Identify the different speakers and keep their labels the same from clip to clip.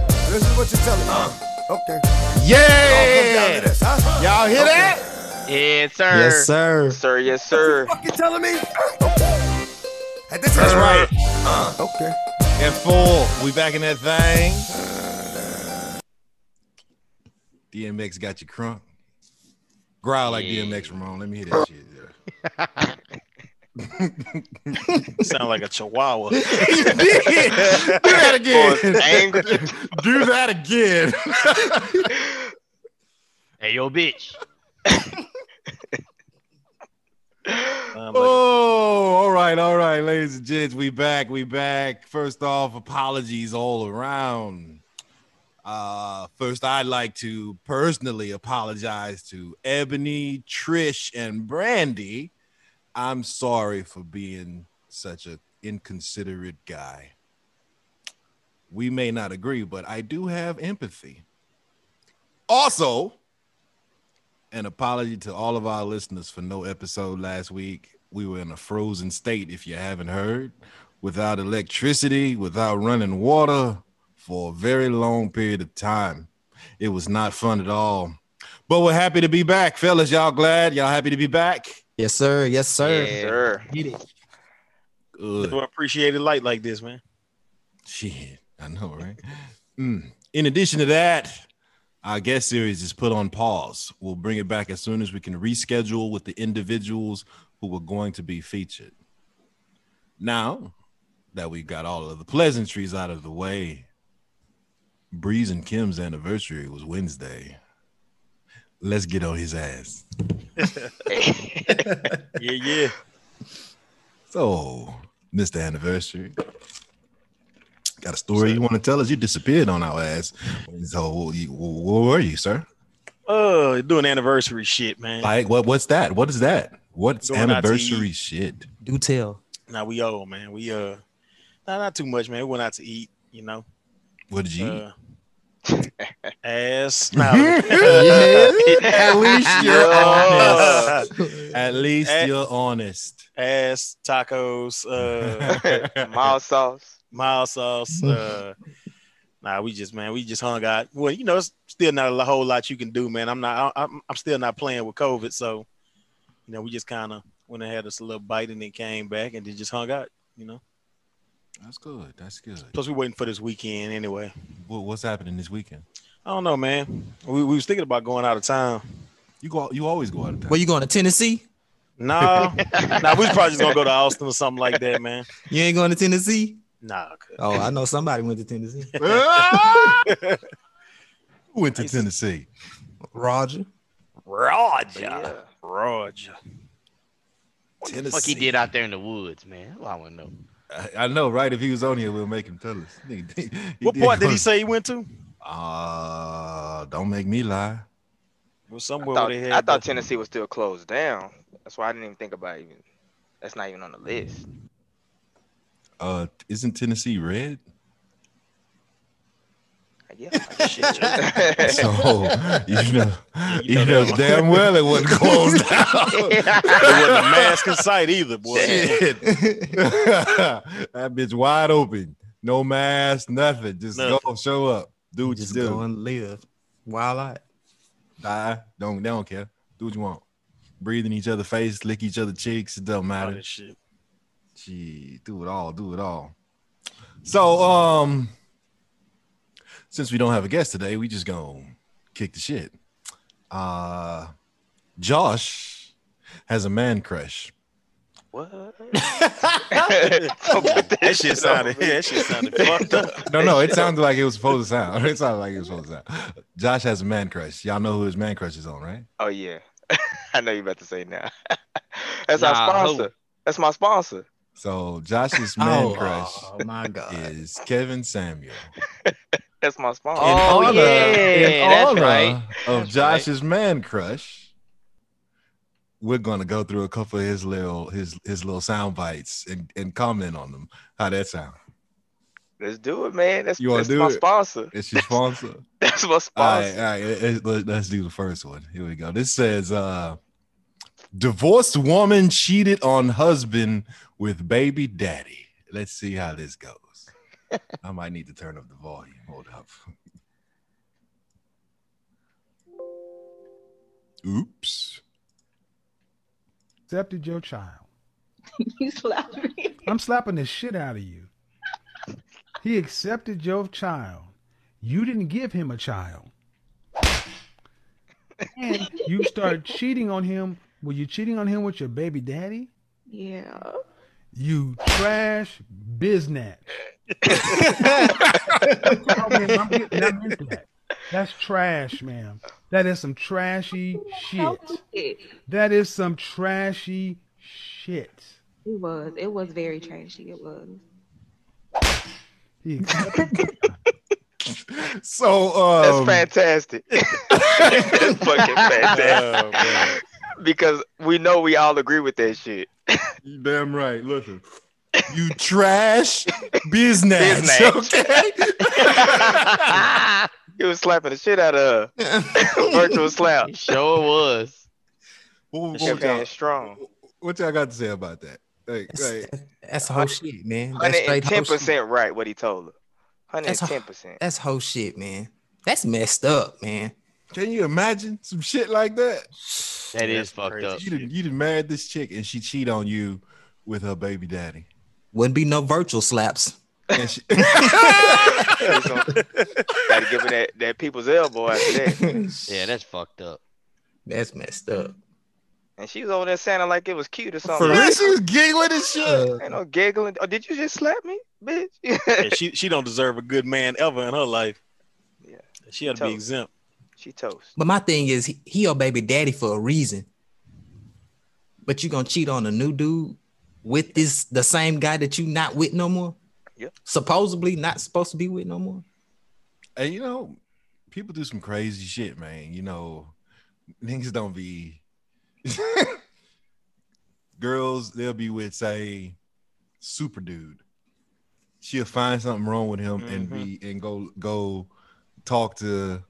Speaker 1: what you're telling me. Okay.
Speaker 2: Yeah.
Speaker 1: this, huh?
Speaker 2: Y'all hear that?
Speaker 3: Yes, sir.
Speaker 2: Yes, sir.
Speaker 3: Sir, yes, sir.
Speaker 1: Fucking telling me? Okay. Hey, this
Speaker 2: That's
Speaker 1: is-
Speaker 2: right.
Speaker 1: Okay.
Speaker 2: In full. We back in that thing. DMX got you crunk. Growl like
Speaker 3: Yeah.
Speaker 2: DMX Ramon. Let me hear that shit. yeah.
Speaker 4: Sound like a chihuahua.
Speaker 2: You did. Do that
Speaker 3: Boy,
Speaker 2: again.
Speaker 3: angry.
Speaker 2: Do that again.
Speaker 3: hey, yo, bitch.
Speaker 4: Sound Um, like-
Speaker 2: oh, all right, all right, ladies and gents, we back, we back. First off, apologies all around. Uh, first, I'd like to personally apologize to Ebony, Trish, and Brandy. I'm sorry for being such an inconsiderate guy. We may not agree, but I do have empathy. Also, an apology to all of our listeners for no episode last week. We were in a frozen state, if you haven't heard, without electricity, without running water for a very long period of time. It was not fun at all. But we're happy to be back, fellas. Y'all glad? Y'all happy to be back?
Speaker 5: Yes, sir. Yes, sir.
Speaker 3: Yes, sir.
Speaker 5: Get it.
Speaker 2: Good.
Speaker 4: Never appreciated light like this, man.
Speaker 2: Shit, I know, right? Mm. In addition to that, our guest series is put on pause. We'll bring it back as soon as we can reschedule with the individuals who are going to be featured. Now that we got all of the pleasantries out of the way, Breeze and Kim's anniversary was Wednesday. Let's get on his ass.
Speaker 4: Yeah, yeah.
Speaker 2: So, Mr. Anniversary, got a story you want to tell us? You disappeared on our ass. So, you- where were you, sir?
Speaker 4: Oh, doing anniversary shit, man.
Speaker 2: Like, what? What's that? What is that? What's
Speaker 4: Doing
Speaker 2: anniversary
Speaker 4: IT.
Speaker 2: shit?
Speaker 5: Do tell.
Speaker 4: Now we old, man. We uh, nah, not too much, man. We went out to eat, you know.
Speaker 2: What did you eat?
Speaker 4: Uh, ass. Nah,
Speaker 2: At least you're honest.
Speaker 4: uh,
Speaker 2: At least
Speaker 4: Eh.
Speaker 2: you're honest.
Speaker 4: ass tacos. Uh,
Speaker 3: Mild sauce.
Speaker 4: mild sauce. Uh, nah, we just man, we just hung out. Well, you know, it's still not a whole lot you can do, man. I'm not. I- I'm, I'm still not playing with COVID, so you know, we just kind of went and had us a little bite and then came back and then just hung out. You know,
Speaker 2: That's good. That's good.
Speaker 4: plus we're waiting for this weekend anyway.
Speaker 2: What, what's happening this weekend?
Speaker 4: I don't know, man. We, we was thinking about going out of town.
Speaker 2: You go. You always go out of town.
Speaker 5: Where you going to Tennessee?
Speaker 4: No, nah, we was probably just gonna go to Austin or something like that, man.
Speaker 5: You ain't going to Tennessee?
Speaker 4: Nah,
Speaker 5: Oh, I know somebody went to Tennessee.
Speaker 2: Who went to Tennessee?
Speaker 5: Roger.
Speaker 4: Roger,
Speaker 3: Yeah.
Speaker 4: Roger.
Speaker 3: What the fuck he did out there in the woods, man? That's all I want to know.
Speaker 2: I, I know, right? If he was on here, we'll make him tell us. He did- he
Speaker 4: What part did
Speaker 2: go-
Speaker 4: he say he went to?
Speaker 2: Uh, don't make me lie.
Speaker 3: I
Speaker 4: Well, somewhere
Speaker 3: thought,
Speaker 4: where they had.
Speaker 3: I thought
Speaker 4: the-
Speaker 3: Tennessee was still closed down. That's why I didn't even think about even. That's not even on the list.
Speaker 2: Uh, isn't Tennessee red?
Speaker 3: I guess. I
Speaker 4: Shit,
Speaker 3: guess.
Speaker 2: So you know,
Speaker 4: you
Speaker 2: you know
Speaker 4: know that one.
Speaker 2: damn well it wasn't closed down.
Speaker 4: There wasn't a mask in sight either, boy.
Speaker 2: Shit. that bitch wide open, no mask, nothing. Just go,
Speaker 4: Nothing.
Speaker 2: show up, do what
Speaker 5: Just
Speaker 2: you do.
Speaker 5: go and live. Wild out.
Speaker 2: Die. Don't they don't care. Do what you want. Breathe in each other's face, lick each other's cheeks. It don't
Speaker 4: All
Speaker 2: matter.
Speaker 4: that shit.
Speaker 2: Gee, do it all, do it all. So, um, since we don't have a guest today, we just gonna kick the shit. Uh, Josh has a man crush.
Speaker 3: what?
Speaker 4: That shit sounded. That shit sounded fucked up.
Speaker 2: No, no, it sounded like it was supposed to sound. It sounded like it was supposed to sound. Josh has a man crush. Y'all know who his man crush is on, right?
Speaker 3: Oh yeah, I know you about to say now. That's
Speaker 6: Nah,
Speaker 3: our
Speaker 6: who?
Speaker 3: sponsor. That's my sponsor.
Speaker 2: So Josh's man
Speaker 5: oh,
Speaker 2: crush
Speaker 5: oh, my God.
Speaker 2: is Kevin Samuel.
Speaker 3: That's my sponsor.
Speaker 6: Oh,
Speaker 2: honor-
Speaker 6: yeah,
Speaker 2: in
Speaker 6: that's
Speaker 2: honor
Speaker 6: right.
Speaker 2: Of
Speaker 6: That's
Speaker 2: Josh's man crush, we're gonna go through a couple of his little his his little sound bites and, and comment on them. How that sound?
Speaker 3: Let's do it, man. That's,
Speaker 2: You wanna
Speaker 3: that's
Speaker 2: do
Speaker 3: my
Speaker 2: it?
Speaker 3: sponsor.
Speaker 2: It's your sponsor.
Speaker 3: That's my
Speaker 2: all right, all
Speaker 3: sponsor.
Speaker 2: right. let- let- Let's do the first one. Here we go. This says, uh, "Divorced woman cheated on husband with baby daddy." Let's see how this goes. I might need to turn up the volume. Hold up. Oops.
Speaker 6: Accepted your child.
Speaker 7: you slapped me.
Speaker 6: I'm slapping the shit out of you. He accepted your child. You didn't give him a child. And you start cheating on him. Were you cheating on him with your baby daddy?
Speaker 7: Yeah.
Speaker 6: You trash biznatch.
Speaker 4: That's
Speaker 6: Oh, man, I'm getting- I'm into that. That's trash, man. That is some trashy shit.
Speaker 7: It
Speaker 6: That is some trashy shit.
Speaker 7: was. It was very trashy. It was.
Speaker 6: He
Speaker 2: So
Speaker 3: That's
Speaker 2: um,
Speaker 3: fantastic. That's fucking fantastic. because we know we all agree with that shit.
Speaker 2: You damn right. Listen, you trash business.
Speaker 3: Biznatch.
Speaker 2: Okay.
Speaker 3: He was slapping the shit out of her. virtual slap.
Speaker 8: Sure was.
Speaker 2: what, what,
Speaker 3: Shit
Speaker 2: y'all,
Speaker 3: being strong.
Speaker 2: what y'all got to say about that? Like,
Speaker 5: That's,
Speaker 2: like,
Speaker 5: that's whole shit, man. That's straight hoe
Speaker 3: 110%
Speaker 5: shit.
Speaker 3: right what he told her.
Speaker 5: That's a-
Speaker 3: 110%.
Speaker 5: That's whole shit, man. That's messed up, man.
Speaker 2: can you imagine some shit like that?
Speaker 8: That is fucked
Speaker 4: crazy.
Speaker 8: up.
Speaker 2: You done, you done married this chick and she cheat on you with her baby daddy.
Speaker 5: Wouldn't be no virtual slaps.
Speaker 2: And she,
Speaker 3: He's gonna- Gotta give her that, that people's elbow after that.
Speaker 8: Yeah, that's fucked up.
Speaker 5: That's messed up.
Speaker 3: And she was over there sounding like it was cute or
Speaker 2: for
Speaker 3: something.
Speaker 2: real, she was giggling and shit.
Speaker 5: Uh,
Speaker 3: Ain't no giggling. Oh, did you just slap me, bitch?
Speaker 4: Yeah, she she don't deserve a good man ever in her life.
Speaker 3: Yeah.
Speaker 4: She ought to be
Speaker 3: Totally.
Speaker 4: exempt.
Speaker 3: she toast.
Speaker 5: but my thing is, he, he your baby daddy for a reason. But you gonna cheat on a new dude with this the same guy that you not with no more?
Speaker 3: Yeah.
Speaker 5: Supposedly not supposed to be with no more.
Speaker 2: And you know, people do some crazy shit, man. You know, niggas don't be girls, they'll be with say super dude. She'll find something wrong with him and be
Speaker 4: Mm-hmm.
Speaker 2: and go go talk to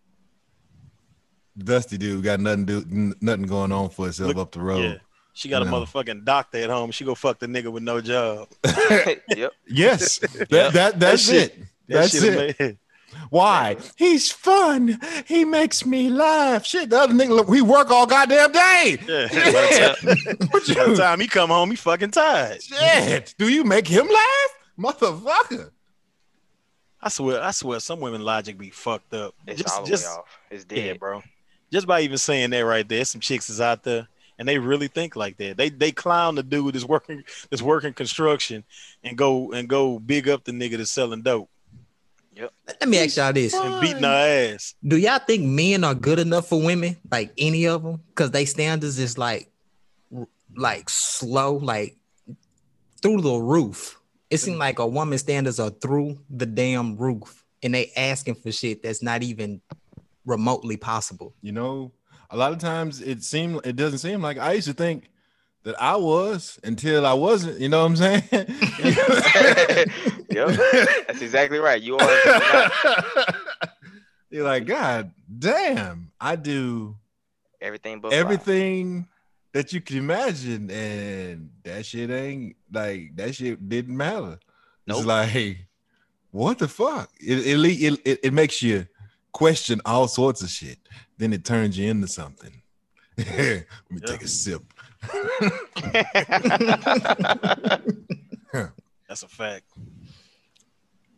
Speaker 2: Dusty dude got nothing do n- nothing going on for himself
Speaker 4: Look-
Speaker 2: up the road.
Speaker 4: Yeah. She got a
Speaker 2: No.
Speaker 4: motherfucking doctor at home. She go fuck the nigga with no job.
Speaker 3: yep.
Speaker 2: Yes, that,
Speaker 4: Yep.
Speaker 2: that that's
Speaker 4: shit-
Speaker 2: it. That's
Speaker 4: shit'll
Speaker 2: it.
Speaker 4: make-
Speaker 2: Why? He's fun. He makes me laugh. Shit, the other nigga, we work all goddamn day.
Speaker 4: Yeah.
Speaker 2: Yeah. What
Speaker 4: By the
Speaker 2: you,
Speaker 4: time he come home, he fucking tired.
Speaker 2: shit, do you make him laugh? Motherfucker.
Speaker 4: I swear, I swear, some women logic be fucked up.
Speaker 3: It's
Speaker 4: just,
Speaker 3: all the
Speaker 4: just,
Speaker 3: way off. It's
Speaker 4: yeah,
Speaker 3: dead.
Speaker 4: bro. Just by even saying that right there, some chicks is out there and they really think like that. They they clown the dude that's working that's working construction and go and go big up the nigga that's selling dope
Speaker 5: Let me ask y'all this.
Speaker 4: and beating her ass.
Speaker 5: Do y'all think men are good enough for women? Like any of them? Because they standards is like, r- like slow, like through the roof. It seems like a woman's standards are through the damn roof, and they asking for shit that's not even remotely possible.
Speaker 2: You know, a lot of times it seem it doesn't seem like I used to think that I was until I wasn't. You know what I'm saying?
Speaker 3: yep. That's exactly right. You are.
Speaker 2: You're like, God damn, I do
Speaker 3: Everything but
Speaker 2: everything that you can imagine, and that shit ain't like that shit didn't matter.
Speaker 8: Nope.
Speaker 2: It's like, what the fuck? It it, le- it it it makes you question all sorts of shit. Then it turns you into something. Let me
Speaker 4: Yeah.
Speaker 2: take a sip.
Speaker 3: five.
Speaker 4: That's a fact.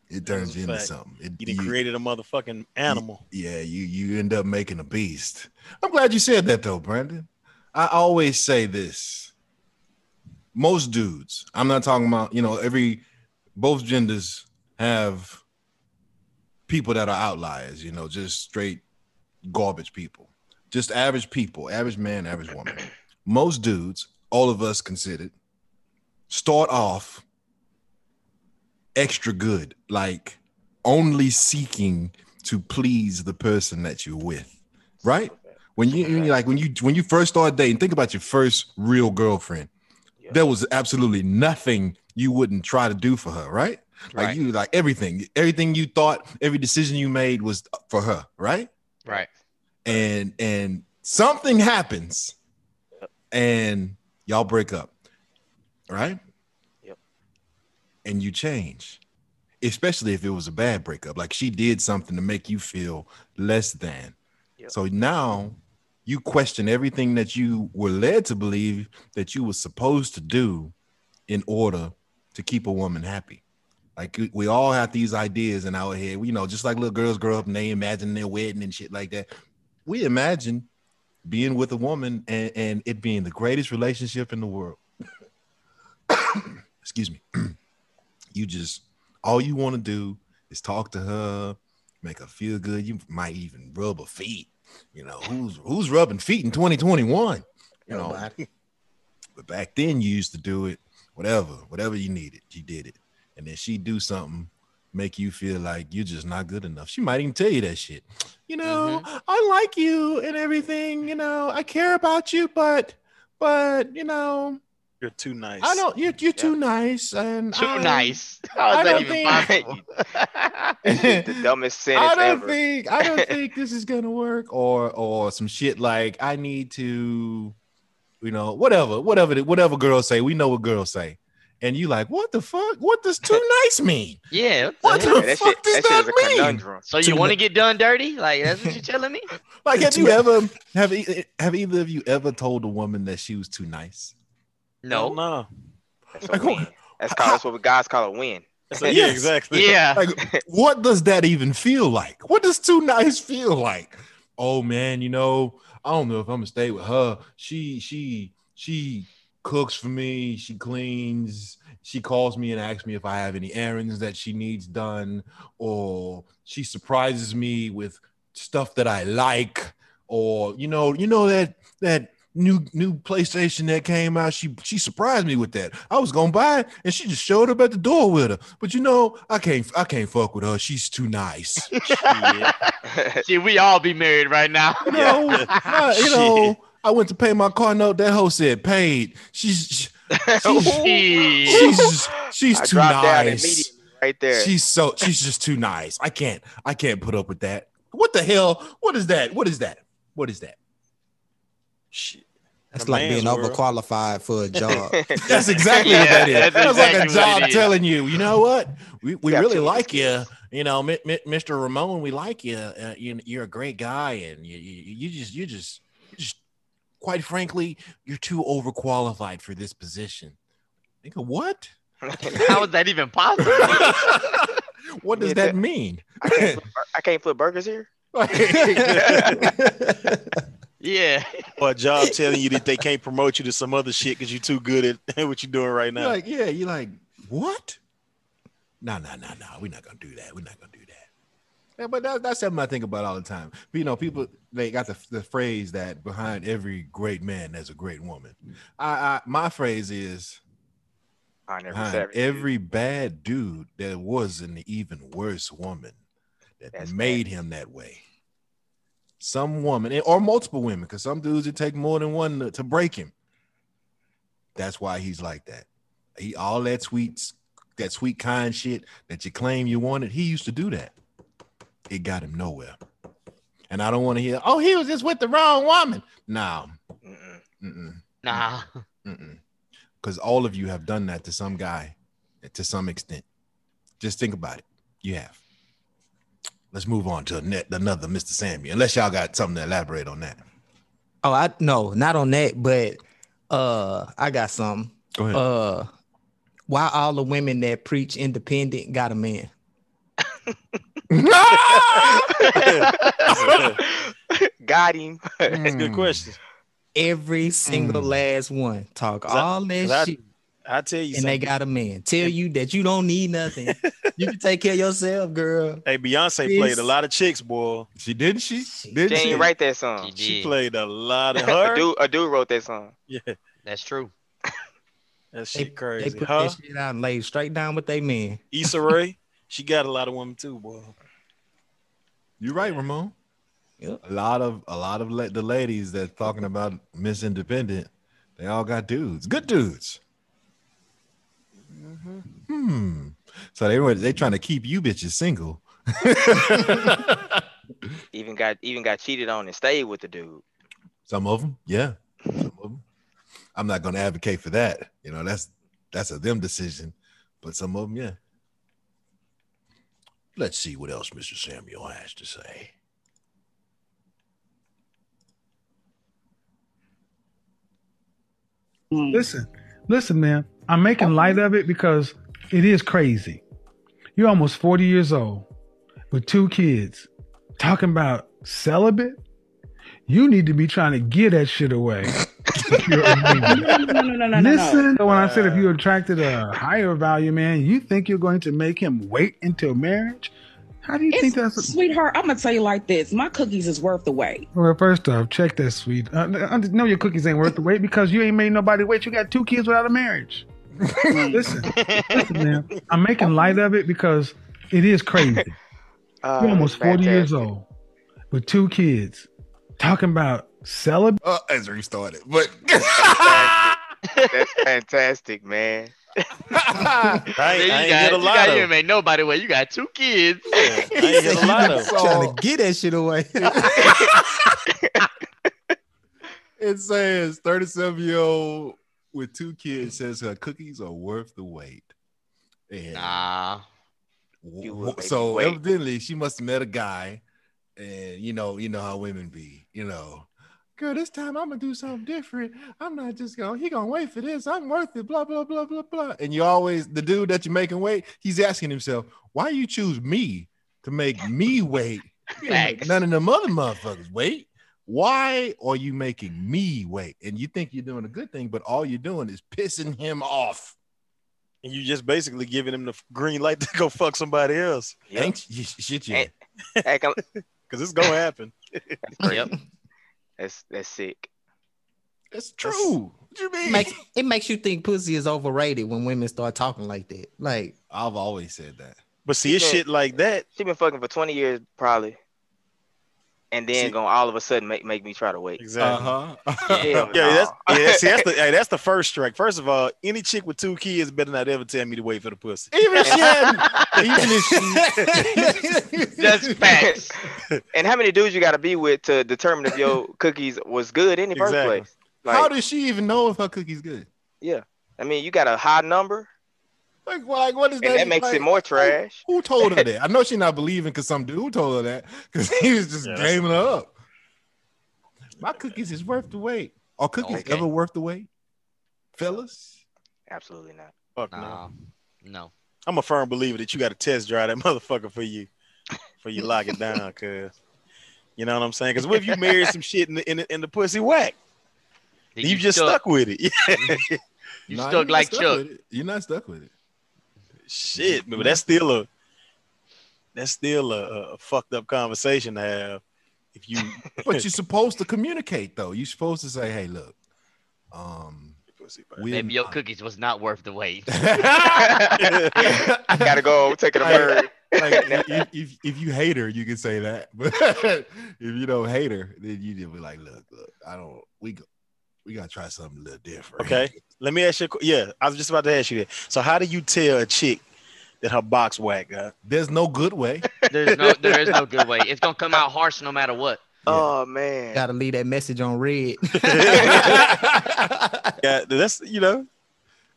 Speaker 2: It turns
Speaker 4: a
Speaker 2: you into
Speaker 4: fact.
Speaker 2: something. It,
Speaker 4: You done created a motherfucking animal.
Speaker 2: Yeah, you you end up making a beast. I'm glad you said that though, Brandon. I always say this. Most dudes, I'm not talking about, you know, every both genders have people that are outliers, you know, just straight garbage people. Just average people, average man, average woman. Most dudes, all of us considered, start off extra good, like only seeking to please the person that you're with, right? When you when you- like when you when you first start dating, think about your first real girlfriend.
Speaker 3: Yeah.
Speaker 2: There was absolutely nothing you wouldn't try to do for her, right? Like
Speaker 8: Right.
Speaker 2: you like everything, everything you thought, every decision you made was for her, right?
Speaker 8: Right.
Speaker 2: And and something happens, and y'all break up, right?
Speaker 3: Yep.
Speaker 2: And you change, especially if it was a bad breakup. Like she did something to make you feel less than.
Speaker 3: Yep.
Speaker 2: So now you question everything that you were led to believe that you were supposed to do in order to keep a woman happy. Like we- we all have these ideas in our head, you know, just like little girls grow up and they imagine their wedding and shit like that. We imagine being with a woman and, and it being the greatest relationship in the world. Excuse me. you just all you want to do is talk to her, make her feel good. You might even rub her feet. You know, who's who's rubbing feet in 2021? You know, but back then you used to do it, whatever, whatever you needed, you did it. And then she do something, make you feel like you're just not good enough. She might even tell you that shit. You know, I like you and everything, you know, I care about you, but but you know,
Speaker 4: You're too nice.
Speaker 2: I don't you're you're too nice and
Speaker 8: Too
Speaker 2: I-
Speaker 8: nice. How
Speaker 2: I
Speaker 8: is that
Speaker 2: don't
Speaker 8: even
Speaker 2: think-
Speaker 8: possible?
Speaker 3: the dumbest sentence
Speaker 2: I don't
Speaker 3: ever.
Speaker 2: think I don't think this is gonna work, or or some shit like I need to, you know, whatever, whatever, the- whatever girls say. We know what girls say, and you like, what the fuck? What does too nice mean?
Speaker 8: yeah.
Speaker 2: What
Speaker 8: What the
Speaker 2: the
Speaker 3: Yeah,
Speaker 8: heck?
Speaker 3: that
Speaker 2: fuck
Speaker 3: shit,
Speaker 2: does
Speaker 3: that shit is a
Speaker 2: that mean?
Speaker 3: conundrum.
Speaker 8: So you
Speaker 5: Too
Speaker 8: want to
Speaker 5: ni-
Speaker 8: get done dirty? Like that's what you're telling me?
Speaker 2: Like, have you
Speaker 5: Too-
Speaker 2: ever have e- have either of you ever told a woman that she was too nice?
Speaker 4: No,
Speaker 8: No.
Speaker 4: no.
Speaker 3: That's,
Speaker 2: Like,
Speaker 3: a win. That's, called, that's what guys call a win.
Speaker 4: That's a- Yeah,
Speaker 2: Yes.
Speaker 4: exactly.
Speaker 8: Yeah.
Speaker 2: Like, what does that even feel like? What does too nice feel like? Oh man, you know, I don't know if I'm gonna stay with her. She she she cooks for me, she cleans, she calls me and asks me if I have any errands that she needs done, or she surprises me with stuff that I like, or you know, you know that that new new PlayStation that came out, she she surprised me with that. I was gonna buy it, and she just showed up at the door with her. But you know, I can't I can't fuck with her. She's too nice.
Speaker 4: Yeah.
Speaker 8: See, we all be married right now.
Speaker 2: You know, I- you
Speaker 4: Shit.
Speaker 2: know. I went to pay my car note. That hoe said paid. She's
Speaker 8: Shit.
Speaker 2: she's she's
Speaker 3: Oh, I
Speaker 2: too
Speaker 3: dropped out
Speaker 2: nice.
Speaker 3: immediately right there.
Speaker 2: She's so she's just too nice. I can't I can't put up with that. What the hell? What is that? What is that? What is that?
Speaker 4: Shit.
Speaker 5: That's
Speaker 4: The
Speaker 5: like being
Speaker 4: man's world.
Speaker 5: overqualified for a job.
Speaker 2: That's exactly what
Speaker 8: Yeah,
Speaker 2: that is. That's,
Speaker 8: that's
Speaker 2: like a
Speaker 8: exactly what it
Speaker 2: job
Speaker 8: is.
Speaker 2: telling you, you know what? We, we
Speaker 3: Yeah,
Speaker 2: really
Speaker 3: too much
Speaker 2: like you. You know, Mi- Mi- Mr. Ramon, we like you. Uh, you. You're a great guy, and you, you, you just, you just, you just, quite frankly, you're too overqualified for this position. Nigga, what?
Speaker 8: How is that even possible?
Speaker 2: what does
Speaker 3: Yeah,
Speaker 2: that
Speaker 3: that-
Speaker 2: mean?
Speaker 3: I, can't flip, bur- I can't flip burgers here.
Speaker 8: yeah.
Speaker 4: Or a job telling you that they can't promote you to some other shit because you're too good at what you're doing right
Speaker 2: You're
Speaker 4: now.
Speaker 2: like, yeah, you're like, what? No, no, no, no. We're not gonna do that. We're not gonna do that. Yeah, but that, that's something I think about all the time. You know, people they got the, the phrase that behind every great man there's a great woman. I, I my phrase is
Speaker 3: I never
Speaker 2: behind
Speaker 3: said everything.
Speaker 2: every bad dude there was an even worse woman that
Speaker 3: That's
Speaker 2: made him that way. Some woman and- or multiple women, because some dudes it take more than one to, to break him. That's why he's like that. He all that sweet, that sweet kind shit that you claim you wanted. He used to do that. It got him nowhere. And I don't want to hear, oh, he was just with the wrong woman. No,
Speaker 3: Mm-mm.
Speaker 2: mm-mm.
Speaker 8: Nah.
Speaker 2: Because all of you have done that to some guy to some extent. Just think about it. You have. Let's move on to ne- another Mr. Sammy, unless y'all got something to elaborate on that.
Speaker 5: oh, I no, not on that, but uh, I got some.
Speaker 2: Go ahead.
Speaker 5: Uh, why all the women that preach independent got a man?
Speaker 3: Got him.
Speaker 4: That's
Speaker 5: Hmm.
Speaker 4: a good question.
Speaker 5: Every single
Speaker 4: Hmm.
Speaker 5: last one talk
Speaker 4: I-
Speaker 5: all that
Speaker 4: 'cause I-
Speaker 5: shit,
Speaker 4: I tell you
Speaker 5: and
Speaker 4: something.
Speaker 5: they got a man. Tell you that you don't need nothing. you can take care of yourself, girl.
Speaker 4: hey, Beyonce
Speaker 5: Please.
Speaker 4: played a lot of chicks, boy.
Speaker 2: She didn't she?
Speaker 5: She
Speaker 3: She
Speaker 2: Didn't she?
Speaker 3: ain't write that song.
Speaker 8: She
Speaker 4: She
Speaker 8: did.
Speaker 4: played a lot of
Speaker 3: A
Speaker 4: her.
Speaker 3: dude, a dude wrote that song.
Speaker 4: yeah,
Speaker 8: That's true.
Speaker 4: that
Speaker 5: They,
Speaker 4: shit
Speaker 5: they
Speaker 4: crazy.
Speaker 5: put
Speaker 4: Her,
Speaker 5: that shit out and laid straight down with they men.
Speaker 4: Issa Rae, she got a lot of women too, boy.
Speaker 2: You're right, Ramon.
Speaker 5: Yep.
Speaker 2: A lot of a lot of la- the ladies that's talking about Miss Independent, they all got dudes, good dudes.
Speaker 5: Mm-hmm.
Speaker 2: Hmm. So they were they trying to keep you bitches single.
Speaker 3: Even got even got cheated on and stayed with the dude.
Speaker 2: Some of them, yeah. Some of 'em. I'm not going to advocate for that. You know, that's that's a them decision. But some of them, yeah. Let's see what else Mr. Samuel has to say.
Speaker 6: Listen, listen, man. I'm making light of it because it is crazy. You're almost 40 years old with two kids talking about celibate. You need to be trying to get that shit away. If you're a man.
Speaker 9: No, no, no, no, no, Uh, no, no.
Speaker 6: Listen, to when I said if you attracted a higher value man, you think you're going to make him wait until marriage? How do you think
Speaker 9: It's,
Speaker 6: that's?
Speaker 9: sweetheart, I'm gonna tell you like this. My cookies is worth the wait.
Speaker 6: Well, first off, check that, sweet. Uh, I know your cookies ain't worth the wait because you ain't made nobody wait. You got two kids without a marriage. listen, listen, man. I'm making light of it because it is crazy.
Speaker 3: Uh,
Speaker 6: You're almost 40 years
Speaker 3: fantastic.
Speaker 6: old with two kids talking about celibate.
Speaker 2: Uh, as restarted, but
Speaker 3: That's fantastic, man.
Speaker 4: I
Speaker 8: Man,
Speaker 4: ain't, I
Speaker 8: you
Speaker 4: ain't
Speaker 8: got,
Speaker 4: hit a
Speaker 8: you
Speaker 4: lot
Speaker 8: got-
Speaker 4: of
Speaker 8: you
Speaker 4: them.
Speaker 8: ain't made nobody wait. You got two kids.
Speaker 4: I ain't hit a lot of them.
Speaker 5: trying to get that shit away.
Speaker 2: it says 37 year old with two kids says her cookies are worth the wait. And
Speaker 8: Nah.
Speaker 2: w-
Speaker 3: You
Speaker 2: w-
Speaker 3: will make
Speaker 2: so
Speaker 3: me wait.
Speaker 2: evidently she must have met a guy, and you know, you know how women be, you know. Girl, this time I'm gonna do something different. I'm not just gonna. He gonna wait for this. I'm worth it. Blah blah blah blah blah. And you always the dude that you're making wait. He's asking himself, why you choose me to make me wait? You ain't make
Speaker 8: Facts.
Speaker 2: None of them other motherfuckers wait. Why are you making me wait? And you think you're doing a good thing, but all you're doing is pissing him off.
Speaker 4: And you just basically giving him the green light to go fuck somebody else
Speaker 3: Yep.
Speaker 2: Ain't you, shit, yeah.
Speaker 3: Ain't- Heck, I'm-
Speaker 4: because it's gonna happen.
Speaker 8: Yep.
Speaker 3: that's that's sick.
Speaker 2: That's true. What you
Speaker 5: it,
Speaker 2: mean?
Speaker 5: makes, it makes you think pussy is overrated when women start talking like that. Like,
Speaker 2: I've always said that.
Speaker 4: But see, it's
Speaker 3: Yeah.
Speaker 4: shit like that.
Speaker 3: She been fucking for twenty years probably, and then
Speaker 4: See-
Speaker 3: gonna all of a sudden make make me try to wait.
Speaker 4: Exactly.
Speaker 5: Uh-huh.
Speaker 2: huh.
Speaker 3: Hell
Speaker 4: Yeah,
Speaker 3: no.
Speaker 4: that's, yeah that's, see, that's the hey, that's the first strike. First of all, any chick with two kids better not ever tell me to wait for the pussy.
Speaker 2: even if she hadn't, even if she,
Speaker 8: That's facts.
Speaker 3: and how many dudes you gotta be with to determine if your cookies was good in the first
Speaker 4: Exactly.
Speaker 3: place?
Speaker 2: how
Speaker 3: Like,
Speaker 2: does she even know if her cookie's good?
Speaker 3: I mean, you got a high number,
Speaker 2: Like, wh- like what is that?
Speaker 3: and that makes
Speaker 2: like,
Speaker 3: it more trash.
Speaker 2: Who told her that? I know she's not believing because some dude told her that because he was just
Speaker 4: Yeah, that's-
Speaker 2: gaming her up. My cookies is worth the wait. Are cookies
Speaker 8: Okay.
Speaker 2: ever worth the wait, fellas?
Speaker 3: Absolutely not.
Speaker 4: Fuck no.
Speaker 8: Nah. No.
Speaker 4: I'm a firm believer that you got to test drive that motherfucker for you, for you lock it down, cause you know what I'm saying. Cause what if you married some shit and the, and the, and the pussy whack?
Speaker 8: Then
Speaker 4: You, just stuck. with it.
Speaker 8: You
Speaker 2: Nah,
Speaker 8: stuck
Speaker 2: not
Speaker 8: like Chuck.
Speaker 2: with it. You're not stuck with it.
Speaker 4: shit, but that's still a that's still a, a- a fucked up conversation to have. If you
Speaker 2: But you're supposed to communicate though. You're supposed to say, "Hey, look, um,
Speaker 4: pussy,
Speaker 2: we
Speaker 8: Maybe your cookies was not worth the wait.
Speaker 3: I gotta go take it a
Speaker 2: Hey,
Speaker 3: bird.
Speaker 2: like if, if- if, if you hate her, you can say that. But if you don't hate her, then you just be like, look, look, I don't. We go, we gotta try something a little different.
Speaker 4: Okay. Let me ask you. a qu- Yeah, I was just about to ask you that. So, how do you tell a chick that her box whack? Uh,
Speaker 2: There's no good way.
Speaker 8: There's no there is no good way. It's gonna come out harsh no matter what.
Speaker 3: Oh man.
Speaker 5: gotta leave that message on red.
Speaker 4: yeah, that's you know.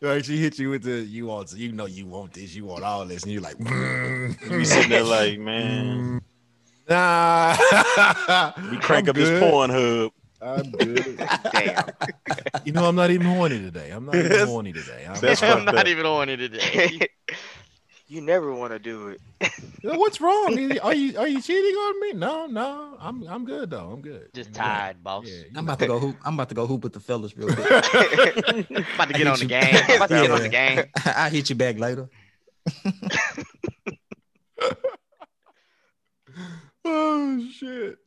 Speaker 2: Like she hit you with the you want you know you want this you want all this and you're like "Mm,
Speaker 4: You be sitting there like, man,
Speaker 2: nah
Speaker 4: we crank up this Pornhub.
Speaker 2: I'm good
Speaker 3: Damn.
Speaker 2: you know I'm not even horny today I'm not even horny today I'm
Speaker 4: That's
Speaker 8: I'm
Speaker 4: fucked
Speaker 8: not
Speaker 4: up.
Speaker 8: even on it today.
Speaker 3: you never want to do it.
Speaker 2: Yeah, What's wrong? Is- Are you are you cheating on me? No, no, I'm I'm good though. I'm good.
Speaker 8: Just
Speaker 2: I'm good.
Speaker 8: tired, boss.
Speaker 2: Yeah, you
Speaker 5: I'm
Speaker 2: know.
Speaker 5: about to go hoop. I'm about to go hoop with the fellas real quick.
Speaker 8: About
Speaker 5: I
Speaker 8: to get
Speaker 5: hit
Speaker 8: on the
Speaker 5: you.
Speaker 8: game. About to get on the game.
Speaker 5: I'll hit you back later.
Speaker 2: Oh shit!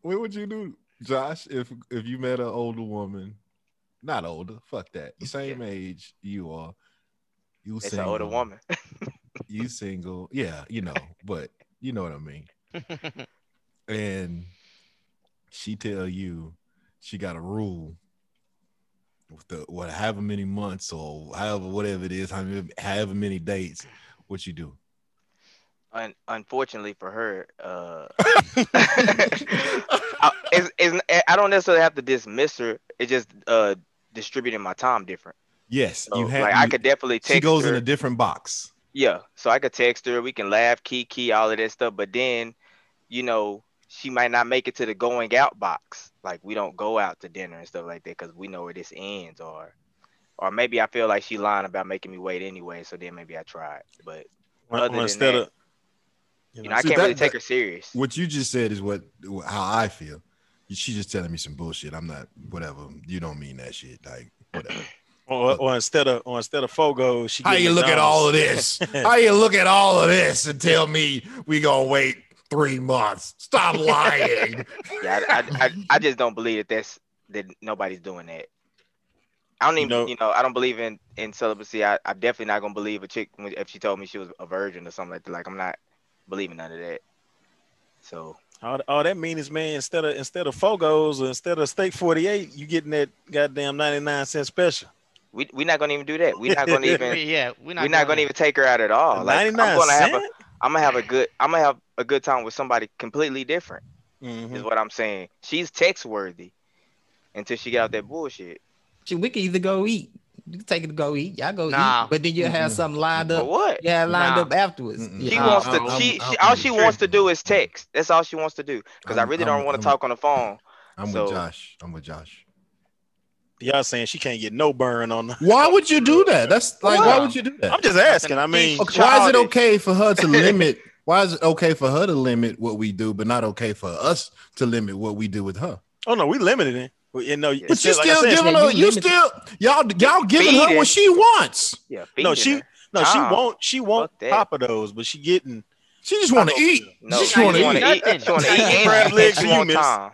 Speaker 2: What would you do, Josh, if if you met an older woman? Not older. Fuck that. Same age you are. You
Speaker 3: It's an
Speaker 2: single.
Speaker 3: older woman.
Speaker 2: You single. Yeah, you know, but you know what I mean. and she tell you she got a rule with the what however many months or however whatever it is, however, however many dates, what you do.
Speaker 3: Un- unfortunately for her, uh, I, it's, it's, I don't necessarily have to dismiss her. It's just uh, distributing my time different.
Speaker 2: Yes,
Speaker 3: So,
Speaker 2: you have.
Speaker 3: like I could definitely text.
Speaker 2: she goes
Speaker 3: her.
Speaker 2: in a different box.
Speaker 3: Yeah, so I could text her. We can laugh, kiki, all of that stuff. But then, you know, she might not make it to the going out box. Like we don't go out to dinner and stuff like that because we know where this ends. Or or maybe I feel like she lying about making me wait anyway. So then maybe I tried, but
Speaker 4: Well,
Speaker 3: Other than
Speaker 4: instead
Speaker 3: that,
Speaker 4: of
Speaker 3: you know I
Speaker 2: See,
Speaker 3: can't
Speaker 2: that-
Speaker 3: really take
Speaker 2: that-
Speaker 3: her serious.
Speaker 2: What you just said is what how I feel. She just telling me some bullshit. I'm not whatever. You don't mean that shit. Like whatever.
Speaker 4: or, or instead of or instead of Fogo, she
Speaker 2: How
Speaker 4: get
Speaker 2: you look at all of
Speaker 4: McDonald's.
Speaker 2: this? How you look at all of this and tell me we gonna wait three months? Stop lying.
Speaker 3: Yeah, I, I, I, I just don't believe that that's that nobody's doing that. I don't
Speaker 4: You
Speaker 3: even, you know,
Speaker 4: know-
Speaker 3: I don't believe in in celibacy. I, I'm definitely not gonna believe a chick when- if she told me she was a virgin or something like that. Like I'm not believing none of that. So
Speaker 4: All, all that means is, man, instead of instead of Fogos or instead of steak forty eight, you getting that goddamn ninety nine cent special.
Speaker 3: we we're not gonna even do that. We're not gonna even
Speaker 8: We- yeah, we're not.
Speaker 3: we're not
Speaker 8: going
Speaker 3: gonna even take her out at all. Oh, Like I'm
Speaker 4: 99
Speaker 3: gonna have a
Speaker 4: cent?
Speaker 3: I'm gonna have a good I'm gonna have a good time with somebody completely different. Is
Speaker 4: Mhm.
Speaker 3: what I'm saying. She's text worthy until she got out that bullshit.
Speaker 5: Shit, We can either go eat. You can take it to go eat. Y'all go
Speaker 8: Nah.
Speaker 5: eat. But then you'll have something lined
Speaker 3: But
Speaker 5: up.
Speaker 3: what?
Speaker 5: Yeah, lined
Speaker 8: Nah.
Speaker 5: up afterwards.
Speaker 2: Mm-mm.
Speaker 5: Yeah,
Speaker 3: She
Speaker 5: I-
Speaker 3: wants
Speaker 5: I-
Speaker 3: to.
Speaker 5: I'm-
Speaker 3: she,
Speaker 5: I'm-
Speaker 3: she all she
Speaker 2: I'm-
Speaker 3: wants to do is text. That's all she wants to do. Because I
Speaker 2: I'm-
Speaker 3: really don't
Speaker 2: I'm-
Speaker 3: want
Speaker 2: I'm-
Speaker 3: to talk on the phone.
Speaker 2: I'm
Speaker 3: So-
Speaker 2: with Josh. I'm with Josh.
Speaker 4: Y'all saying she can't get no burn on. The,
Speaker 2: Why would you do that? That's like why would you do that?
Speaker 4: I'm just asking. I mean,
Speaker 2: Okay, why is it
Speaker 3: childish.
Speaker 2: okay for her to limit? Why is it okay for her to limit what we do, but not okay for us to limit what we do with her?
Speaker 4: oh no, we limited it. We- You know,
Speaker 2: But you
Speaker 4: like I
Speaker 2: still
Speaker 4: said,
Speaker 2: giving
Speaker 5: man,
Speaker 2: her,
Speaker 5: you
Speaker 2: you
Speaker 5: limited.
Speaker 2: still y'all y'all giving her
Speaker 3: Feeding.
Speaker 2: what she wants.
Speaker 3: Yeah. feeding
Speaker 4: no, she
Speaker 3: her.
Speaker 4: no, she
Speaker 3: Nah,
Speaker 4: won't. She won't
Speaker 3: fuck that.
Speaker 4: pop of those, but she getting
Speaker 2: She just want to
Speaker 4: Taco
Speaker 2: eat.
Speaker 4: Bell.
Speaker 3: No,
Speaker 2: she
Speaker 3: she
Speaker 2: just want to
Speaker 3: wanna
Speaker 2: eat.
Speaker 3: eat.
Speaker 8: Nothing.
Speaker 3: She want to
Speaker 8: She
Speaker 3: eat.
Speaker 8: eat
Speaker 3: And
Speaker 4: crab
Speaker 3: she thinks
Speaker 4: legs
Speaker 3: she
Speaker 4: for you,
Speaker 3: want
Speaker 4: miss.
Speaker 3: time.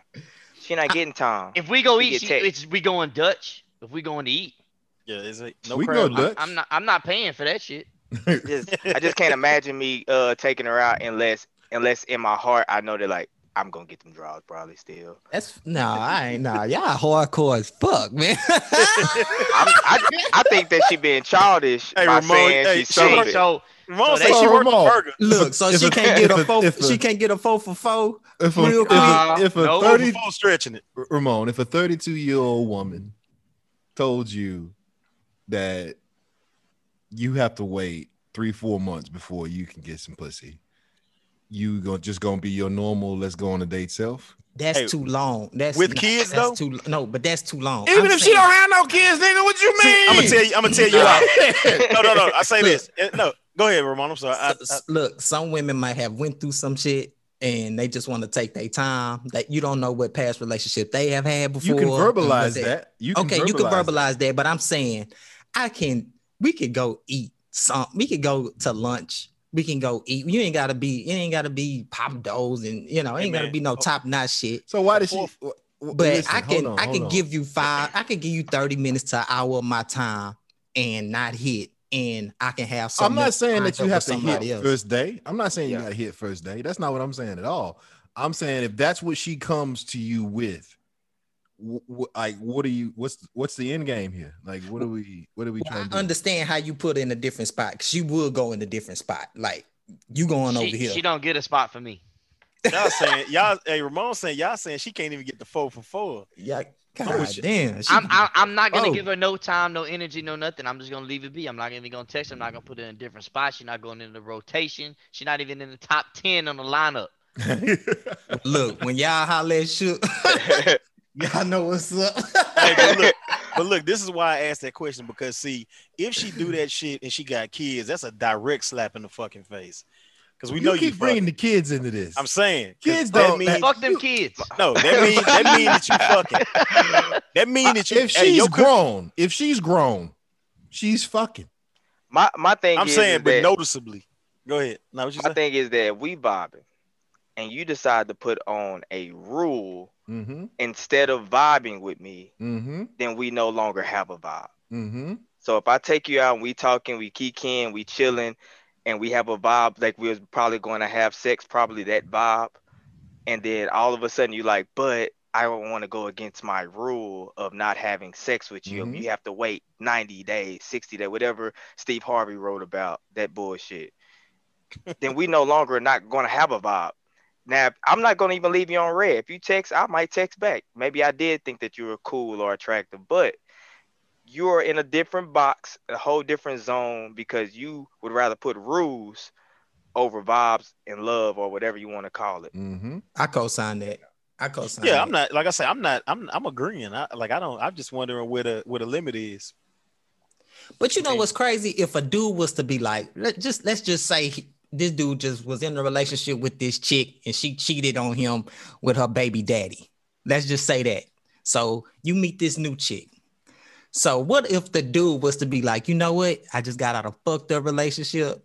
Speaker 3: She not getting time.
Speaker 8: If we go
Speaker 3: She
Speaker 8: eat,
Speaker 3: get
Speaker 8: she,
Speaker 3: text.
Speaker 8: it's we going Dutch. If we going to eat,
Speaker 4: yeah. Is it no
Speaker 2: We can
Speaker 4: crab
Speaker 2: go
Speaker 4: legs.
Speaker 8: I,
Speaker 2: Dutch.
Speaker 8: I'm not. I'm not paying for that shit.
Speaker 3: Just, I just can't imagine me uh taking her out unless unless in my heart I know that like I'm gonna get them draws probably still.
Speaker 5: That's no, I ain't nah. Y'all hardcore as fuck, man.
Speaker 3: I'm, I I think that she being childish
Speaker 4: Hey,
Speaker 3: by
Speaker 4: Ramon,
Speaker 3: saying
Speaker 4: hey,
Speaker 3: she's
Speaker 4: she worked
Speaker 8: So,
Speaker 3: celibate.
Speaker 4: Ramon
Speaker 8: so So
Speaker 4: say
Speaker 8: they-
Speaker 4: she
Speaker 2: Oh,
Speaker 4: worked the
Speaker 2: Ramon.
Speaker 4: burger.
Speaker 5: Look, so
Speaker 2: If
Speaker 5: she
Speaker 2: a-
Speaker 5: can't get
Speaker 2: if
Speaker 5: a
Speaker 2: a-
Speaker 5: four.
Speaker 2: if a-
Speaker 5: she can't get a four for four.
Speaker 2: If a,
Speaker 5: Real
Speaker 2: if a,
Speaker 8: quick.
Speaker 2: if a
Speaker 8: No.
Speaker 2: thirty
Speaker 4: Full stretching it.
Speaker 2: Ramon, if a thirty-two year old woman told you that you have to wait three four months before you can get some pussy, you gonna just gonna be your normal let's go on a date self?
Speaker 5: That's
Speaker 4: Hey,
Speaker 5: too long. That's
Speaker 4: with
Speaker 5: not-
Speaker 4: kids,
Speaker 5: that's
Speaker 4: though?
Speaker 5: Too no, but that's too long.
Speaker 2: Even
Speaker 5: I'm
Speaker 2: if she
Speaker 5: saying-
Speaker 2: don't have no kids, nigga, what you mean?
Speaker 4: I'm gonna tell you. I'm gonna tell you
Speaker 3: Nah.
Speaker 4: out. No, no, no. I say this. Eh, No, go ahead, Ramon. I'm sorry. I,
Speaker 5: S- s- uh, look, some women might have went through some shit and they just want to take their time. That you don't know what past relationship they have had before.
Speaker 2: you can
Speaker 5: and what
Speaker 2: verbalize
Speaker 5: they-
Speaker 2: that. You can
Speaker 5: okay, you can verbalize that, but I'm saying I can. We could go eat some. We could go to lunch. We can go eat. You ain't gotta be. You ain't gotta be pop doughs and you know.
Speaker 4: Hey,
Speaker 5: Ain't gotta
Speaker 4: man.
Speaker 5: be
Speaker 2: oh.
Speaker 5: no top notch shit.
Speaker 2: So why did she?
Speaker 5: But I can. I can give you five. I can give you thirty minutes to an hour of my time and not hit, and I can have some.
Speaker 2: I'm not saying that you have to
Speaker 5: somebody
Speaker 2: hit
Speaker 5: else.
Speaker 2: first day. I'm not saying you
Speaker 3: Yeah.
Speaker 2: got to hit first day. That's not what I'm saying at all. I'm saying if that's what she comes to you with, wh- wh- like what are you? What's what's the end game here? Like what are we? What are we
Speaker 5: Well,
Speaker 2: trying
Speaker 5: I
Speaker 2: to do?
Speaker 5: understand how you put in a different spot because you will go in a different spot. Like you going over
Speaker 8: she,
Speaker 5: here.
Speaker 8: she don't get a spot for me.
Speaker 4: y'all saying y'all. Hey, Ramon saying y'all saying she can't even get the four for four.
Speaker 5: yeah,
Speaker 4: I'm
Speaker 5: God
Speaker 4: with you.
Speaker 5: damn. she-
Speaker 8: I'm, I'm I'm not gonna
Speaker 5: Oh.
Speaker 8: give her no time, no energy, no nothing. I'm just gonna leave it be. I'm not even gonna text. her. I'm not gonna put her in a different spot. She's not going in the rotation. She's not even in the top ten on the lineup.
Speaker 5: Look, when y'all holler at shook, y'all know what's up.
Speaker 4: Hey, but look, but look, this is why I asked that question because see, if she do that shit and she got kids, that's a direct slap in the fucking face. Because we
Speaker 2: you
Speaker 4: know
Speaker 2: keep
Speaker 4: you
Speaker 2: bringing
Speaker 4: fucking.
Speaker 2: the kids into this.
Speaker 4: I'm saying 'cause
Speaker 2: Kids
Speaker 4: that
Speaker 2: don't-
Speaker 4: mean-
Speaker 8: Fuck them kids.
Speaker 4: no, that means that mean that you fucking. That mean that you.
Speaker 2: if
Speaker 4: hey,
Speaker 2: she's
Speaker 4: your cook-
Speaker 2: grown, if she's grown, she's fucking.
Speaker 3: my my thing
Speaker 4: I'm
Speaker 3: is,
Speaker 4: saying,
Speaker 3: is
Speaker 4: but
Speaker 3: that-
Speaker 4: noticeably. Go ahead. Now what you
Speaker 3: My
Speaker 4: say?
Speaker 3: thing is that if we vibing, and you decide to put on a rule
Speaker 2: Mm-hmm.
Speaker 3: instead of vibing with me,
Speaker 2: Mm-hmm.
Speaker 3: then we no longer have a vibe.
Speaker 2: Mm-hmm.
Speaker 3: So if I take you out and we talking, we kicking, we chilling, and we have a vibe like we was probably going to have sex, probably that vibe, and then all of a sudden you like, but I don't want to go against my rule of not having sex with you.
Speaker 2: Mhm.
Speaker 3: You have to wait 90 days, 60 days, whatever Steve Harvey wrote about that bullshit. then we no longer not going to have a vibe. Now, I'm not going to even leave you on red. If you text, I might text back. Maybe I did think that you were cool or attractive, but you're in a different box, a whole different zone because you would rather put rules over vibes and love or whatever you want to call it.
Speaker 2: Mm-hmm.
Speaker 5: I co-signed that. I co-signed.
Speaker 4: Yeah,
Speaker 5: that.
Speaker 4: I'm uh, not like I say. I'm not. I'm I'm agreeing. I, like I don't. I'm just wondering where the where the limit is.
Speaker 5: But you know what's crazy? If a dude was to be like, let just let's just say he- this dude just was in a relationship with this chick and she cheated on him with her baby daddy. Let's just say that. So you meet this new chick. So what if the dude was to be like, you know what? I just got out of a fucked up relationship.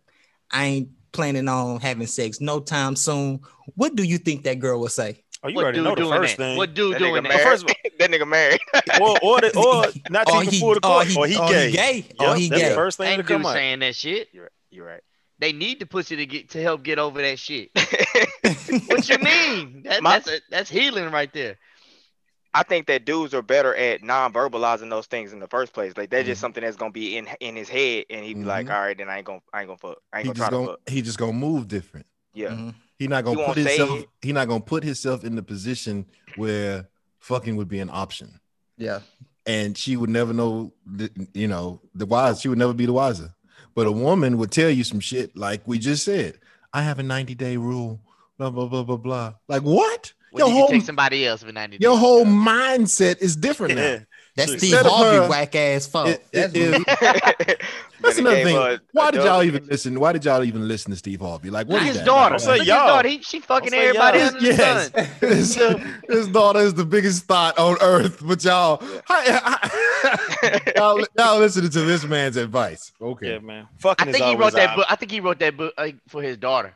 Speaker 5: I ain't planning on having sex no time soon. What do you think that girl would say?
Speaker 4: Oh, you
Speaker 8: what
Speaker 4: already
Speaker 8: dude
Speaker 4: know the
Speaker 8: doing
Speaker 4: first
Speaker 8: that?
Speaker 4: thing.
Speaker 8: What dude
Speaker 3: That
Speaker 8: doing
Speaker 3: nigga
Speaker 8: that?
Speaker 4: Well, first of
Speaker 3: married. that nigga married.
Speaker 4: Or or, the, or not
Speaker 5: Or
Speaker 4: even
Speaker 5: Oh, he-
Speaker 4: before the
Speaker 5: or
Speaker 4: court,
Speaker 5: he-
Speaker 4: or he
Speaker 5: or he
Speaker 4: gay.
Speaker 5: gay, or
Speaker 4: Yep,
Speaker 5: he
Speaker 4: that's
Speaker 5: gay.
Speaker 4: the first thing
Speaker 8: Ain't
Speaker 4: to come
Speaker 8: dude
Speaker 4: out.
Speaker 8: saying that shit.
Speaker 3: You're right. You're right.
Speaker 8: They need the pussy to get to help get over that shit. what you mean? That,
Speaker 3: My-
Speaker 8: that's a, that's healing right there.
Speaker 3: I think that dudes are better at non-verbalizing those things in the first place. Like that's
Speaker 2: Mm-hmm.
Speaker 3: just something that's gonna be in in his head, and he be like,
Speaker 2: Mhm.
Speaker 3: "All right, then I ain't gonna, I ain't gonna fuck, I
Speaker 2: He
Speaker 3: ain't gonna try
Speaker 2: just
Speaker 3: to
Speaker 2: gonna
Speaker 3: fuck."
Speaker 2: he just gonna move different.
Speaker 3: Yeah,
Speaker 5: Mhm.
Speaker 2: He not gonna
Speaker 3: He
Speaker 2: put
Speaker 3: won't say
Speaker 2: himself.
Speaker 3: it.
Speaker 2: He not gonna put himself in the position where fucking would be an option,
Speaker 5: Yeah.
Speaker 2: and she would never know. The, you know, the wise. She would never be the wiser. But a woman would tell you some shit like we just said. I have a ninety day rule. Blah blah blah blah blah. Like what?
Speaker 8: Well,
Speaker 2: your
Speaker 8: you can
Speaker 2: whole
Speaker 8: take somebody else for 90
Speaker 2: your
Speaker 8: days.
Speaker 2: whole mindset is different now.
Speaker 4: Yeah.
Speaker 5: That's
Speaker 4: So
Speaker 5: Steve
Speaker 2: instead of
Speaker 5: Harvey
Speaker 2: her-
Speaker 5: whack ass fuck.
Speaker 2: It- it-
Speaker 5: That's
Speaker 2: it-
Speaker 5: what-
Speaker 2: Mm-hmm. That's
Speaker 3: Oh, Then he
Speaker 2: another
Speaker 3: gave
Speaker 2: thing.
Speaker 3: her a-
Speaker 2: Why
Speaker 3: a
Speaker 2: did
Speaker 3: dub.
Speaker 2: y'all even listen? Why did y'all even listen to Steve Harvey? Like, what
Speaker 8: Not
Speaker 2: is
Speaker 8: his
Speaker 2: that?
Speaker 8: daughter.
Speaker 4: Don't say
Speaker 8: Look at his
Speaker 4: y'all.
Speaker 8: daughter. He, she fucking
Speaker 4: Don't say
Speaker 8: everybody
Speaker 4: y'all.
Speaker 8: under the
Speaker 2: Yes,
Speaker 8: sun.
Speaker 2: his, his daughter is the biggest thought on earth. But y'all, I- I- y'all, y'all listening to this man's advice? Okay,
Speaker 4: Yeah, man. Fucking
Speaker 8: I
Speaker 4: is
Speaker 8: think he
Speaker 4: always
Speaker 8: wrote that
Speaker 4: out.
Speaker 8: book. I think he wrote that book uh, for his daughter.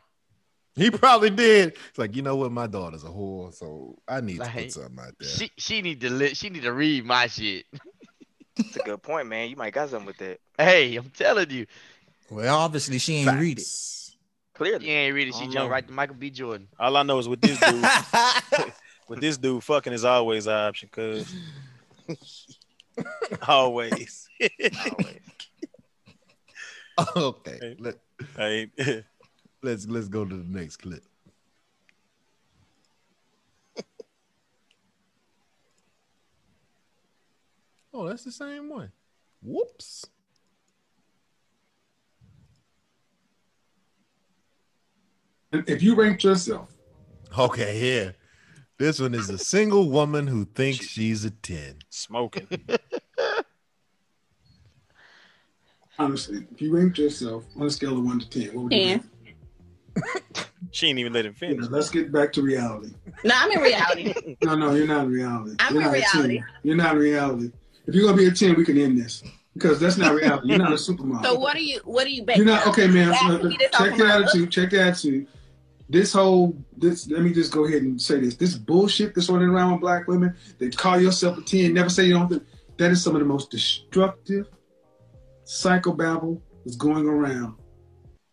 Speaker 2: he probably did. It's like you know what, my daughter's a whore, so I need to
Speaker 8: Like,
Speaker 2: put something out there.
Speaker 8: She she need to li- she need to read my shit.
Speaker 3: That's a good point, man. You might got something with that.
Speaker 8: Hey, I'm telling you,
Speaker 5: well, obviously she ain't read it.
Speaker 2: Facts.
Speaker 3: Clearly,
Speaker 8: you ain't read it.
Speaker 4: I
Speaker 8: She
Speaker 4: don't
Speaker 8: jumped
Speaker 4: know.
Speaker 8: right to Michael B. Jordan.
Speaker 4: All I know is with this dude, with this dude, fucking is always an option, cause always.
Speaker 3: always.
Speaker 2: okay, let,
Speaker 4: Hey,
Speaker 2: let's let's go to the next clip. oh, that's the same one. Whoops.
Speaker 10: If you ranked yourself,
Speaker 2: Okay, here. This one is a single woman who thinks she's a 10.
Speaker 4: smoking.
Speaker 10: honestly, if you ranked yourself on a scale of one to ten, what would you
Speaker 9: And
Speaker 10: rank?
Speaker 4: She ain't even let him
Speaker 10: You
Speaker 4: finish.
Speaker 10: know, let's get back to reality.
Speaker 9: no, I'm in reality.
Speaker 10: No, no, you're not in reality.
Speaker 9: I'm
Speaker 10: you're
Speaker 9: in
Speaker 10: not a 10.
Speaker 9: reality.
Speaker 10: You're not in reality. If you're gonna be a ten, we can end this because that's not reality. You're not a supermodel.
Speaker 9: so what are you? What are you
Speaker 10: You're
Speaker 9: basing?
Speaker 10: not
Speaker 9: on?
Speaker 10: okay, man.
Speaker 9: That-
Speaker 10: look,
Speaker 9: we just
Speaker 10: Check
Speaker 9: talking
Speaker 10: the
Speaker 9: about-
Speaker 10: attitude. Check the attitude. This whole this. Let me just go ahead and say this. This bullshit that's running around with black women. They call yourself a ten. Never say you don't. Think, that is some of the most destructive psychobabble that's going around.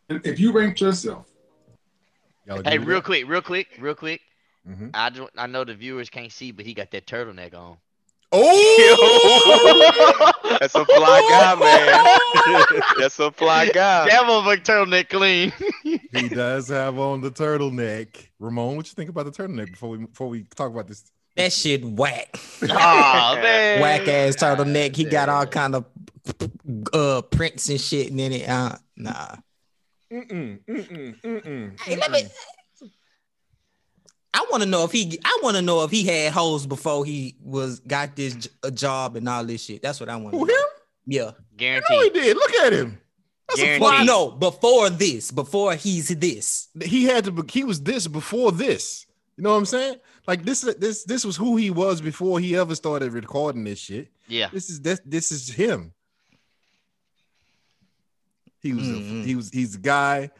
Speaker 10: And if you ranked yourself,
Speaker 2: Y'all agree
Speaker 8: Hey,
Speaker 2: with
Speaker 8: real quick, real quick, real quick.
Speaker 2: that? Mhm.
Speaker 8: I don't, I know the viewers can't see, but he got that turtleneck on.
Speaker 2: Oh,
Speaker 3: That's a fly guy, man. That's a fly guy.
Speaker 8: That motherfucker turtleneck clean.
Speaker 2: he Mm-hmm. does have on the turtleneck. Ramon, what you think about the turtleneck before we before we talk about this?
Speaker 5: that shit whack.
Speaker 8: oh man,
Speaker 5: Whack ass turtleneck. He got all
Speaker 8: Yeah.
Speaker 5: kind of uh prints and shit and then it uh nah.
Speaker 2: Mm-mm, mm-mm, mm-mm,
Speaker 5: Hey, let me. I want to know if he. I want to know if he had hoes before he was got this j- a job and all this shit. That's what I want.
Speaker 2: Who, him?
Speaker 5: Yeah.
Speaker 2: No, he
Speaker 8: Guaranteed.
Speaker 2: did. Look at him. That's a
Speaker 8: Guaranteed.
Speaker 5: Well,
Speaker 2: fly.
Speaker 5: no, before this, before he's this.
Speaker 2: He had to. be- He was this before this. You know what I'm saying? Like this. This. This was who he was before he ever started recording this shit.
Speaker 8: Yeah.
Speaker 2: This is this this is him. He was
Speaker 5: Mhm.
Speaker 2: a, he was he's a guy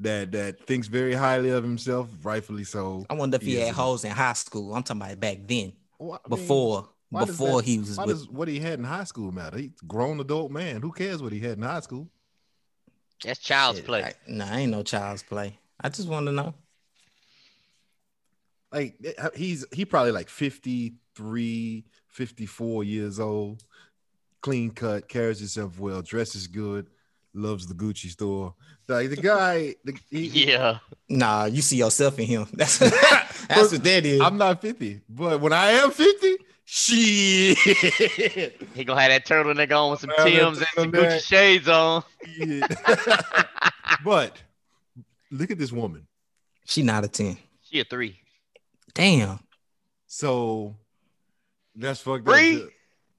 Speaker 2: that that thinks very highly of himself, rightfully so.
Speaker 5: I wonder if he
Speaker 2: Yes,
Speaker 5: had
Speaker 2: it-
Speaker 5: hoes in high school. I'm talking about back then,
Speaker 2: Why- I mean,
Speaker 5: before,
Speaker 2: why does
Speaker 5: before
Speaker 2: that-
Speaker 5: he was
Speaker 2: why
Speaker 5: with.
Speaker 2: does what he had in high school matter? He's a grown adult man. Who cares what he had in high school?
Speaker 8: That's child's play.
Speaker 5: I, nah, ain't no child's play. I just want to know.
Speaker 2: Like eh, he's he probably like 53, 54 years old, clean cut, carries himself well, dresses good, loves the Gucci store. Like the guy, the, he,
Speaker 8: yeah.
Speaker 5: Nah, you see yourself in him. That's that's what that is.
Speaker 2: I'm not 50, but when I am 50, shit.
Speaker 8: He gonna have that turtleneck on with some
Speaker 2: Well, that
Speaker 8: Tim's and some Gucci
Speaker 2: turtleneck.
Speaker 8: shades on.
Speaker 2: but look at this woman.
Speaker 5: she not a ten.
Speaker 8: She a three.
Speaker 5: Damn.
Speaker 2: So that's fucked
Speaker 3: Bree?
Speaker 2: up.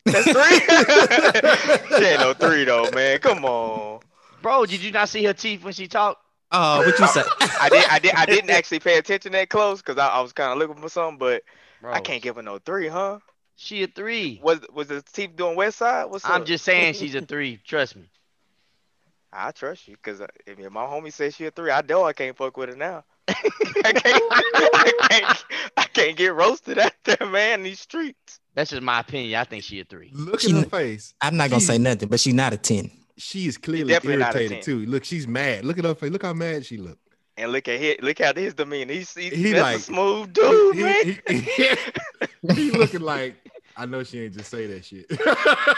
Speaker 3: That's three. she ain't no three though, man. Come on.
Speaker 8: Bro, did you not see her teeth when she talked?
Speaker 5: Uh, what you say?
Speaker 3: I did. I did. I didn't actually pay attention that close because I, I was kind of looking for something, but
Speaker 8: Bro,
Speaker 3: I can't give her no three, huh?
Speaker 8: She a three.
Speaker 3: Was was the teeth doing West Side? What's
Speaker 8: I'm
Speaker 3: up?
Speaker 8: just saying she's a three. Trust me.
Speaker 3: I trust you because if if my homie says she a three, I know I can't fuck with her now. I can't, I can't, I can't get roasted out there, man, in these streets.
Speaker 8: That's just my opinion. I think she a three.
Speaker 2: Look
Speaker 5: She
Speaker 2: at her
Speaker 5: kn-
Speaker 2: face.
Speaker 5: I'm not gonna say nothing, but she's not a ten.
Speaker 2: She is clearly
Speaker 3: definitely not a
Speaker 2: irritated
Speaker 3: 10.
Speaker 2: too. Look, she's mad. Look at her face. Look how mad she look.
Speaker 3: And look at his, look at his demeanor. He's, he's
Speaker 2: He
Speaker 3: that's
Speaker 2: like-
Speaker 3: a smooth dude,
Speaker 2: He-
Speaker 3: man.
Speaker 2: he- he- he looking like I know she ain't just say that shit.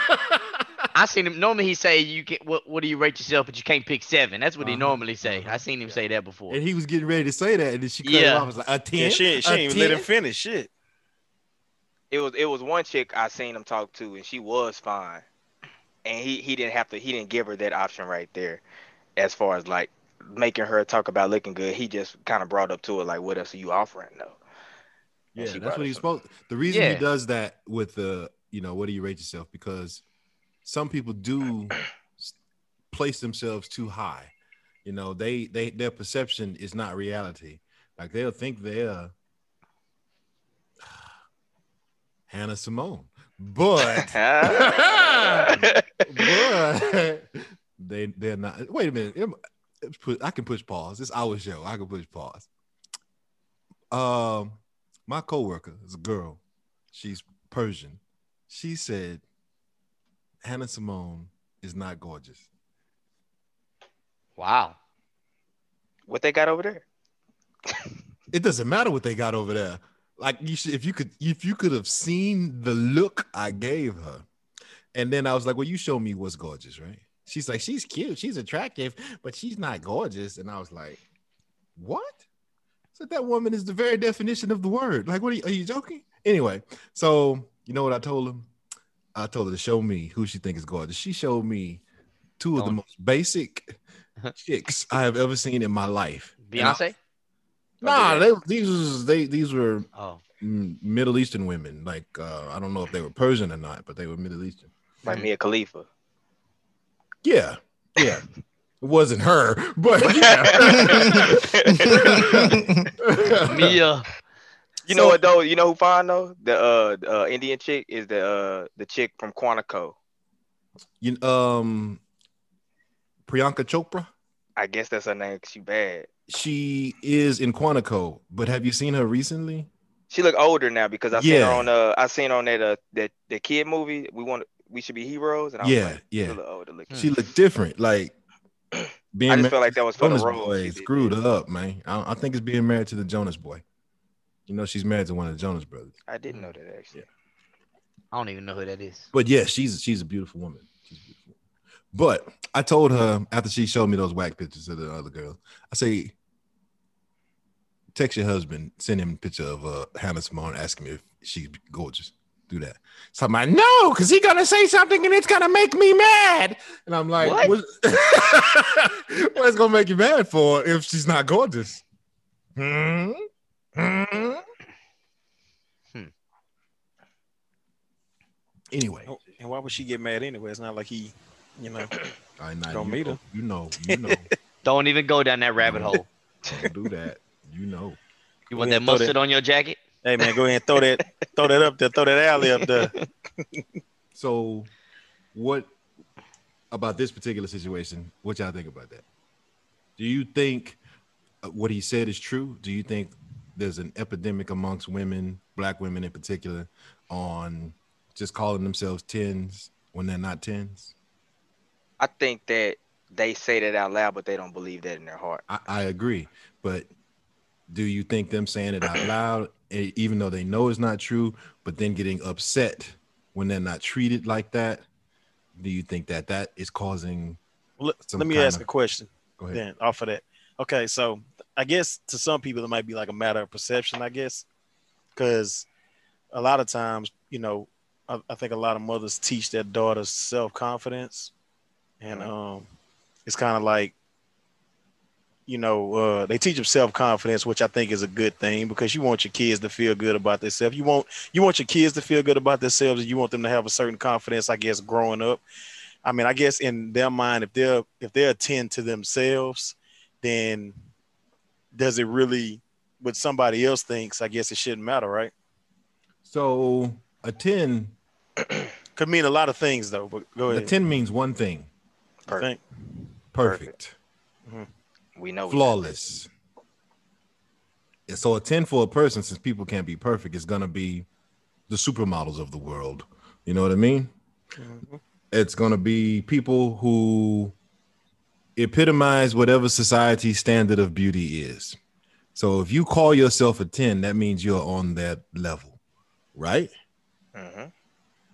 Speaker 8: I seen him. Normally he say you can. What, what do you rate yourself? But you can't pick seven. That's what he
Speaker 2: Uh-huh,
Speaker 8: normally say. I seen him
Speaker 2: yeah.
Speaker 8: say that before.
Speaker 2: and he was getting ready to say that, and then she cut
Speaker 8: Yeah.
Speaker 2: him off. Was like a ten.
Speaker 4: Yeah, she she
Speaker 2: A
Speaker 4: ain't even let
Speaker 2: 10?
Speaker 4: him finish. Shit.
Speaker 3: It was it was one chick I seen him talk to, and she was fine. And he he didn't have to he didn't give her that option right there, as far as like making her talk about looking good. He just kind of brought up to her like, what else are you offering though?
Speaker 2: Yeah,
Speaker 3: she
Speaker 2: that's
Speaker 3: brought
Speaker 2: what
Speaker 3: it
Speaker 2: he's
Speaker 3: up.
Speaker 2: supposed. The reason
Speaker 8: Yeah.
Speaker 2: he does that with the, you know, what do you rate yourself? Because some people do s- place themselves too high. You know, they they their perception is not reality. Like they'll think they're Hannah Simone, but but they they're not. Wait a minute. Am- it's put- I can push pause. It's our show. I can push pause. Um, my coworker is a girl. She's Persian. She said, "Hannah Simone is not gorgeous."
Speaker 8: Wow.
Speaker 3: what they got over there?
Speaker 2: It doesn't matter what they got over there. Like you should, if you could, if you could have seen the look I gave her, and then I was like, "Well, you show me what's gorgeous, right?" She's like, "She's cute, she's attractive, but she's not gorgeous," and I was like, "What?" So that woman is the very definition of the word. Like, what are you, are you joking? Anyway, so you know what I told him? I told her to show me who she think is gorgeous. She showed me two of the
Speaker 8: Don't.
Speaker 2: most basic chicks I have ever seen in my life. And I-
Speaker 8: Beyonce.
Speaker 2: Nah, they, these was they these were
Speaker 8: Oh,
Speaker 2: mm, Middle Eastern women. Like uh, I don't know if they were Persian or not, but they were Middle Eastern.
Speaker 3: Like
Speaker 2: Hmm.
Speaker 3: Mia Khalifa.
Speaker 2: Yeah, yeah. it wasn't her, but yeah.
Speaker 8: Mia.
Speaker 3: You know what though? You know who fine though? The uh, the, uh Indian chick is the uh the chick from Quantico.
Speaker 2: You, um, Priyanka Chopra.
Speaker 3: I guess that's her name. 'cause She bad.
Speaker 2: She is in Quantico, but have you seen her recently?
Speaker 3: She look older now because I seen
Speaker 2: Yeah.
Speaker 3: her on uh I seen her on that uh that the kid movie. We want we should be heroes. And I was
Speaker 2: Yeah,
Speaker 3: like,
Speaker 2: yeah.
Speaker 3: She look older looking.
Speaker 2: She looked different. Like being
Speaker 3: I just
Speaker 2: married
Speaker 3: felt like that was
Speaker 2: to
Speaker 3: for the
Speaker 2: Jonas
Speaker 3: role.
Speaker 2: Boy
Speaker 3: she did
Speaker 2: screwed
Speaker 3: that.
Speaker 2: up, man. I, I think it's being married to the Jonas Boy. You know, she's married to one of the Jonas brothers.
Speaker 3: I didn't know that actually.
Speaker 8: I don't even know who that is.
Speaker 2: But yeah, she's she's a beautiful woman. She's beautiful. But I told her after she showed me those whack pictures of the other girl, I say, text your husband, send him a picture of uh, Hannah Simone, ask him if she's gorgeous. Do that. So I'm like, no, because he's gonna say something and it's gonna make me mad. And I'm like,
Speaker 8: What?
Speaker 2: what? what's gonna make you mad for if she's not gorgeous? Hmm? Hmm?
Speaker 8: Hmm.
Speaker 2: Anyway.
Speaker 4: And why would she get mad anyway? It's not like he, you know.
Speaker 2: I know.
Speaker 4: Don't
Speaker 2: you
Speaker 4: meet
Speaker 2: know,
Speaker 4: her.
Speaker 2: You know, you know.
Speaker 8: Don't even go down that rabbit hole.
Speaker 2: Don't do that. You know.
Speaker 8: You want
Speaker 4: Yeah,
Speaker 8: that
Speaker 4: throw that-
Speaker 8: mustard on your jacket?
Speaker 4: Hey man, go ahead and throw that, throw that up there, throw that alley up there.
Speaker 2: So, what about this particular situation? What y'all think about that? Do you think uh, what he said is true? Do you think there's an epidemic amongst women, black women in particular, on just calling themselves tens when they're not tens?
Speaker 3: I think that they say that out loud, but they don't believe that in their heart.
Speaker 2: I, I agree, but do you think them saying it out loud, e- even though they know it's not true, but then getting upset when they're not treated like that? Do you think that that is causing?
Speaker 4: Well, let,
Speaker 2: Some
Speaker 4: let me
Speaker 2: kind
Speaker 4: ask
Speaker 2: of-
Speaker 4: a question
Speaker 2: Go ahead.
Speaker 4: then off of that. Okay, so I guess to some people it might be like a matter of perception, I guess, because a lot of times, you know, I, I think a lot of mothers teach their daughters self confidence, and um, it's kind of like you know, uh, they teach them self confidence, which I think is a good thing because you want your kids to feel good about themselves. You want you want your kids to feel good about themselves, and you want them to have a certain confidence, I guess, growing up. I mean, I guess in their mind, if they're if they attend to themselves, then does it really what somebody else thinks? I guess it shouldn't matter, right?
Speaker 2: So a ten
Speaker 4: could mean a lot of things, though. But go
Speaker 2: a
Speaker 4: ahead.
Speaker 2: ten means one thing:
Speaker 4: I think.
Speaker 2: perfect,
Speaker 3: We know
Speaker 2: flawless. And so a ten for a person, since people can't be perfect, is gonna be the supermodels of the world. You know what I mean? It's gonna be people who epitomize whatever society's standard of beauty is. So if you call yourself a ten, that means you're on that level, right?
Speaker 3: hmm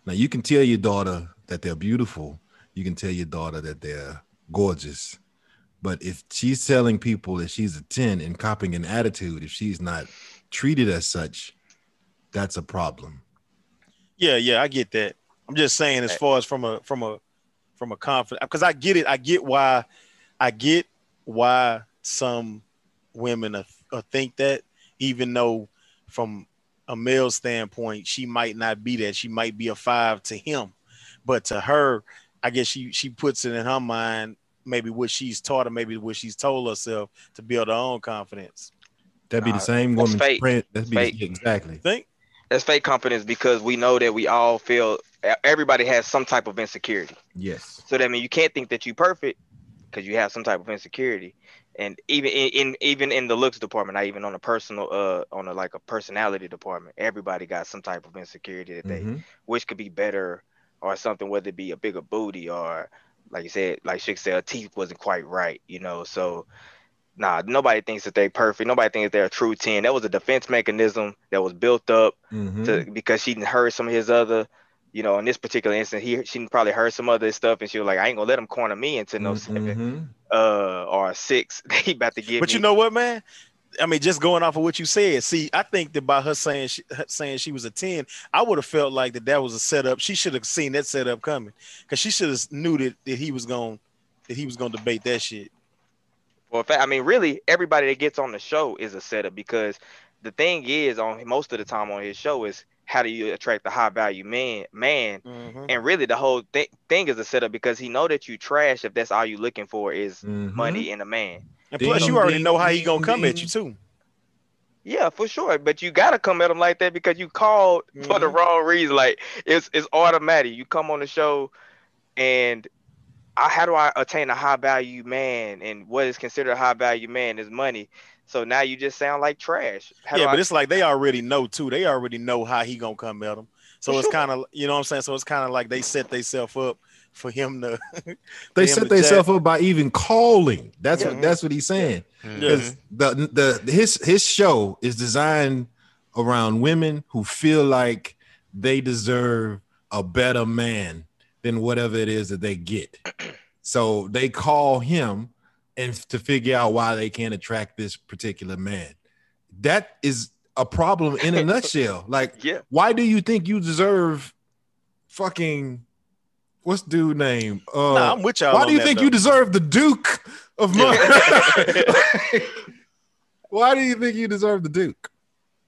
Speaker 2: Now you can tell your daughter that they're beautiful. You can tell your daughter that they're gorgeous. But if she's telling people that she's a 10 and copying an attitude, if she's not treated as such, that's a problem.
Speaker 4: Yeah, yeah, I get that. I'm just saying, as far as from a from a from a confidence, because I get it. I get why, I get why some women are, are think that, even though from a male standpoint, she might not be that. She might be a five to him, but to her, I guess she she puts it in her mind. Maybe what she's taught, or maybe what she's told herself to build her own confidence.
Speaker 2: That'd be
Speaker 3: Nah,
Speaker 2: the same
Speaker 3: that's
Speaker 2: woman.
Speaker 3: fake.
Speaker 2: That'd be the-
Speaker 3: Fake.
Speaker 2: exactly.
Speaker 4: Think?
Speaker 3: That's fake confidence because we know that we all feel e, everybody has some type of insecurity.
Speaker 2: Yes.
Speaker 3: So that means you can't think that you perfect because you have some type of insecurity. And even in, in even in the looks department, not even on a personal uh on a like a personality department, everybody got some type of insecurity that they
Speaker 2: Mhm.
Speaker 3: wish could be better or something, whether it be a bigger booty or like you said, like Chick said, her teeth wasn't quite right, you know. So nah, nobody thinks that they perfect. Nobody thinks they're a true 10. That was a defense mechanism that was built up
Speaker 2: Mhm.
Speaker 3: to
Speaker 4: Mm-hmm.
Speaker 3: because she done heard some of his other, you know, in this particular instance, he she done probably heard some other stuff and she was like, I ain't gonna let him corner me into no seven
Speaker 2: Mhm.
Speaker 3: uh or a six. he about to give
Speaker 4: Mm-hmm. But you
Speaker 3: me-
Speaker 4: know what, man? I mean, just going off of what you said, see, I think that by her saying she, her saying she was a ten, I would have felt like that that was a setup. She should have seen that setup coming because she should have knew that, that he was going that he was going to debate that shit.
Speaker 3: Well, in fact, I mean, really, everybody that gets on the show is a setup because the thing is, on most of the time on his show is how do you attract the high value man,
Speaker 4: Mm-hmm.
Speaker 3: man, and really the whole thi- thing is a setup because he know that you trash if that's all you looking for is
Speaker 2: Mhm.
Speaker 3: money and a man.
Speaker 4: And plus, you already know how he gonna come at you too.
Speaker 3: Yeah, for sure. But you gotta come at him like that because you called for
Speaker 4: Mm-hmm.
Speaker 3: the wrong reason. Like it's it's automatic. You come on the show and I, how do I attain a high value man? And what is considered a high value man is money. So now you just sound like trash. How
Speaker 4: yeah,
Speaker 3: do
Speaker 4: but
Speaker 3: I-
Speaker 4: it's like they already know too. They already know how he gonna come at him. So
Speaker 3: For
Speaker 4: it's
Speaker 3: sure.
Speaker 4: kind of you know what I'm saying. So it's kind of like they set themselves up for him to.
Speaker 2: Uh, They
Speaker 4: for him
Speaker 2: set
Speaker 4: to jack.
Speaker 2: themselves up by even calling. That's
Speaker 4: Yeah.
Speaker 2: what that's what he's saying.
Speaker 8: Hmm.
Speaker 4: Yeah.
Speaker 2: 'Cause The, the his his show is designed around women who feel like they deserve a better man than whatever it is that they get. So they call him and f- to figure out why they can't attract this particular man. That is a problem in a nutshell. Like,
Speaker 3: Yeah.
Speaker 2: why do you think you deserve fucking what's dude name? Uh,
Speaker 4: Nah, I'm with y'all
Speaker 2: Why
Speaker 4: on
Speaker 2: do you
Speaker 4: that,
Speaker 2: think
Speaker 4: though.
Speaker 2: you deserve the Duke of money? why do you think you deserve the Duke?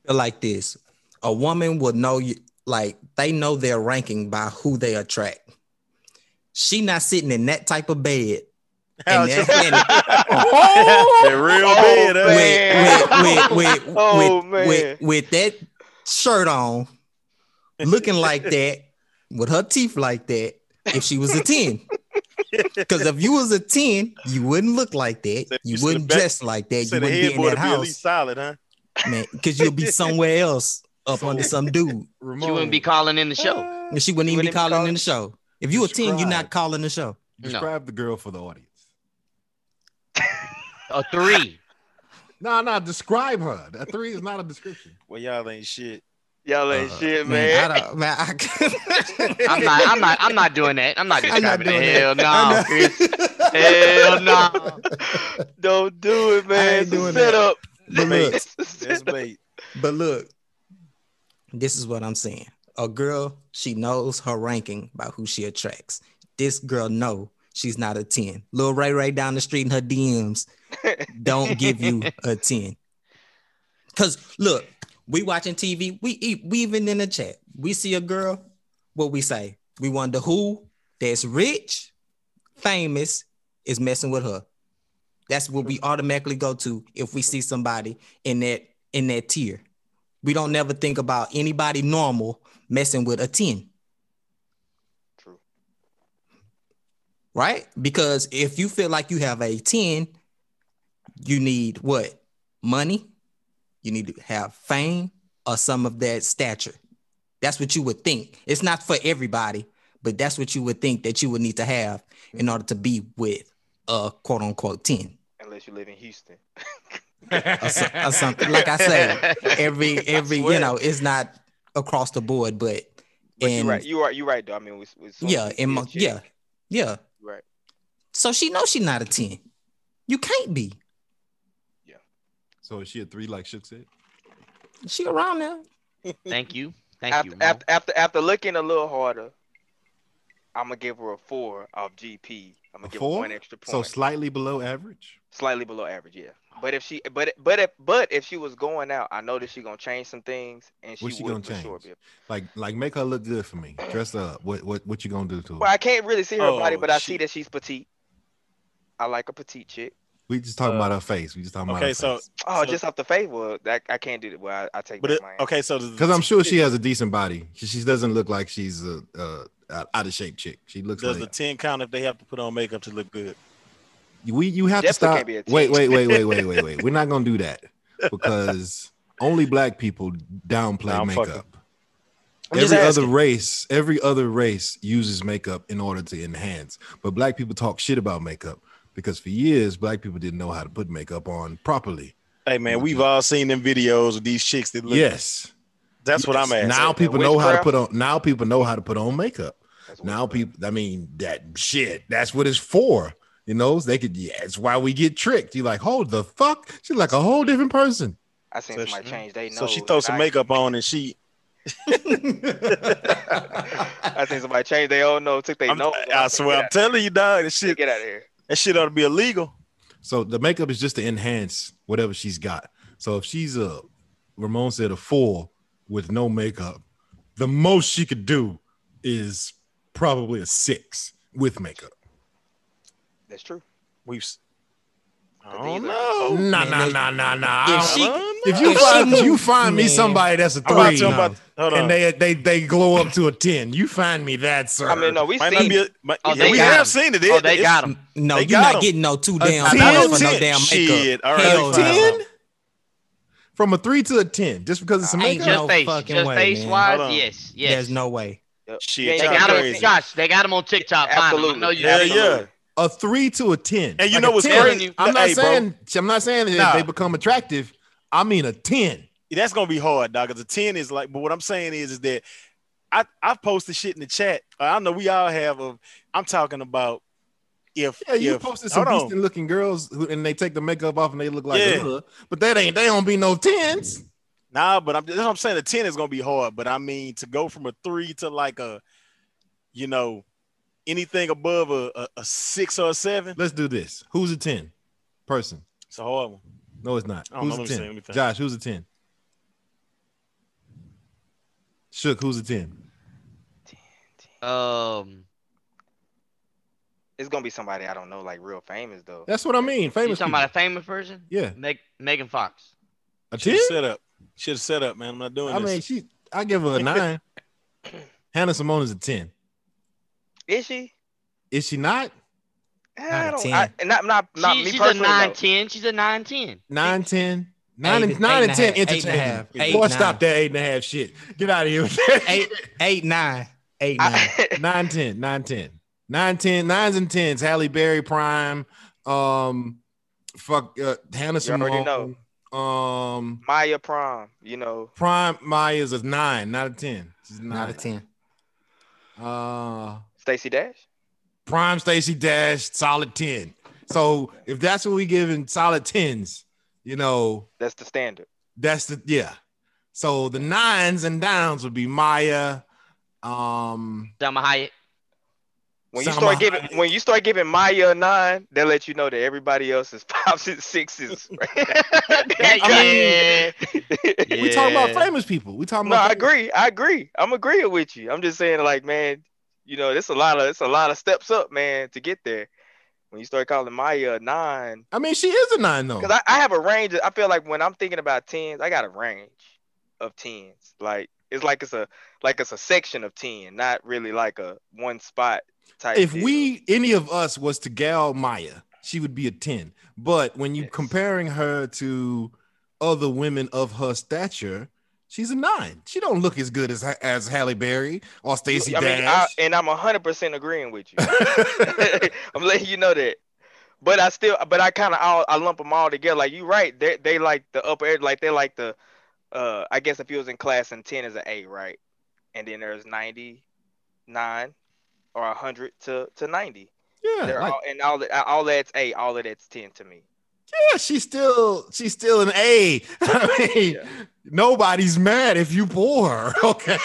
Speaker 5: Feel like this. A woman would know you like they know their ranking by who they attract. She not sitting in that type of bed. And
Speaker 4: How's your-
Speaker 5: that's in-
Speaker 4: That real bad,
Speaker 5: with, with,
Speaker 4: huh?
Speaker 5: with, with,
Speaker 3: Oh,
Speaker 5: with,
Speaker 3: man.
Speaker 5: with, with that shirt on, looking like that, with her teeth like that, if she was a 10. Because if you was a 10, you wouldn't look like
Speaker 4: So
Speaker 5: that. You
Speaker 4: you
Speaker 5: wouldn't
Speaker 4: sit back-
Speaker 5: dress like that.
Speaker 4: So
Speaker 5: You
Speaker 4: the
Speaker 5: wouldn't be in
Speaker 4: headboard
Speaker 5: that
Speaker 4: to be at least
Speaker 5: house,
Speaker 4: solid, huh?
Speaker 5: man. Because you'll be somewhere else up under some dude.
Speaker 2: Ramon, Eh,
Speaker 8: She wouldn't be calling in the show.
Speaker 5: And she wouldn't even be
Speaker 3: wouldn't be
Speaker 5: calling in
Speaker 3: calling-
Speaker 5: the show. If you a 10, you're
Speaker 2: Describe.
Speaker 5: not calling the show.
Speaker 2: describe the girl for the audience.
Speaker 8: A three.
Speaker 2: No, no, describe her. A three is not a description.
Speaker 4: Well, y'all ain't shit.
Speaker 3: y'all ain't shit, man?
Speaker 5: I don't, Uh, man, I,
Speaker 8: I'm not. I'm not. I'm not doing that. I'm not
Speaker 5: I'm not
Speaker 8: describing
Speaker 5: doing
Speaker 8: it. Hell
Speaker 5: that.
Speaker 8: no,
Speaker 5: I'm
Speaker 8: Chris.
Speaker 5: not-
Speaker 8: Hell no.
Speaker 3: Don't do it, man.
Speaker 5: ain't
Speaker 3: It's a
Speaker 5: doing that.
Speaker 3: setup.
Speaker 5: But look,
Speaker 4: That's bait.
Speaker 5: But look, this is what I'm saying. A girl, she knows her ranking by who she attracts. This girl know she's not a 10. Lil Ray Ray down the street in her DMs don't give you a 10. Cause look, we watching TV, we e- we even in the chat. We see a girl, what we say? We wonder who that's rich, famous, is messing with her. That's what we automatically go to if we see somebody in that in that tier. We don't never think about anybody normal messing with a 10.
Speaker 3: True.
Speaker 5: Right? Because if you feel like you have a 10, you need what? Money. You need to have fame or some of that stature. That's what you would think. It's not for everybody, but that's what you would think that you would need to have in order to be with a quote unquote 10.
Speaker 3: unless you live in Houston.
Speaker 5: or, so- or something. Like I say, every every you know, it's not across the board, but,
Speaker 3: But
Speaker 5: in
Speaker 3: you're right. You are. You're right. Though. I mean, we, we, so
Speaker 5: yeah,
Speaker 3: we see
Speaker 5: in
Speaker 3: a
Speaker 5: mo-
Speaker 3: chick,
Speaker 5: yeah, yeah.
Speaker 3: Right.
Speaker 5: So she knows she's not a ten. You can't be.
Speaker 2: So is she a three, like Shook said?
Speaker 5: She around now.
Speaker 8: Thank you. Thank
Speaker 3: After,
Speaker 8: you. Mo.
Speaker 3: after after after looking a little harder, I'm gonna give her a four of GP.
Speaker 2: A
Speaker 3: I'm gonna give her
Speaker 2: four?
Speaker 3: one extra
Speaker 2: So
Speaker 3: point,
Speaker 2: slightly below average.
Speaker 3: slightly below average. Yeah. But if she, but but if but if she was going out, I know that she gonna change some things, and she,
Speaker 2: What's she
Speaker 3: would
Speaker 2: gonna
Speaker 3: for sure
Speaker 2: change?
Speaker 3: be. a-
Speaker 2: Like, like make her look good for me. Dress her up. What, what, what you gonna do to her?
Speaker 3: Well, I can't really see her body,
Speaker 4: Oh,
Speaker 3: but I
Speaker 4: she-
Speaker 3: see that she's petite. I like a petite chick.
Speaker 2: we just talking
Speaker 4: uh,
Speaker 2: about her face. We just talking about
Speaker 4: okay,
Speaker 2: her
Speaker 4: so-
Speaker 2: face.
Speaker 3: Oh,
Speaker 4: So-
Speaker 3: just off the favor, well, that I can't do that. Well, I, I take
Speaker 4: But
Speaker 3: back
Speaker 4: it,
Speaker 3: my
Speaker 4: okay, so does-
Speaker 2: Because I'm sure she has a decent body. She, she doesn't look like she's a, a out of shape chick. She looks
Speaker 4: does the
Speaker 2: like
Speaker 4: ten count if they have to put on makeup to look good?
Speaker 2: we. You have to
Speaker 3: Definitely
Speaker 2: stop.
Speaker 3: can't be a teen.
Speaker 2: Wait, wait, wait, wait, wait, wait, wait. We're not gonna do that because only black people downplay
Speaker 4: Nah, I'm fucking-
Speaker 2: makeup.
Speaker 4: I'm just
Speaker 2: every
Speaker 4: asking.
Speaker 2: other race, every other race uses makeup in order to enhance. But black people talk shit about makeup because for years black people didn't know how to put makeup on properly.
Speaker 4: Hey
Speaker 5: Mm-hmm.
Speaker 4: man, we've all seen them videos of these chicks that look.
Speaker 2: yes.
Speaker 4: that's what I'm
Speaker 2: Yes.
Speaker 4: asking.
Speaker 2: Now
Speaker 3: Like
Speaker 2: people know how to
Speaker 3: witchcraft?
Speaker 2: put on now people know how to put on makeup.
Speaker 3: That's
Speaker 2: Now
Speaker 3: witchcraft.
Speaker 2: people I mean that shit, that's what it's for. You know, they could yeah, it's why we get tricked. You like, hold the fuck? She's like a whole different person.
Speaker 3: I seen
Speaker 4: So
Speaker 3: somebody
Speaker 4: she-
Speaker 3: change they nose.
Speaker 4: so she throws
Speaker 3: and
Speaker 4: some
Speaker 3: I-
Speaker 4: makeup on and she.
Speaker 3: I seen somebody change their own nose, took their
Speaker 4: I'm-
Speaker 3: nose.
Speaker 4: I swear, I'm telling you, dog. That
Speaker 3: you,
Speaker 4: shit,
Speaker 3: get out of here.
Speaker 4: that shit ought to be illegal.
Speaker 2: So the makeup is just to enhance whatever she's got. So if she's a Ramon said a four with no makeup, the most she could do is probably a six with makeup.
Speaker 3: That's true.
Speaker 4: We've. s- I
Speaker 3: But
Speaker 4: don't
Speaker 3: these are-
Speaker 4: know.
Speaker 2: Nah,
Speaker 5: Man,
Speaker 2: nah,
Speaker 5: they-
Speaker 2: nah, nah, nah.
Speaker 5: if
Speaker 2: I
Speaker 5: she-
Speaker 2: don't- If you
Speaker 5: if she
Speaker 2: find
Speaker 5: move-
Speaker 2: you find me
Speaker 5: Man.
Speaker 2: somebody that's a
Speaker 4: I'm about to
Speaker 2: three,
Speaker 4: tell about. Hold on.
Speaker 2: and they they they glow up to a ten, you find me that sir.
Speaker 3: I mean, no, we
Speaker 4: might not
Speaker 3: seen
Speaker 4: be.
Speaker 3: it.
Speaker 4: A, might,
Speaker 8: Oh,
Speaker 4: yeah,
Speaker 8: they
Speaker 4: we
Speaker 8: got
Speaker 4: have
Speaker 8: 'em.
Speaker 4: seen it.
Speaker 8: Oh, they
Speaker 4: it's-
Speaker 8: got him.
Speaker 5: No,
Speaker 4: They
Speaker 5: you're
Speaker 4: got
Speaker 5: not
Speaker 4: 'em.
Speaker 5: getting no two
Speaker 2: A
Speaker 5: damn
Speaker 2: 10?
Speaker 5: dollars for no
Speaker 4: Shit.
Speaker 5: damn makeup.
Speaker 4: All right,
Speaker 5: Hell
Speaker 4: that's fine.
Speaker 5: no.
Speaker 2: ten from a three to a ten, just because it's a
Speaker 5: Ain't
Speaker 2: makeup.
Speaker 8: Just
Speaker 5: no
Speaker 8: face,
Speaker 5: fucking
Speaker 8: just
Speaker 5: way,
Speaker 8: face
Speaker 5: man.
Speaker 4: Hold on.
Speaker 8: wise, yes, yes.
Speaker 5: There's no way.
Speaker 4: Shit,
Speaker 3: You ain't
Speaker 8: They
Speaker 4: y'all
Speaker 3: got
Speaker 8: got
Speaker 3: no
Speaker 8: him.
Speaker 4: crazy.
Speaker 8: Josh, they got him on TikTok. Absolutely. I
Speaker 3: Absolutely.
Speaker 8: know you.
Speaker 4: Hell
Speaker 8: have
Speaker 4: yeah.
Speaker 8: some-
Speaker 2: a three to a ten.
Speaker 4: And you
Speaker 2: Like
Speaker 4: know
Speaker 2: a
Speaker 4: what's
Speaker 2: 10.
Speaker 8: crazy?
Speaker 2: I'm not
Speaker 4: Hey, bro.
Speaker 2: saying I'm not saying that
Speaker 4: Nah.
Speaker 2: they become attractive. I mean a ten.
Speaker 4: that's gonna be hard, dog. Because a ten is like, but what I'm saying is, is that I I've posted shit in the chat. I know we all have. Of I'm talking about if
Speaker 2: Yeah, you
Speaker 4: if,
Speaker 2: posted some
Speaker 4: hold on.
Speaker 2: decent looking girls who, and they take the makeup off and they look like
Speaker 4: Yeah.
Speaker 2: ugh, but that ain't they don't be no tens.
Speaker 4: Nah, but I'm that's what I'm saying. A ten is gonna be hard, but I mean to go from a three to like a, you know, anything above a, a, a six or a seven,
Speaker 2: Let's do this. Who's a ten person?
Speaker 4: it's a hard one.
Speaker 2: No, it's not.
Speaker 4: I don't
Speaker 2: Who's
Speaker 4: know.
Speaker 2: a
Speaker 4: Let me see. Let
Speaker 2: ten?
Speaker 4: me think.
Speaker 2: Josh, who's a ten? Shook, who's a ten?
Speaker 8: Um,
Speaker 3: It's gonna be somebody I don't know, like real famous though.
Speaker 2: That's what I mean.
Speaker 8: you
Speaker 2: Famous.
Speaker 8: talking
Speaker 2: people.
Speaker 8: about a famous person?
Speaker 2: Yeah.
Speaker 8: Meg Megan Fox.
Speaker 2: a
Speaker 4: Should
Speaker 2: ten?
Speaker 4: have set up. Should have set up, man. I'm not doing
Speaker 2: I
Speaker 4: this.
Speaker 2: mean, she. I give her a nine. Hannah Simone is a ten.
Speaker 3: Is she?
Speaker 2: Is she not
Speaker 3: Eh,
Speaker 5: Not
Speaker 3: I
Speaker 5: a
Speaker 3: don't. I, not not not
Speaker 8: She-
Speaker 3: me
Speaker 8: she's a
Speaker 3: personally.
Speaker 8: nine
Speaker 3: though.
Speaker 8: ten. She's a nine ten.
Speaker 2: nine, ten? Nine
Speaker 5: Eight-
Speaker 2: and nine and
Speaker 5: eight and a
Speaker 2: ten
Speaker 5: half, eight and a
Speaker 2: entertaining.
Speaker 5: half, eight,
Speaker 2: Boy,
Speaker 5: nine.
Speaker 2: stop that eight and a half shit. Get out of here. with that.
Speaker 5: Eight, eight, nine, eight, nine.
Speaker 3: I,
Speaker 2: nine, ten, nine, ten, nine, ten, nines and tens. Halle Berry prime. Um, fuck uh, Hannah
Speaker 3: You already
Speaker 2: Simone. Um,
Speaker 3: Maya Prom. You know,
Speaker 2: prime Maya's a nine, not a ten. She's
Speaker 5: Not a
Speaker 2: nine.
Speaker 5: ten.
Speaker 2: Uh,
Speaker 3: Stacey Dash.
Speaker 2: prime Stacy Dash, solid ten. So if that's what we giving solid tens, you know,
Speaker 3: That's the standard.
Speaker 2: That's the yeah. So the nines and downs would be Maya, um,
Speaker 8: Selma Hayek.
Speaker 3: When you
Speaker 2: Sound
Speaker 3: start
Speaker 2: behind
Speaker 3: giving when you start giving Maya a nine, they'll let you know that everybody else is fives and sixes.
Speaker 8: yeah.
Speaker 2: We talking about
Speaker 8: Yeah.
Speaker 2: famous people. We talking
Speaker 3: No,
Speaker 2: about
Speaker 3: I
Speaker 2: famous-
Speaker 3: agree. I agree. I'm agreeing with you. I'm just saying, like, man, you know, it's a lot of it's a lot of steps up, man, to get there. When you start calling Maya a nine,
Speaker 2: I mean, she is a nine though.
Speaker 3: because I, I have a range. of- I feel like when I'm thinking about tens, I got a range of tens. Like it's like it's a like it's a section of ten, not really like a one spot type.
Speaker 2: if
Speaker 3: deal.
Speaker 2: we any of us was to gal Maya, she would be a 10. But when you
Speaker 3: Yes.
Speaker 2: comparing her to other women of her stature, she's a nine. She don't look as good as as Halle Berry or Stacey
Speaker 3: I mean, I,
Speaker 2: Dash.
Speaker 3: and I'm hundred percent agreeing with you. I'm letting you know that. But I still, but I kind of all I lump them all together. Like you right, they they like the upper, ed- like they like the, uh, I guess if you was in class and ten is an A, right? And then there's ninety nine or hundred to to ninety.
Speaker 2: yeah,
Speaker 3: They're
Speaker 2: like,
Speaker 3: all and all that all that's A, all of that's ten to me.
Speaker 2: yeah, she's still she's still an A. I mean, nobody's mad if you pour her. Okay.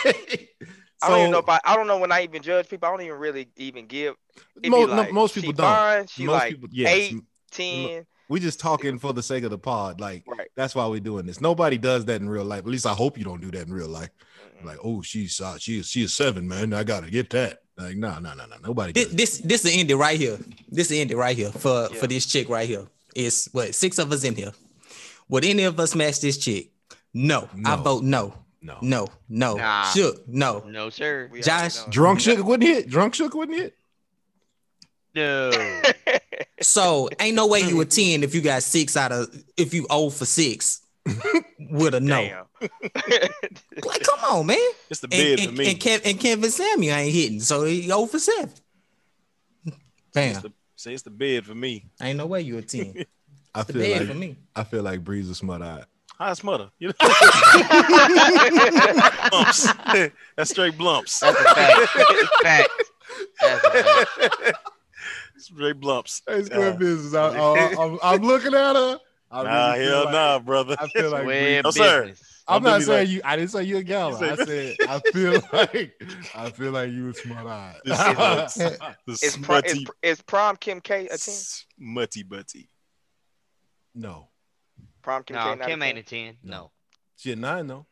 Speaker 3: I don't even know
Speaker 2: So-
Speaker 3: if I, I don't know when I even judge people. I don't even really even give. It'd be
Speaker 2: Mo- no,
Speaker 3: like,
Speaker 2: most
Speaker 3: she
Speaker 2: people don't.
Speaker 3: fine, she
Speaker 2: most
Speaker 3: like
Speaker 2: people, yes.
Speaker 3: eight, ten,
Speaker 2: We just talking for the sake of the pod. Like
Speaker 3: right?
Speaker 2: that's why we're doing this. Nobody does that in real life. At least I hope you don't do that in real life.
Speaker 3: Mm-mm.
Speaker 2: Like, oh, she's uh, she she a seven, man. I gotta get that. Like, no, no, no, no. Nobody.
Speaker 5: This
Speaker 2: Does.
Speaker 5: this, this is ended right here. This is ended right here for
Speaker 3: Yeah.
Speaker 5: for this chick right here. It's what six of us in here. Would any of us match this chick? No, I
Speaker 2: No.
Speaker 5: vote no,
Speaker 2: no.
Speaker 5: no, no.
Speaker 8: Nah.
Speaker 5: Shook, no.
Speaker 8: No, sir.
Speaker 3: We already
Speaker 5: Josh,
Speaker 3: know.
Speaker 2: Drunk sugar wouldn't hit. Drunk sugar wouldn't hit.
Speaker 8: No.
Speaker 5: So ain't no way you a ten if you got six out of if you old for six with a no.
Speaker 3: Damn.
Speaker 5: Like, come on, man.
Speaker 4: It's the
Speaker 5: And,
Speaker 4: bid for
Speaker 5: and,
Speaker 4: me.
Speaker 5: and, Kev, and Kevin Samuel ain't hitting, so he old for seven.
Speaker 4: It's
Speaker 5: Damn,
Speaker 4: the, say it's the bid for me.
Speaker 5: ain't no way you a ten.
Speaker 2: I
Speaker 5: The
Speaker 2: feel
Speaker 5: bed for
Speaker 2: like
Speaker 5: me.
Speaker 2: I feel like Breeze is smut eyed.
Speaker 4: High smother. You know? blumps. That's straight blumps.
Speaker 8: That's a fact. fact. That's a fact.
Speaker 4: Straight blumps.
Speaker 2: Hey,
Speaker 4: square Yeah.
Speaker 2: business.
Speaker 4: I- I-
Speaker 2: am uh, looking at her. I
Speaker 4: Nah, hell nah, brother.
Speaker 2: I feel like
Speaker 8: Way
Speaker 4: No, sir.
Speaker 8: business.
Speaker 2: I'm
Speaker 4: Don't do
Speaker 2: not
Speaker 4: me
Speaker 2: saying
Speaker 4: like-
Speaker 2: you. I didn't say you a gal.
Speaker 4: You
Speaker 2: I said I feel like I feel like you was smart
Speaker 4: This is like
Speaker 2: eyed.
Speaker 4: s- the
Speaker 3: Is, prom, is,
Speaker 4: smutty,
Speaker 3: pr- is prom Kim K a 10?
Speaker 4: smutty butty.
Speaker 2: no,
Speaker 3: Prom Kim
Speaker 8: No,
Speaker 3: K not
Speaker 8: Kim
Speaker 3: a
Speaker 8: ain't
Speaker 3: 10?
Speaker 8: a ten. No.
Speaker 2: she a nine though.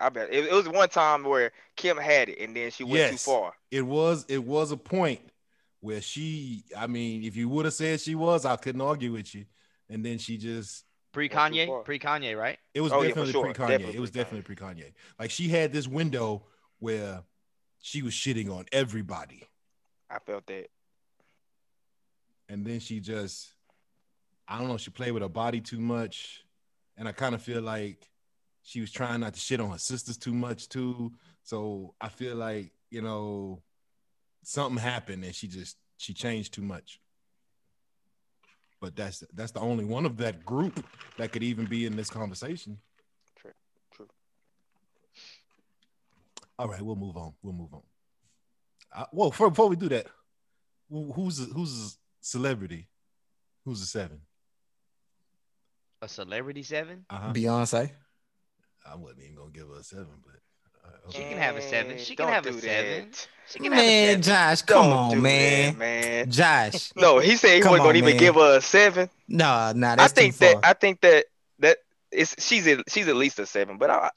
Speaker 3: I bet. It, it was one time where Kim had it and then she went too
Speaker 2: Yes.
Speaker 3: far.
Speaker 2: It was it was a point where she. I mean, if you would have said she was, I couldn't argue with you. And then she just.
Speaker 8: Pre
Speaker 3: Went too far.
Speaker 8: Kanye. Pre Kanye, right?
Speaker 2: It was
Speaker 3: Oh, yeah, for
Speaker 2: definitely
Speaker 3: sure.
Speaker 2: pre Kanye.
Speaker 3: Definitely
Speaker 2: It was
Speaker 3: pre-Kanye.
Speaker 2: definitely pre Kanye. Like she had this window where she was shitting on everybody,
Speaker 3: I felt that.
Speaker 2: and then she just. I don't know. She played with her body too much, and I kind of feel like she was trying not to shit on her sisters too much too. So I feel like you know something happened, and she just she changed too much. But that's that's the only one of that group that could even be in this conversation.
Speaker 3: True, true.
Speaker 2: All right, we'll move on. We'll move on. Uh, well, for, before we do that, who- who's a, who's a celebrity? Who's a seven?
Speaker 8: A celebrity seven.
Speaker 2: Uh-huh.
Speaker 5: Beyonce.
Speaker 2: I wasn't even gonna give her a seven, but uh,
Speaker 8: She
Speaker 2: okay.
Speaker 8: can have a seven.
Speaker 3: Man,
Speaker 8: She can
Speaker 3: don't
Speaker 8: have a
Speaker 3: do
Speaker 8: seven.
Speaker 3: that.
Speaker 8: She can have a
Speaker 5: Man,
Speaker 8: seven.
Speaker 5: Josh, come
Speaker 3: Don't
Speaker 5: on,
Speaker 3: do
Speaker 5: man.
Speaker 3: that, man.
Speaker 5: Josh.
Speaker 3: No, he said he
Speaker 5: Come
Speaker 3: wasn't
Speaker 5: on,
Speaker 3: gonna even
Speaker 5: man.
Speaker 3: give her a seven.
Speaker 5: Nah, nah,
Speaker 3: I
Speaker 5: that's
Speaker 3: think
Speaker 5: too
Speaker 3: that
Speaker 5: far.
Speaker 3: I think that that it's she's at, she's at least a seven, but I,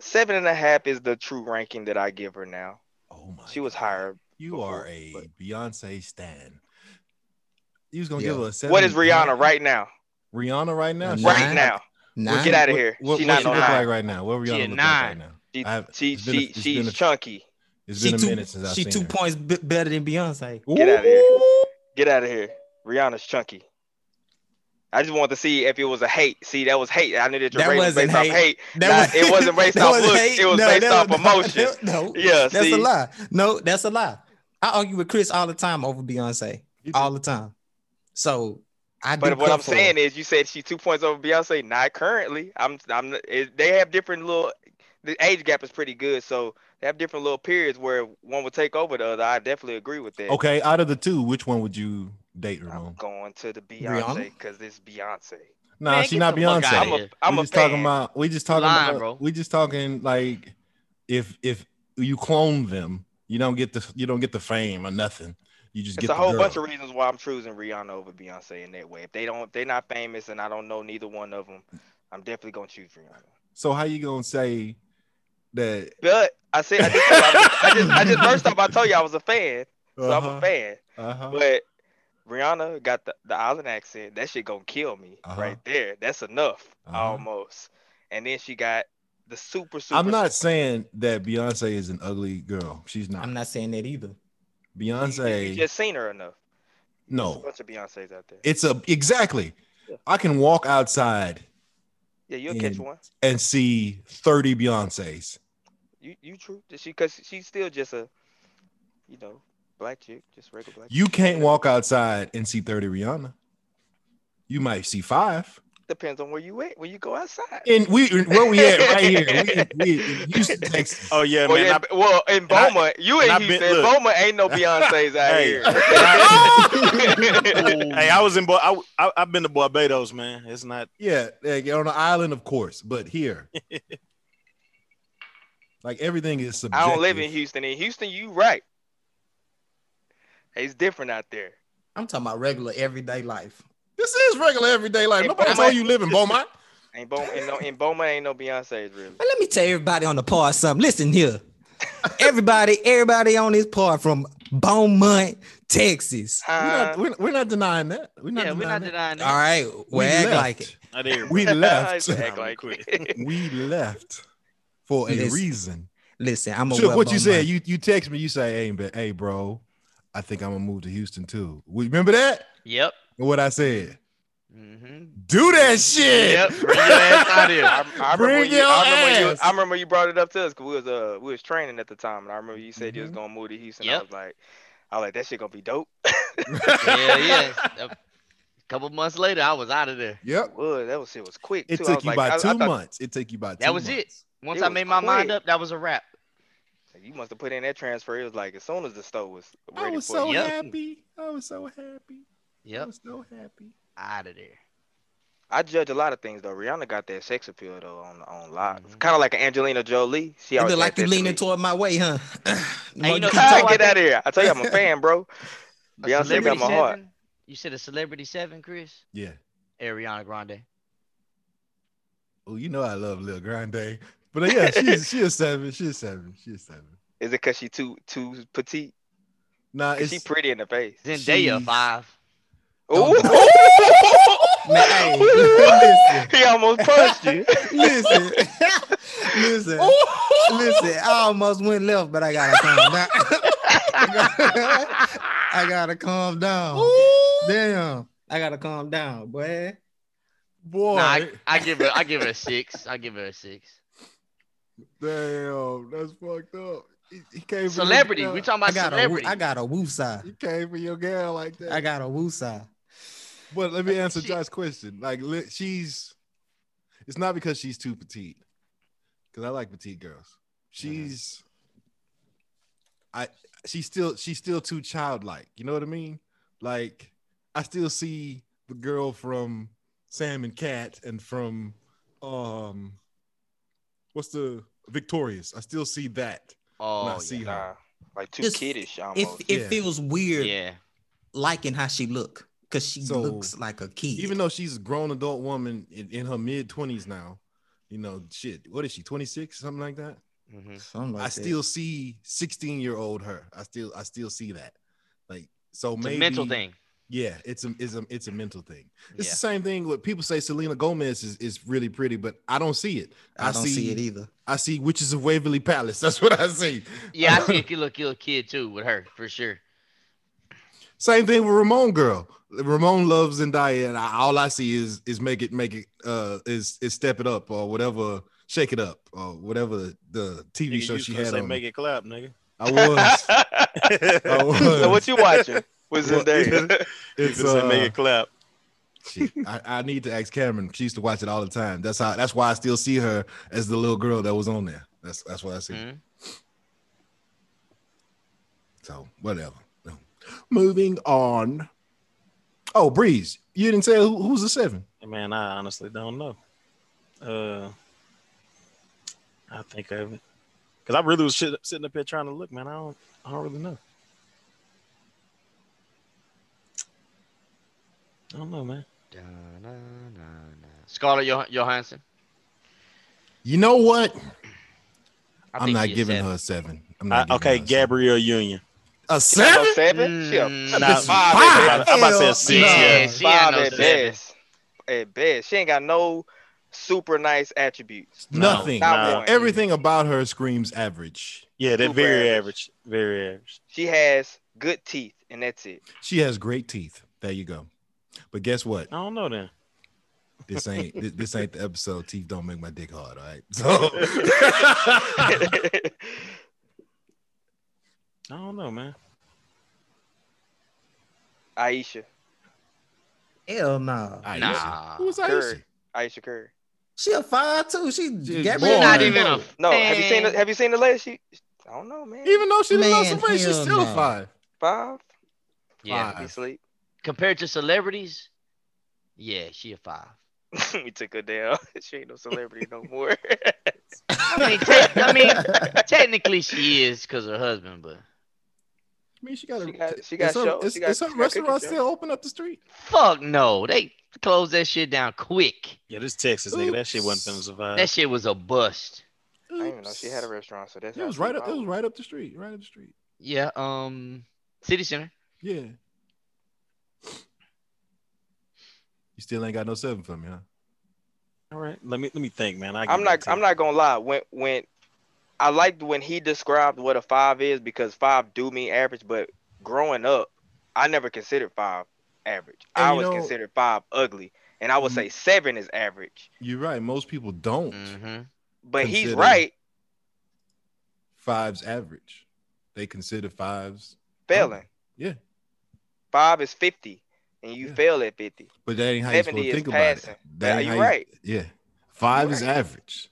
Speaker 3: seven and a half is the true ranking that I give her now.
Speaker 2: Oh my!
Speaker 3: She was
Speaker 2: God.
Speaker 3: higher.
Speaker 2: You
Speaker 3: before,
Speaker 2: are a
Speaker 3: but-
Speaker 2: Beyonce stan. You was gonna
Speaker 5: Yeah.
Speaker 2: give her a seven.
Speaker 3: What is Rihanna
Speaker 2: right?
Speaker 3: right now?
Speaker 2: Rihanna right now?
Speaker 5: A
Speaker 2: She's
Speaker 3: Right
Speaker 5: Nine?
Speaker 3: now.
Speaker 5: Nah,
Speaker 3: Well, get out of
Speaker 2: What-
Speaker 3: here.
Speaker 2: What,
Speaker 3: she
Speaker 2: what
Speaker 3: not
Speaker 2: she
Speaker 3: no
Speaker 2: look
Speaker 3: nine.
Speaker 2: like right now? What
Speaker 8: She
Speaker 2: Rihanna
Speaker 8: a
Speaker 2: look like right
Speaker 8: nine.
Speaker 2: now?
Speaker 3: She,
Speaker 2: I haven't-
Speaker 3: she,
Speaker 2: it's been a-
Speaker 3: she,
Speaker 2: it's
Speaker 3: she's
Speaker 2: been a-
Speaker 3: chunky.
Speaker 2: It's
Speaker 5: she
Speaker 2: been a
Speaker 5: two,
Speaker 2: minute since I've
Speaker 5: she
Speaker 2: seen
Speaker 5: two
Speaker 2: her.
Speaker 5: points b- better than Beyonce.
Speaker 3: Get outta here.
Speaker 2: Ooh.
Speaker 3: Get out of here. Rihanna's chunky. I just wanted to see if it was a hate. See, that was hate. I knew that your
Speaker 5: That
Speaker 3: rating was
Speaker 5: wasn't
Speaker 3: based off
Speaker 5: hate.
Speaker 3: hate.
Speaker 5: That
Speaker 3: Nah,
Speaker 5: was-
Speaker 3: it wasn't based
Speaker 5: that
Speaker 3: off
Speaker 5: was
Speaker 3: looks.
Speaker 5: hate.
Speaker 3: It was
Speaker 5: No,
Speaker 3: based
Speaker 5: that
Speaker 3: off
Speaker 5: was-
Speaker 3: emotion.
Speaker 5: No,
Speaker 3: Yeah,
Speaker 5: that's
Speaker 3: see?
Speaker 5: a lie. No, that's a lie. I argue with Chris all the time over Beyonce,
Speaker 2: He do.
Speaker 5: all the time. So I do.
Speaker 3: But what
Speaker 5: cut
Speaker 3: I'm
Speaker 5: for her.
Speaker 3: saying is, you said she's two points over Beyonce. Not currently. I'm. I'm. It, they have different little. The age gap is pretty good, so they have different little periods where one would take over the other. I definitely agree with that.
Speaker 2: Okay, out of the two, which one would you date,
Speaker 3: I'm
Speaker 2: Ramon?
Speaker 3: going to the
Speaker 5: Rihanna?
Speaker 3: Beyonce because this Beyonce.
Speaker 2: Nah,
Speaker 8: Man,
Speaker 2: she
Speaker 8: get
Speaker 2: not
Speaker 8: the fuck outta
Speaker 2: Beyonce.
Speaker 3: I'm
Speaker 8: here.
Speaker 3: a. I'm
Speaker 2: we
Speaker 3: a
Speaker 2: just
Speaker 3: fan.
Speaker 2: talking about. We just
Speaker 8: You
Speaker 2: talking
Speaker 8: lying,
Speaker 2: about.
Speaker 8: bro.
Speaker 2: We just talking like if if you clone them, You don't get the you don't get the fame or nothing. You just
Speaker 3: It's
Speaker 2: get
Speaker 3: a whole
Speaker 2: the girl.
Speaker 3: bunch of reasons why I'm choosing Rihanna over Beyonce in that way. If they don't, if they're not famous, and I don't know neither one of them, I'm definitely gonna choose Rihanna.
Speaker 2: So how you gonna say that?
Speaker 3: But I said, I just, told you I was- I just, I just first off, I told you I was a fan, so I'm
Speaker 2: Uh-huh.
Speaker 3: a fan.
Speaker 2: Uh-huh.
Speaker 3: But Rihanna got the, the island accent. That shit gonna kill me
Speaker 2: Uh-huh.
Speaker 3: right there. That's enough
Speaker 2: Uh-huh.
Speaker 3: almost. And then she got the super super.
Speaker 2: I'm not saying that Beyonce is an ugly girl. She's not.
Speaker 5: I'm not saying that either.
Speaker 3: You
Speaker 2: Beyonce,
Speaker 3: just seen her enough. There's a
Speaker 2: no.
Speaker 3: bunch of Beyonces out there.
Speaker 2: It's a exactly.
Speaker 3: Yeah.
Speaker 2: I can walk outside
Speaker 3: Yeah, you'll catch
Speaker 2: And-
Speaker 3: one.
Speaker 2: and see 30 Beyonces.
Speaker 3: You you true? Just She because she's still just a, you know, black chick, just regular black.
Speaker 2: You
Speaker 3: chick.
Speaker 2: can't walk outside and see 30 Rihanna. You might see five.
Speaker 3: Depends on where you at. When you go outside.
Speaker 2: And we where we at right here. We, we in Houston, Texas.
Speaker 4: Oh yeah,
Speaker 3: well,
Speaker 4: man.
Speaker 3: yeah,
Speaker 4: I-
Speaker 3: well, in
Speaker 4: I-
Speaker 3: Boma, you
Speaker 4: and I
Speaker 3: in
Speaker 4: been-
Speaker 3: Houston.
Speaker 4: look.
Speaker 3: Boma ain't no Beyonces out
Speaker 4: Hey.
Speaker 3: here.
Speaker 4: hey, I was in. Bar- I, I I've been to Barbados, man. It's not.
Speaker 2: Yeah, like on the island, of course, but here. like everything is subjective.
Speaker 3: I don't live in Houston. In Houston, you right. It's different out there.
Speaker 5: I'm talking about regular everyday life.
Speaker 2: This is regular everyday life.
Speaker 3: Hey,
Speaker 2: Nobody
Speaker 3: Beaumont.
Speaker 2: told you live in Beaumont.
Speaker 3: Ain't Boma, ain't no, in Boma ain't no Beyonce's really.
Speaker 5: But let me tell everybody on the pod something. Listen here. everybody, everybody on this pod from Beaumont, Texas.
Speaker 2: We're
Speaker 3: Uh,
Speaker 2: not, we're, we're not denying that. We're not
Speaker 8: Yeah,
Speaker 2: denying
Speaker 8: we're not
Speaker 2: that.
Speaker 8: denying
Speaker 5: All
Speaker 8: that.
Speaker 5: right.
Speaker 2: We
Speaker 5: Well, act
Speaker 2: left.
Speaker 5: like it.
Speaker 4: Not there.
Speaker 2: We left.
Speaker 3: Act like it.
Speaker 2: we left for a
Speaker 5: Listen.
Speaker 2: reason.
Speaker 5: Listen, I'm a
Speaker 2: Shook,
Speaker 5: well
Speaker 2: what you
Speaker 5: Beaumont.
Speaker 2: said, you you text me, you say, hey, ba- hey, bro, I think I'm gonna move to Houston too. We- Remember that?
Speaker 8: Yep.
Speaker 2: And What I said.
Speaker 8: Mm-hmm.
Speaker 2: Do that shit.
Speaker 8: Yep. Bring your ass out here.
Speaker 3: I, I remember,
Speaker 2: Bring
Speaker 3: when you,
Speaker 2: your
Speaker 3: I, remember when you,
Speaker 2: ass.
Speaker 3: I remember you brought it up to us because we was uh we was training at the time, and I remember you said you
Speaker 2: Mm-hmm.
Speaker 3: was gonna move to Houston. I
Speaker 8: Yep.
Speaker 3: was like, I was like that shit gonna be dope.
Speaker 8: yeah, yeah. A couple months later, I was out of there.
Speaker 2: Yep.
Speaker 3: Whoa, that was shit was quick.
Speaker 2: It
Speaker 3: too. I
Speaker 2: took
Speaker 3: was
Speaker 2: you
Speaker 3: like,
Speaker 2: by
Speaker 3: I, I
Speaker 2: two
Speaker 3: thought
Speaker 2: months. It took you by two
Speaker 8: That was it.
Speaker 2: months.
Speaker 8: Once
Speaker 3: It
Speaker 8: I
Speaker 3: was
Speaker 8: made my mind
Speaker 3: quick.
Speaker 8: up, that was a wrap.
Speaker 3: You must have put in that transfer. It was like as soon as the store was
Speaker 2: I
Speaker 3: ready
Speaker 2: was
Speaker 3: for
Speaker 2: so
Speaker 3: you.
Speaker 8: Yep.
Speaker 2: happy. I was so happy. I
Speaker 8: Yep.
Speaker 2: was so happy.
Speaker 8: Out of there.
Speaker 3: I judge a lot of things though. Rihanna got that sex appeal though on on live. It's
Speaker 2: Mm-hmm.
Speaker 8: Mhm.
Speaker 3: kind of like an Angelina Jolie. She
Speaker 5: You
Speaker 3: always
Speaker 5: look
Speaker 3: had
Speaker 5: like
Speaker 3: that
Speaker 5: you
Speaker 3: to
Speaker 5: leaning
Speaker 3: me.
Speaker 5: toward my way, huh?
Speaker 8: you know-
Speaker 5: keep
Speaker 8: Ah,
Speaker 3: Ah,
Speaker 5: talking.
Speaker 3: get out of here! I tell you, I'm a fan, bro.
Speaker 8: A
Speaker 3: Beyonce got
Speaker 8: celebrity
Speaker 3: my heart.
Speaker 8: seven? You said a celebrity seven, Chris?
Speaker 2: Yeah.
Speaker 8: Ariana Grande.
Speaker 2: Oh, you know I love Lil Grande. But uh, yeah, she's she a seven. She's seven. She's seven.
Speaker 3: Is it because she too too petite?
Speaker 2: Nah,
Speaker 3: 'Cause
Speaker 2: it's
Speaker 3: she pretty in the face.
Speaker 8: Zendaya
Speaker 2: She's-
Speaker 8: five.
Speaker 3: Ooh.
Speaker 5: Man, hey,
Speaker 3: he almost punched you.
Speaker 5: listen, listen, listen. I almost went left, but I gotta calm down. I gotta calm down. Oh. Damn, I gotta calm down, boy.
Speaker 2: boy.
Speaker 8: Nah, I, I give her I give her a six. I give her a six.
Speaker 2: Damn, that's fucked up. He, he came for your
Speaker 8: Celebrity.
Speaker 2: girl.
Speaker 8: We talking
Speaker 5: I
Speaker 8: about
Speaker 5: got a, woo-
Speaker 8: celebrity.
Speaker 5: I got a woo side.
Speaker 2: He came for your gal like that.
Speaker 5: I got a woo side.
Speaker 2: But let me answer
Speaker 8: She-
Speaker 2: Josh's question. Like li- she's, it's not because she's too petite, because I like petite girls. She's, I she's still she's still too childlike. You know what I mean? Like I still see the girl from Sam and Cat and from um, what's the Victorious? I still see that.
Speaker 8: oh
Speaker 2: when I
Speaker 8: yeah.
Speaker 2: see her.
Speaker 3: Nah, like too
Speaker 5: Just-
Speaker 3: kiddish
Speaker 5: It,
Speaker 3: almost.
Speaker 5: it
Speaker 2: Yeah.
Speaker 5: feels weird
Speaker 8: yeah.
Speaker 5: liking how she look because she
Speaker 2: So,
Speaker 5: looks like a kid.
Speaker 2: even though she's a grown adult woman in, in her mid 20s now you know shit what is she 26 something like that
Speaker 8: hmm
Speaker 5: Something like
Speaker 2: i
Speaker 5: that.
Speaker 2: still see 16 year old her i still i still see that like so
Speaker 8: It's
Speaker 2: maybe
Speaker 8: a mental thing.
Speaker 2: yeah it's a it's a it's a mental thing it's
Speaker 8: Yeah.
Speaker 2: the same thing with people say selena gomez is, is really pretty but i don't see it
Speaker 5: I,
Speaker 2: i,
Speaker 5: don't
Speaker 2: see,
Speaker 5: see, it either.
Speaker 2: i see witches of waverly palace that's what i see
Speaker 8: Yeah, I see a little, little kid too with her for sure.
Speaker 2: Same thing with Ramon girl. Ramon loves Zendaya, and I, all I see is is make it make it uh is is step it up or whatever, shake it up or whatever the TV
Speaker 4: Nigga,
Speaker 2: show
Speaker 4: you
Speaker 2: she
Speaker 4: finna
Speaker 2: had
Speaker 4: say
Speaker 2: on.
Speaker 4: make it clap, nigga.
Speaker 2: I was. I was.
Speaker 3: so what you watching? Was
Speaker 2: Well,
Speaker 3: Zendaya?
Speaker 2: It's,
Speaker 4: you finna say make
Speaker 2: uh,
Speaker 4: it clap.
Speaker 2: shit, I, I need to ask Cameron. She used to watch it all the time. That's how. That's why I still see her as the little girl that was on there. That's that's what I see.
Speaker 8: Mhm.
Speaker 2: So whatever. No. Moving on. Oh, Breeze, you didn't say who, who's the seven.
Speaker 4: Man, I honestly don't know. Uh, I think of it. Because I really was shit, sitting up here trying to look, man. I don't, I don't really know. I don't know, man.
Speaker 8: Mm-hmm. Scarlett Joh- Johansson.
Speaker 2: You know what?
Speaker 8: I
Speaker 2: I'm
Speaker 8: think
Speaker 2: not
Speaker 8: she a
Speaker 2: giving
Speaker 8: seven.
Speaker 2: her a seven. I'm
Speaker 4: I-
Speaker 2: not giving
Speaker 4: Uh, okay,
Speaker 2: her
Speaker 4: Gabrielle Union.
Speaker 2: a
Speaker 3: No
Speaker 2: seven. A seven?
Speaker 3: seven? Shit.
Speaker 8: Mm,
Speaker 4: Nah,
Speaker 3: Five
Speaker 4: I'm
Speaker 3: at
Speaker 4: about to- I'm about to say a six.
Speaker 8: Yeah,
Speaker 4: Yeah.
Speaker 8: she ain't
Speaker 3: Five
Speaker 8: no
Speaker 3: at
Speaker 8: seven.
Speaker 3: best. At best. She ain't got no super nice attributes.
Speaker 4: No,
Speaker 2: Nothing.
Speaker 3: Not
Speaker 4: Nah.
Speaker 3: one.
Speaker 2: Everything about her screams average.
Speaker 4: Yeah, they're
Speaker 3: Super
Speaker 4: very
Speaker 3: average.
Speaker 4: average. Very average.
Speaker 3: She has good teeth, and that's it.
Speaker 2: She has great teeth. There you go. But guess what?
Speaker 4: I don't know then.
Speaker 2: This ain't thi- this ain't the episode. Teeth don't make my dick hard. All right. So
Speaker 4: I don't know, man.
Speaker 3: Aisha.
Speaker 5: Hell no.
Speaker 2: Aisha.
Speaker 8: Nah.
Speaker 2: Who's Aisha?
Speaker 3: Curry. Aisha Curry.
Speaker 5: She a five too. She
Speaker 2: She's
Speaker 5: Gabrielle.
Speaker 2: born.
Speaker 8: Not even a.
Speaker 3: No, have you seen the
Speaker 8: fan.
Speaker 3: have you seen the latest? She I don't know, man.
Speaker 2: Even though she didn't
Speaker 5: Man,
Speaker 2: love somebody, she's
Speaker 5: hell
Speaker 2: still a
Speaker 5: no.
Speaker 2: five.
Speaker 3: five?
Speaker 8: Yeah.
Speaker 2: Five.
Speaker 3: We sleep.
Speaker 8: Compared to celebrities, yeah, she a five.
Speaker 3: we took her down. she ain't no celebrity no more.
Speaker 8: I mean, te- I mean, technically she is because her husband, but
Speaker 2: I mean, she got
Speaker 3: She
Speaker 2: a.
Speaker 3: got- she got
Speaker 2: is her,
Speaker 3: show-
Speaker 2: is-
Speaker 3: she got-
Speaker 2: is her
Speaker 3: she got
Speaker 2: restaurant
Speaker 3: cooking
Speaker 2: still open up the street?
Speaker 8: fuck no, they closed that shit down quick.
Speaker 4: Yeah, this Texas nigga, that shit wasn't
Speaker 2: Oops.
Speaker 4: finna survive.
Speaker 8: That shit was a bust.
Speaker 3: I didn't even know she had a restaurant, so that's
Speaker 2: It was right up. It was right up the street. Right up the street.
Speaker 8: Yeah. Um, City Center.
Speaker 2: Yeah. You still ain't got no seven for me, huh?
Speaker 4: All right, let me let me think, man. I
Speaker 3: I'm not I'm not gonna lie. When when I liked when he described what a five is because five do mean average, but growing up, I never considered five average.
Speaker 2: And
Speaker 3: I
Speaker 2: you
Speaker 3: always
Speaker 2: know-
Speaker 3: considered five ugly. And I would
Speaker 2: Mm.
Speaker 3: say seven is average.
Speaker 2: You're right. Most people don't.
Speaker 3: Mm.
Speaker 8: Mm-hmm.
Speaker 3: But he's
Speaker 2: Consider- Oh,
Speaker 3: right,
Speaker 2: Fives average. They consider fives,
Speaker 3: failing.
Speaker 2: Yeah.
Speaker 3: Five is fifty, and you
Speaker 2: Yeah.
Speaker 3: fail at fifty.
Speaker 2: but that ain't how you
Speaker 3: 70
Speaker 2: supposed to
Speaker 3: is
Speaker 2: think
Speaker 3: passing.
Speaker 2: about it. That ain't
Speaker 3: you
Speaker 2: how
Speaker 3: right.
Speaker 2: Yeah. Five is
Speaker 3: right.
Speaker 2: average.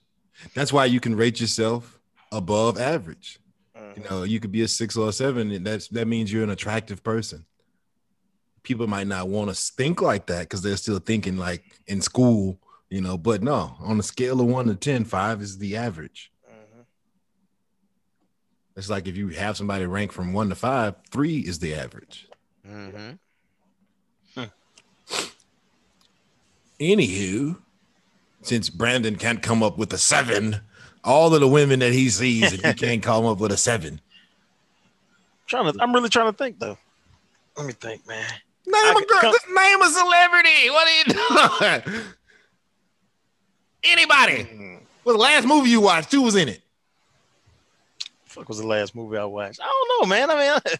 Speaker 2: That's why you can rate yourself above average. You
Speaker 3: Mhm.
Speaker 2: know, you could be a six or a seven, and that's that means you're an attractive person. People might not want to think like that because they're still thinking like in school, you know. But no, on a scale of one to ten, five is the average.
Speaker 3: Mhm.
Speaker 2: It's like if you have somebody rank from one to five, three is the average.
Speaker 8: Mm-hmm.
Speaker 2: Anywho, since Brandon can't come up with a seven, all of the women that he sees, and he can't come up with a seven.
Speaker 4: trying to. I'm really trying to think though. Let me think, man.
Speaker 2: Name
Speaker 4: I
Speaker 2: a
Speaker 4: could
Speaker 2: girl.
Speaker 4: come-
Speaker 2: just name a celebrity. What are you doing? Anybody? Well, the last movie you watched, who was in it?
Speaker 4: Fuck was the last movie I watched? I don't know, man. I mean,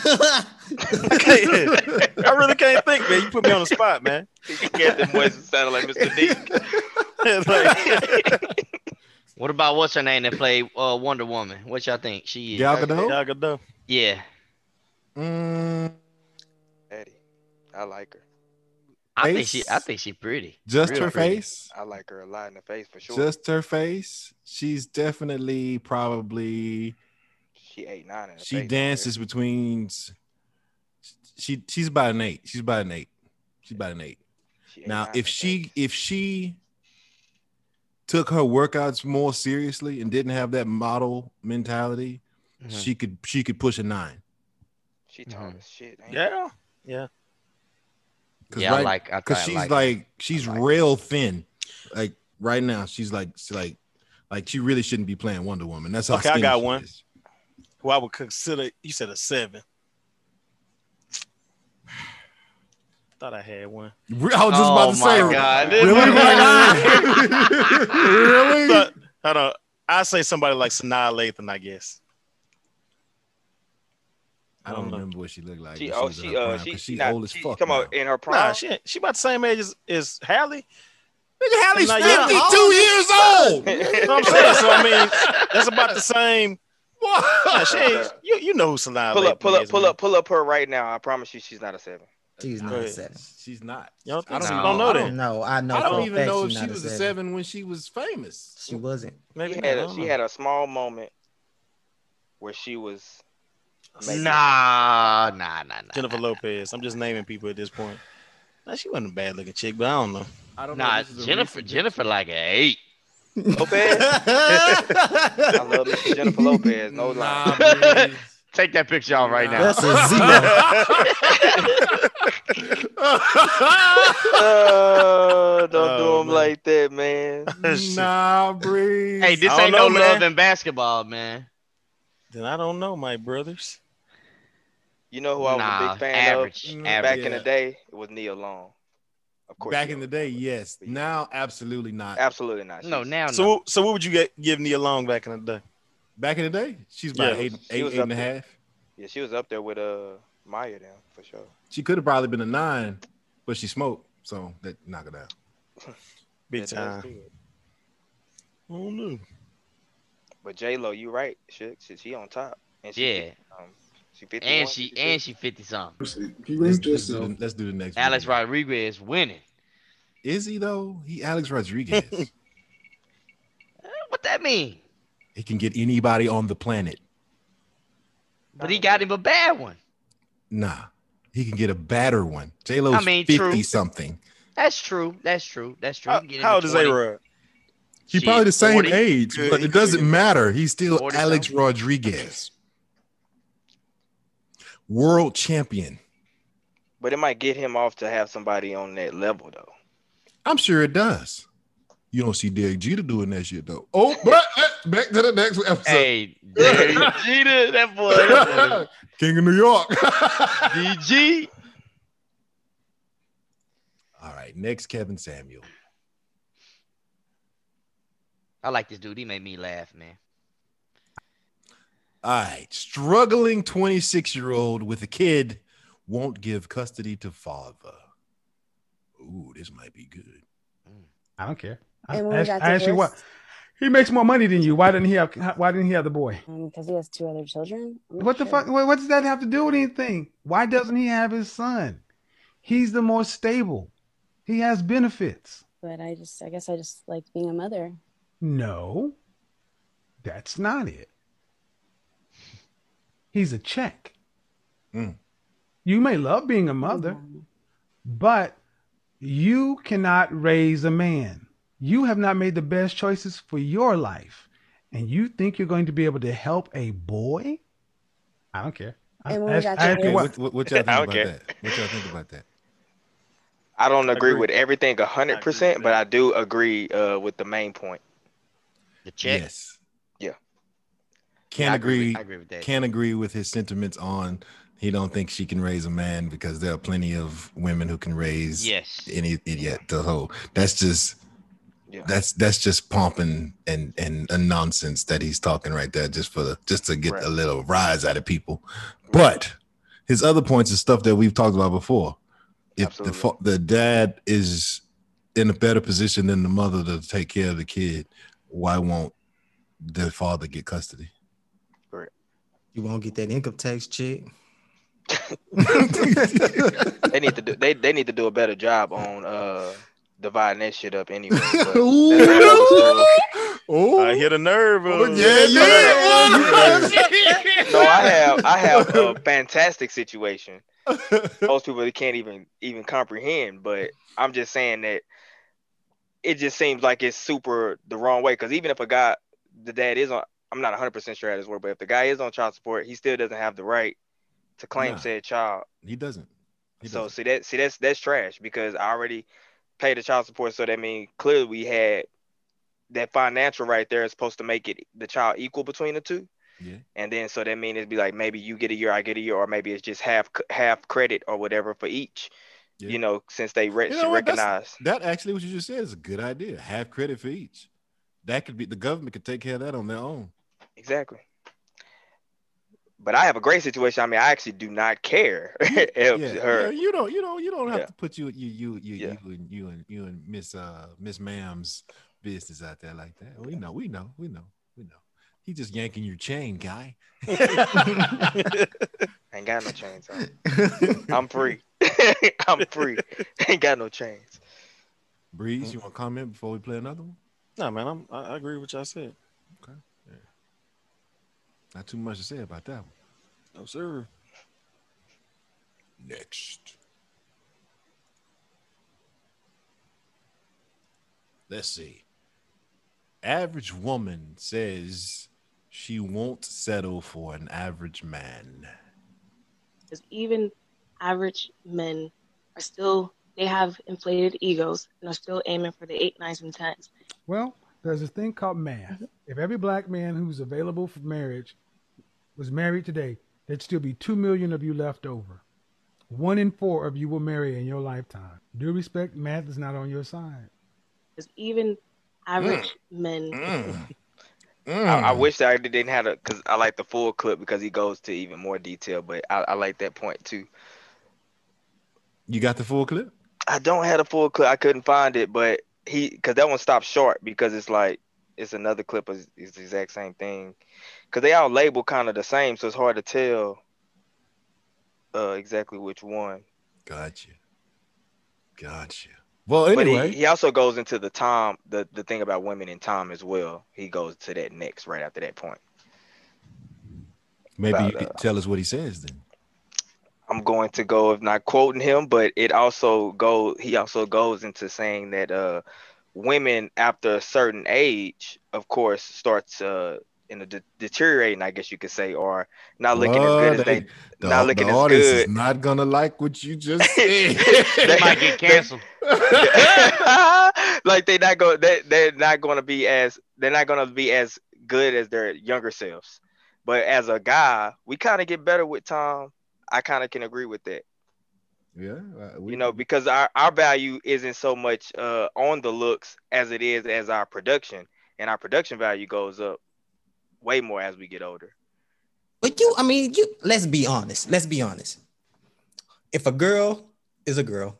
Speaker 4: I, really can't think, man. You put me on the spot, man.
Speaker 3: You get the voice and sound like Mr. D.
Speaker 4: like,
Speaker 8: What about what's her name that played uh, Wonder Woman? What y'all think she is?
Speaker 2: Gal
Speaker 4: Gal
Speaker 2: Gadot.
Speaker 4: Gadot.
Speaker 8: Yeah.
Speaker 2: Mm,
Speaker 3: Eddie, I like her.
Speaker 8: I think
Speaker 2: Face?
Speaker 8: she. I think she pretty.
Speaker 2: just
Speaker 8: Real
Speaker 2: her
Speaker 8: pretty.
Speaker 2: face.
Speaker 3: I like her a lot in the face for sure.
Speaker 2: Just her face. She's definitely probably
Speaker 3: she eight nine in the
Speaker 2: she
Speaker 3: face, man.
Speaker 2: dances between s- she she's about an eight she's about an eight she's about an eight
Speaker 3: She
Speaker 2: now
Speaker 3: 8'9" in
Speaker 2: if
Speaker 3: the
Speaker 2: she
Speaker 3: face.
Speaker 2: if she took her workouts more seriously and didn't have that model mentality
Speaker 8: Mhm.
Speaker 2: she could she could push a nine
Speaker 3: she tall
Speaker 2: Mm-hmm.
Speaker 3: as shit. ain't she?
Speaker 4: Yeah, yeah.
Speaker 8: Yeah, I like. I,
Speaker 2: because
Speaker 8: thought I
Speaker 2: she's
Speaker 8: like.
Speaker 2: like, she's
Speaker 8: I like
Speaker 2: real thin like right now she's like she's like like she really shouldn't be playing wonder woman that's how
Speaker 4: Okay, I
Speaker 2: skinny
Speaker 4: got
Speaker 2: she
Speaker 4: one.
Speaker 2: is.
Speaker 4: Who I would consider? You said a seven. Thought I had one.
Speaker 2: i was just about
Speaker 8: oh
Speaker 2: to
Speaker 8: my
Speaker 2: say
Speaker 8: god!
Speaker 2: really
Speaker 8: This-
Speaker 2: really really
Speaker 4: But, hold on. I say somebody like Sanaa Lathan, I guess.
Speaker 2: I don't
Speaker 4: know.
Speaker 2: remember what she looked like.
Speaker 3: She
Speaker 2: when
Speaker 3: oh
Speaker 2: was in her
Speaker 3: she uh
Speaker 2: prime,
Speaker 3: she
Speaker 2: 'cause
Speaker 3: she
Speaker 2: she's
Speaker 3: not,
Speaker 2: old as
Speaker 3: she,
Speaker 2: fuck.
Speaker 3: come
Speaker 2: now.
Speaker 3: on eh, in her prime.
Speaker 4: Nah, she she about the same age as, as Hallie.
Speaker 2: Nigga, Hallie's
Speaker 4: Nah, yeah.
Speaker 2: 52 years old.
Speaker 4: You know what I'm saying? So I mean, that's about the same. Nah, she ain't, you you know who Sanaa
Speaker 3: pull up
Speaker 4: Lathan
Speaker 3: pull up
Speaker 4: is,
Speaker 3: pull
Speaker 4: man.
Speaker 3: up pull up her right now. I promise you she's not a seven.
Speaker 5: She's
Speaker 4: Go
Speaker 5: not a
Speaker 4: ahead.
Speaker 5: seven.
Speaker 2: She's not.
Speaker 4: You don't think
Speaker 2: I
Speaker 4: so?
Speaker 2: don't,
Speaker 4: You don't know
Speaker 5: I don't know. I
Speaker 4: that.
Speaker 5: know.
Speaker 2: I
Speaker 5: for
Speaker 2: don't
Speaker 5: a
Speaker 2: even
Speaker 5: fact
Speaker 2: know if
Speaker 5: she's
Speaker 2: she
Speaker 5: not
Speaker 2: was a seven when she was famous.
Speaker 5: She wasn't.
Speaker 4: Maybe
Speaker 3: She
Speaker 4: not,
Speaker 3: had
Speaker 4: I
Speaker 3: a,
Speaker 4: don't
Speaker 3: she
Speaker 4: know.
Speaker 3: had a small moment where she was maybe-
Speaker 8: Nah, nah, nah, nah.
Speaker 4: Jennifer
Speaker 8: nah.
Speaker 4: Lopez. I'm just naming people at this point. Nah, she wasn't a bad looking chick, but I don't know.
Speaker 2: I don't know.
Speaker 8: Nah,
Speaker 2: if this is a
Speaker 8: Jennifer.
Speaker 2: recent-
Speaker 8: Jennifer like an eight.
Speaker 3: Lopez. I love Mr. Jennifer Lopez. No lie.
Speaker 8: Take that picture out right now.
Speaker 5: That's a zero.
Speaker 3: Uh, don't do
Speaker 4: Oh,
Speaker 3: him
Speaker 4: man.
Speaker 3: like that, man.
Speaker 2: nah, breeze.
Speaker 8: hey, this
Speaker 4: I don't
Speaker 8: ain't no
Speaker 4: know,
Speaker 8: love
Speaker 4: man.
Speaker 8: in basketball, man.
Speaker 4: Then I don't know, my brothers.
Speaker 3: You know who Oh, I was
Speaker 8: nah,
Speaker 3: a big fan
Speaker 8: average,
Speaker 2: Mm,
Speaker 3: of
Speaker 8: average.
Speaker 3: back in
Speaker 2: Yeah.
Speaker 3: the day? It was Nia Long. Of course.
Speaker 2: Back
Speaker 3: you
Speaker 2: in the
Speaker 3: don't
Speaker 2: day,
Speaker 3: remember.
Speaker 2: yes. Now, absolutely not.
Speaker 3: Absolutely not.
Speaker 8: No,
Speaker 3: She's-
Speaker 8: now no.
Speaker 4: So, what- so what would you get, give Nia Long back in the day?
Speaker 2: Back in the day, she's about
Speaker 4: Yeah.
Speaker 2: eight,
Speaker 3: She
Speaker 2: eight,
Speaker 3: was
Speaker 2: eight
Speaker 3: up
Speaker 2: and a
Speaker 3: there.
Speaker 2: half.
Speaker 3: Yeah, she was up there with uh Maya then for sure.
Speaker 2: She could have probably been a nine, but she smoked, so that knock it out.
Speaker 4: Big
Speaker 3: That does
Speaker 4: time.
Speaker 3: do it.
Speaker 4: I don't know.
Speaker 3: But J Lo, you right. She, she, she on top. And she
Speaker 8: yeah,
Speaker 3: Um, she 51,
Speaker 8: and she
Speaker 3: 52.
Speaker 8: and she fifty something.
Speaker 10: You
Speaker 2: Let's,
Speaker 10: ain't
Speaker 2: let's
Speaker 10: just
Speaker 2: do,
Speaker 10: no.
Speaker 2: the- let's do the next.
Speaker 8: Alex
Speaker 2: one.
Speaker 8: Rodriguez winning.
Speaker 2: Is he though? He Alex Rodriguez.
Speaker 8: Eh, What that mean?
Speaker 2: he can get anybody on the planet.
Speaker 8: But he got him a bad one.
Speaker 2: Nah, he can get a badder one. J Lo's
Speaker 8: I mean,
Speaker 2: fifty
Speaker 8: true.
Speaker 2: something.
Speaker 8: That's true. That's true. That's true.
Speaker 4: How,
Speaker 8: He can get him
Speaker 4: how
Speaker 8: a
Speaker 4: old is
Speaker 8: 20.
Speaker 4: A-Rod?
Speaker 2: He's
Speaker 8: Shit,
Speaker 2: probably the same
Speaker 8: 40.
Speaker 2: age,
Speaker 4: Good,
Speaker 2: but
Speaker 4: he
Speaker 2: it doesn't
Speaker 4: could.
Speaker 2: matter. He's still
Speaker 8: 40
Speaker 2: Alex
Speaker 8: something.
Speaker 2: Rodriguez, world champion.
Speaker 3: But it might get him off to have somebody on that level though.
Speaker 2: I'm sure it does. You don't see Derek Jeter doing that shit though. Oh, but uh, back to the next episode.
Speaker 8: Hey, Derek Jeter, that boy, that
Speaker 2: King of New York.
Speaker 8: boy. DG.
Speaker 2: All right, next Kevin Samuel.
Speaker 8: I like this dude. He made me laugh, man.
Speaker 2: All right, struggling 26 year old with a kid won't give custody to father. Ooh, this might be good.
Speaker 6: I don't care. I,
Speaker 11: And when we
Speaker 6: ask,
Speaker 11: got
Speaker 6: I ask you why
Speaker 11: divorced,
Speaker 6: he makes more money than you. Why didn't he have? Why didn't he have the boy?
Speaker 11: because he has two other children. I'm not
Speaker 6: What the
Speaker 11: sure.
Speaker 6: fuck? What what does that have to do with anything? Why doesn't he have his son? He's the more stable. He has benefits.
Speaker 11: But I just, I guess, I just like being a mother.
Speaker 6: No, that's not it. He's a check.
Speaker 2: Mm.
Speaker 6: You may love being a mother, but you cannot raise a man. You have not made the best choices for your life, and you think you're going to be able to help a boy? I don't care. I,
Speaker 11: And when we
Speaker 6: ask-
Speaker 11: got
Speaker 6: I
Speaker 11: divorced-
Speaker 6: ask
Speaker 2: Okay,
Speaker 6: you why-
Speaker 2: what, what, what y'all think
Speaker 3: I
Speaker 2: about
Speaker 3: don't care.
Speaker 2: that? What y'all think about that?
Speaker 3: I don't agree
Speaker 4: Agreed.
Speaker 3: with everything
Speaker 4: agree
Speaker 3: hundred
Speaker 4: with
Speaker 3: percent, but
Speaker 4: that.
Speaker 3: I do agree uh, with the main point.
Speaker 8: The check.
Speaker 2: Yes.
Speaker 3: Yeah.
Speaker 2: Can't
Speaker 8: I
Speaker 2: agree.
Speaker 8: with- I agree with that.
Speaker 2: Can't agree with his sentiments on he don't think she can raise a man because there are plenty of women who can raise
Speaker 8: Yes.
Speaker 2: any idiot to hoe. That's just
Speaker 3: Yeah.
Speaker 2: that's that's just pumping and and a nonsense that he's talking right there just for the just to get
Speaker 3: Right.
Speaker 2: a little rise out of people but his other points is stuff that we've talked about before if the
Speaker 3: Absolutely.
Speaker 2: fa- the dad is in a better position than the mother to take care of the kid why won't the father get custody
Speaker 5: You won't get that income tax check.
Speaker 3: They need to do they, they need to do a better job on uh dividing that shit up anyway. but that's another story.
Speaker 2: Ooh.
Speaker 4: I hit a nerve. uh,
Speaker 2: Oh, yeah, yeah.
Speaker 3: no, I have I have a fantastic situation. Most people they can't even even comprehend, but I'm just saying that it just seems like it's super the wrong way because even if a guy the dad is on I'm not 100% sure how this works, but if the guy is on child support, he still doesn't have the right to claim
Speaker 2: Nah.
Speaker 3: said child.
Speaker 2: he doesn't He
Speaker 3: So
Speaker 2: doesn't.
Speaker 3: see that see that's that's trash because I already paid the child support. So that means clearly we had that financial right there is supposed to make it the child equal between the two.
Speaker 2: Yeah.
Speaker 3: And then so that means it'd be like maybe you get a year, I get a year, or maybe it's just half c- half credit or whatever for each.
Speaker 2: Yeah.
Speaker 3: You know, since they re-
Speaker 2: You
Speaker 3: should
Speaker 2: know what, that's-
Speaker 3: recognize.
Speaker 2: That actually, what you just said, is a good idea. Have credit for each. That could be the government could take care of that on their own.
Speaker 3: Exactly. But I have a great situation. I mean, I actually do not care
Speaker 2: Yeah,
Speaker 3: if
Speaker 2: yeah,
Speaker 3: her.
Speaker 2: you don't, you don't, you don't have
Speaker 3: Yeah.
Speaker 2: to put you, you, you, you,
Speaker 3: Yeah.
Speaker 2: you and you and you and Miss uh Miss Ma'am's business out there like that. We know, we know, we know, we know. He just yanking your chain, guy.
Speaker 3: I ain't got no chains on. I'm free. I'm free. ain't got no chains.
Speaker 2: Breeze, you want to comment before we play another one?
Speaker 4: Nah, man, I'm, I I agree with what y'all said.
Speaker 2: Not too much to say about that one.
Speaker 4: No, sir.
Speaker 2: Next. Let's see. average woman says she won't settle for an average man.
Speaker 12: because even average men are still they have inflated egos and are still aiming for the eight, nines, and tens.
Speaker 6: Well, there's this thing called
Speaker 13: Mm-hmm.
Speaker 6: math. If every black man who's available for marriage was married today, there'd still be two million of you left over. One in four of you will marry in your lifetime. Due respect, math is not on your side.
Speaker 12: Because even average men,
Speaker 3: I, I
Speaker 2: Mm.
Speaker 3: wish I didn't have a because I like the full clip because he goes to even more detail, but I, I like that point too.
Speaker 2: You got the full clip?
Speaker 3: I don't have a full clip. I couldn't find it, but he because that one stopped short because it's like it's another clip of it's the exact same thing because they all label kind of the same, so it's hard to tell uh exactly which one.
Speaker 2: Gotcha. Gotcha. Well,
Speaker 3: But he-
Speaker 2: anyway,
Speaker 3: he, also goes into the Tom the the thing about women and Tom as well. He goes to that next right after that point.
Speaker 2: maybe you could tell us what he says then.
Speaker 3: I'm going to go if not quoting him, but it also go he also goes into saying that uh women after a certain age, of course, starts uh in a de- deteriorating, I guess you could say, or not looking as good
Speaker 2: Well,
Speaker 3: as they,
Speaker 2: the,
Speaker 3: not looking
Speaker 2: the
Speaker 3: as
Speaker 2: audience is
Speaker 3: good.
Speaker 2: not gonna like what you just said.
Speaker 3: They might get
Speaker 8: canceled.
Speaker 3: like they not go they they're not gonna be as they're not gonna be as good as their younger selves. But as a guy, we kind of get better with time. I kind of can agree with that.
Speaker 2: Yeah, uh, we,
Speaker 3: you know because our, our value isn't so much uh on the looks as it is as our production and our production value goes up way more as we get older
Speaker 5: But you, I mean, you. Let's be honest. Let's be honest. If a girl is a girl,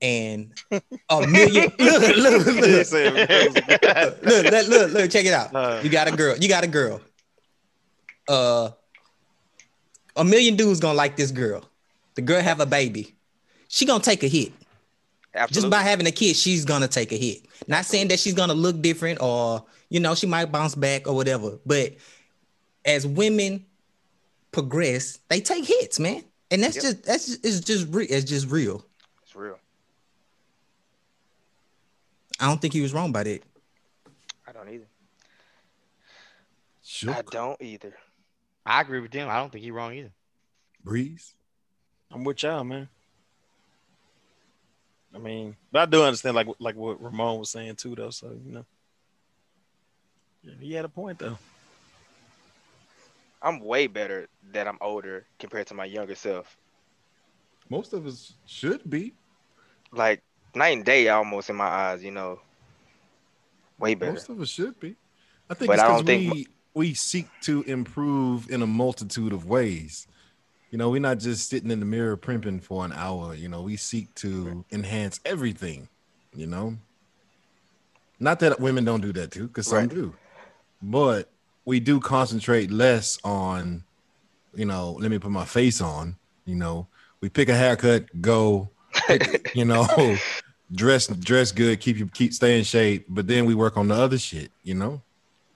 Speaker 5: and a million look, look, look,
Speaker 4: He
Speaker 5: look,
Speaker 4: said
Speaker 5: look, look, look, look, check it out. you got a girl. You got a girl. Uh, a million dudes gonna like this girl. The girl have a baby. She gonna take a hit. Just by having a kid, she's gonna take a hit. Not saying that she's gonna look different or you know she might bounce back or whatever. But as women progress, they take hits, man, and that's
Speaker 3: Yep.
Speaker 5: just that's just, it's just re- it's just real.
Speaker 3: it's real
Speaker 5: I don't think he was wrong about it.
Speaker 3: i don't either
Speaker 2: i
Speaker 3: don't either
Speaker 8: I agree with them. I don't think you're wrong either.
Speaker 2: Breeze.
Speaker 4: I'm with y'all, man. I mean, but I do understand like like what Ramon was saying too, though. So you know, yeah, he had a point though.
Speaker 3: i'm way better that i'm older compared to my younger self
Speaker 2: most of us should be
Speaker 3: like night and day almost in my eyes you know way better
Speaker 2: Most of us should be. I think
Speaker 3: But
Speaker 2: it's
Speaker 3: I
Speaker 2: because
Speaker 3: don't think-
Speaker 2: we we seek to improve in a multitude of ways. You know, we're not just sitting in the mirror primping for an hour. You know, we seek to enhance everything. You know, not that women don't do that too, because some
Speaker 3: Right.
Speaker 2: do, but we do concentrate less on. You know, let me put my face on. You know, we pick a haircut, go. pick- you know, dress dress good, keep you keep stay in shape, but then we work on the other shit. You know.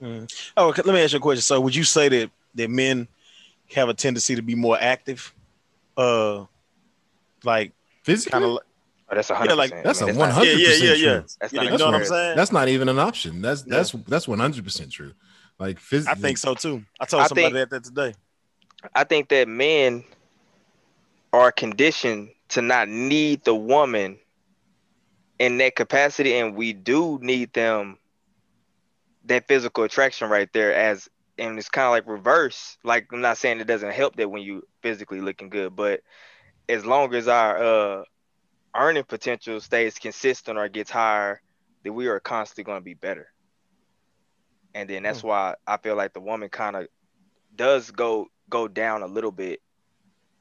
Speaker 4: Mm. Oh, okay, let me ask you a question. So, would you say that that men have a tendency to be more active, uh, like
Speaker 2: physically?
Speaker 4: Kind of,
Speaker 3: oh, that's a
Speaker 4: yeah, like
Speaker 2: that's a one hundred
Speaker 4: Yeah, yeah,
Speaker 2: percent
Speaker 4: yeah, yeah.
Speaker 2: true.
Speaker 4: yeah you know what I'm saying?
Speaker 2: That's not even an option. That's that's that's one hundred percent true. Like physically,
Speaker 4: I think so too. I told
Speaker 3: I
Speaker 4: somebody
Speaker 3: think-
Speaker 4: that, that today.
Speaker 3: I think that men are conditioned to not need the woman in that capacity, and we do need them that physical attraction right there. As and it's kind of like reverse. Like I'm not saying it doesn't help that when you physically looking good, but as long as our uh, earning potential stays consistent or gets higher, then we are constantly going to be better. And then
Speaker 2: Hmm.
Speaker 3: that's why I feel like the woman kind of does go go down a little bit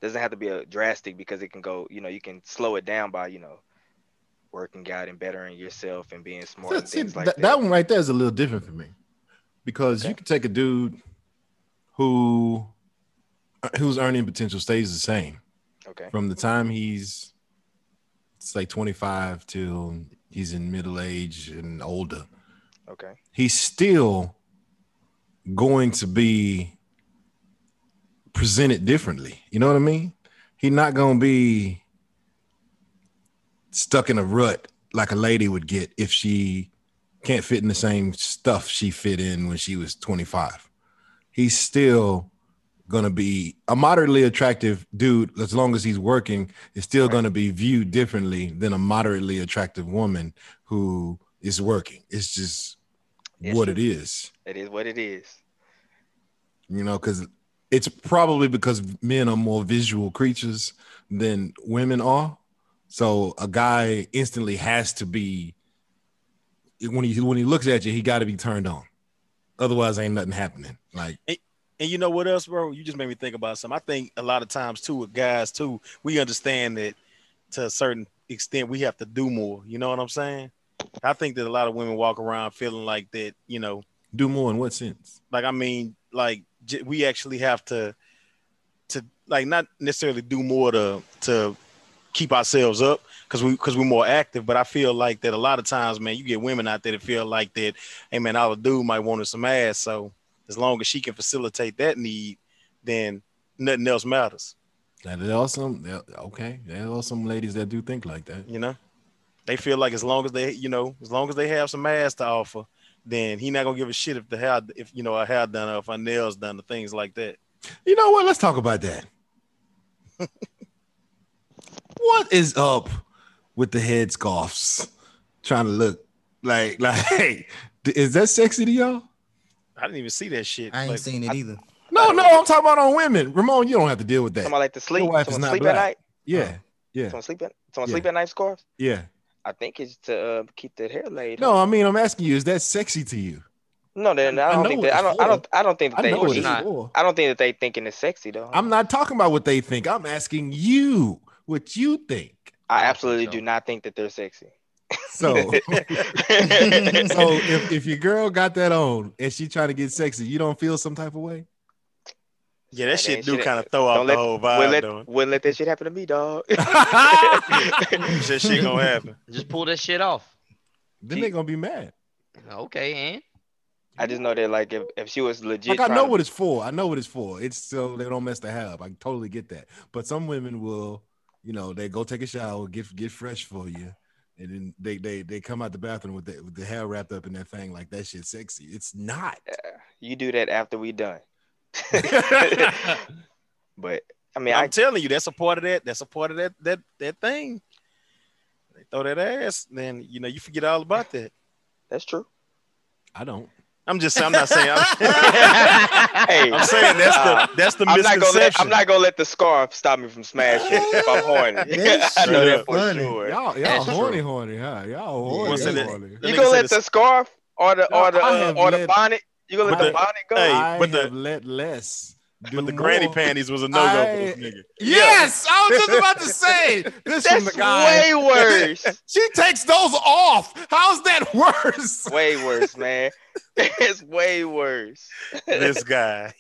Speaker 3: doesn't have to be a drastic because it can go you know you can slow it down by you know working out and bettering yourself and being smart and
Speaker 2: See,
Speaker 3: things like
Speaker 2: that,
Speaker 3: that,
Speaker 2: that one right there is a little different for me because you can take a dude who whose earning potential stays the same
Speaker 3: okay
Speaker 2: from the time he's it's like 25 till he's in middle age and older
Speaker 3: okay
Speaker 2: he's still going to be presented differently. You know what I mean? He's not going to be stuck in a rut like a lady would get if she can't fit in the same stuff she fit in when she was 25. He's still gonna be a moderately attractive dude as long as he's working is still gonna be viewed differently than a moderately attractive woman who is working. It's just
Speaker 3: It's
Speaker 2: what
Speaker 3: true.
Speaker 2: it is
Speaker 3: It is what it is.
Speaker 2: you know, because it's probably because men are more visual creatures than women are. So a guy instantly has to be when he when he looks at you, he got to be turned on. Otherwise, ain't nothing happening. Like
Speaker 4: And, and you know what else, bro? You just made me think about something. I think a lot of times too with guys too, we understand that to a certain extent we have to do more. You know what I'm saying? I think that a lot of women walk around feeling like that. You know,
Speaker 2: do more in what sense?
Speaker 4: like I mean, like j- we actually have to to like not necessarily do more to to keep ourselves up because we because we're more active. But I feel like that a lot of times, man, you get women out there that feel like that. Hey, man, all a dude might want is some ass. So as long as she can facilitate that need, then nothing else matters.
Speaker 2: Now, there are some there- okay, there are some ladies that do think like that.
Speaker 4: You know, they feel like as long as they, you know, as long as they have some ass to offer, then he not gonna give a shit if the hair, if you know, her hair done, or if her nails done, or things like that.
Speaker 2: You know what? Let's talk about that. what is up with the head scarves? Trying to look like like hey, is that sexy to y'all?
Speaker 4: I didn't even see that shit.
Speaker 5: I ain't
Speaker 4: Like,
Speaker 5: seen it either.
Speaker 2: No, no, I'm talking about on women. Ramon, you don't have to deal with that.
Speaker 3: Someone like to sleep.
Speaker 2: wife
Speaker 3: Someone
Speaker 2: is not
Speaker 3: sleep
Speaker 2: black.
Speaker 3: at night.
Speaker 2: Yeah, yeah,
Speaker 3: Someone sleep at someone
Speaker 2: Yeah.
Speaker 3: sleep at night scarves.
Speaker 2: yeah.
Speaker 3: I think it's to uh, keep that hair laid.
Speaker 2: No, I mean, I'm asking you, is that sexy to you?
Speaker 3: No, then I
Speaker 2: I
Speaker 3: don't
Speaker 2: know
Speaker 3: think
Speaker 2: what
Speaker 3: that. I
Speaker 2: it's
Speaker 3: don't. I
Speaker 2: for.
Speaker 3: don't. I don't think
Speaker 2: I
Speaker 3: that they.
Speaker 2: know what
Speaker 3: think-
Speaker 2: it's for.
Speaker 3: I don't think that they thinking it's sexy though.
Speaker 2: I'm not talking about what they think. I'm asking you what you think.
Speaker 3: I absolutely do not think that they're sexy.
Speaker 2: So, so if, if your girl got that on and she trying to get sexy, you don't feel some type of way?
Speaker 4: Yeah, that
Speaker 3: Hey,
Speaker 4: shit do
Speaker 3: shit,
Speaker 4: kind of throw off
Speaker 3: don't let-
Speaker 4: the whole vibe.
Speaker 3: Wouldn't
Speaker 4: though.
Speaker 3: let, wouldn't let that shit happen to me, dog.
Speaker 4: that shit gonna happen.
Speaker 8: Just pull that shit off.
Speaker 2: Then they gonna be mad.
Speaker 8: Okay, and
Speaker 3: I just know that like if, if she was legit,
Speaker 2: Like I know
Speaker 3: trying to-
Speaker 2: what it's for. I know what it's for. It's so they don't mess the hair up. I totally get that. But some women will, you know, they go take a shower, get get fresh for you, and then they they they come out the bathroom with the, with the hair wrapped up in that thing like that shit sexy. It's not.
Speaker 3: you do that after we done. but I mean,
Speaker 4: I'm
Speaker 3: I
Speaker 4: telling you, that's a part of that. That's a part of that that that thing. They throw that ass, then you know you forget all about that.
Speaker 3: That's true.
Speaker 2: I don't.
Speaker 4: I'm just. I'm not saying. I'm,
Speaker 3: hey,
Speaker 4: I'm saying that's
Speaker 3: uh,
Speaker 4: the that's the
Speaker 3: I'm not gonna let
Speaker 4: misconception.
Speaker 3: I'm not gonna let the scarf stop me from smashing if I'm horny.
Speaker 2: That
Speaker 3: I know
Speaker 2: shit
Speaker 3: that for
Speaker 2: funny.
Speaker 3: sure.
Speaker 2: Y'all, y'all horny, horny, huh? Y'all horny.
Speaker 4: Once it-
Speaker 2: horny.
Speaker 3: You gonna let the scarf or the or the
Speaker 2: I
Speaker 3: uh,
Speaker 2: have
Speaker 3: or the
Speaker 2: let-
Speaker 3: bonnet? You gonna let
Speaker 2: But
Speaker 3: the bonnet go?
Speaker 2: I
Speaker 4: Hey, but
Speaker 2: have
Speaker 4: the
Speaker 2: let less.
Speaker 4: but
Speaker 2: do
Speaker 4: the granny
Speaker 2: more.
Speaker 4: panties was a no go for
Speaker 2: I-
Speaker 4: this nigga.
Speaker 2: Yes, I was just about to say this from the
Speaker 3: That's
Speaker 2: guy.
Speaker 3: way worse.
Speaker 2: she takes those off. How's that worse?
Speaker 3: way worse, man. it's way worse.
Speaker 4: This guy.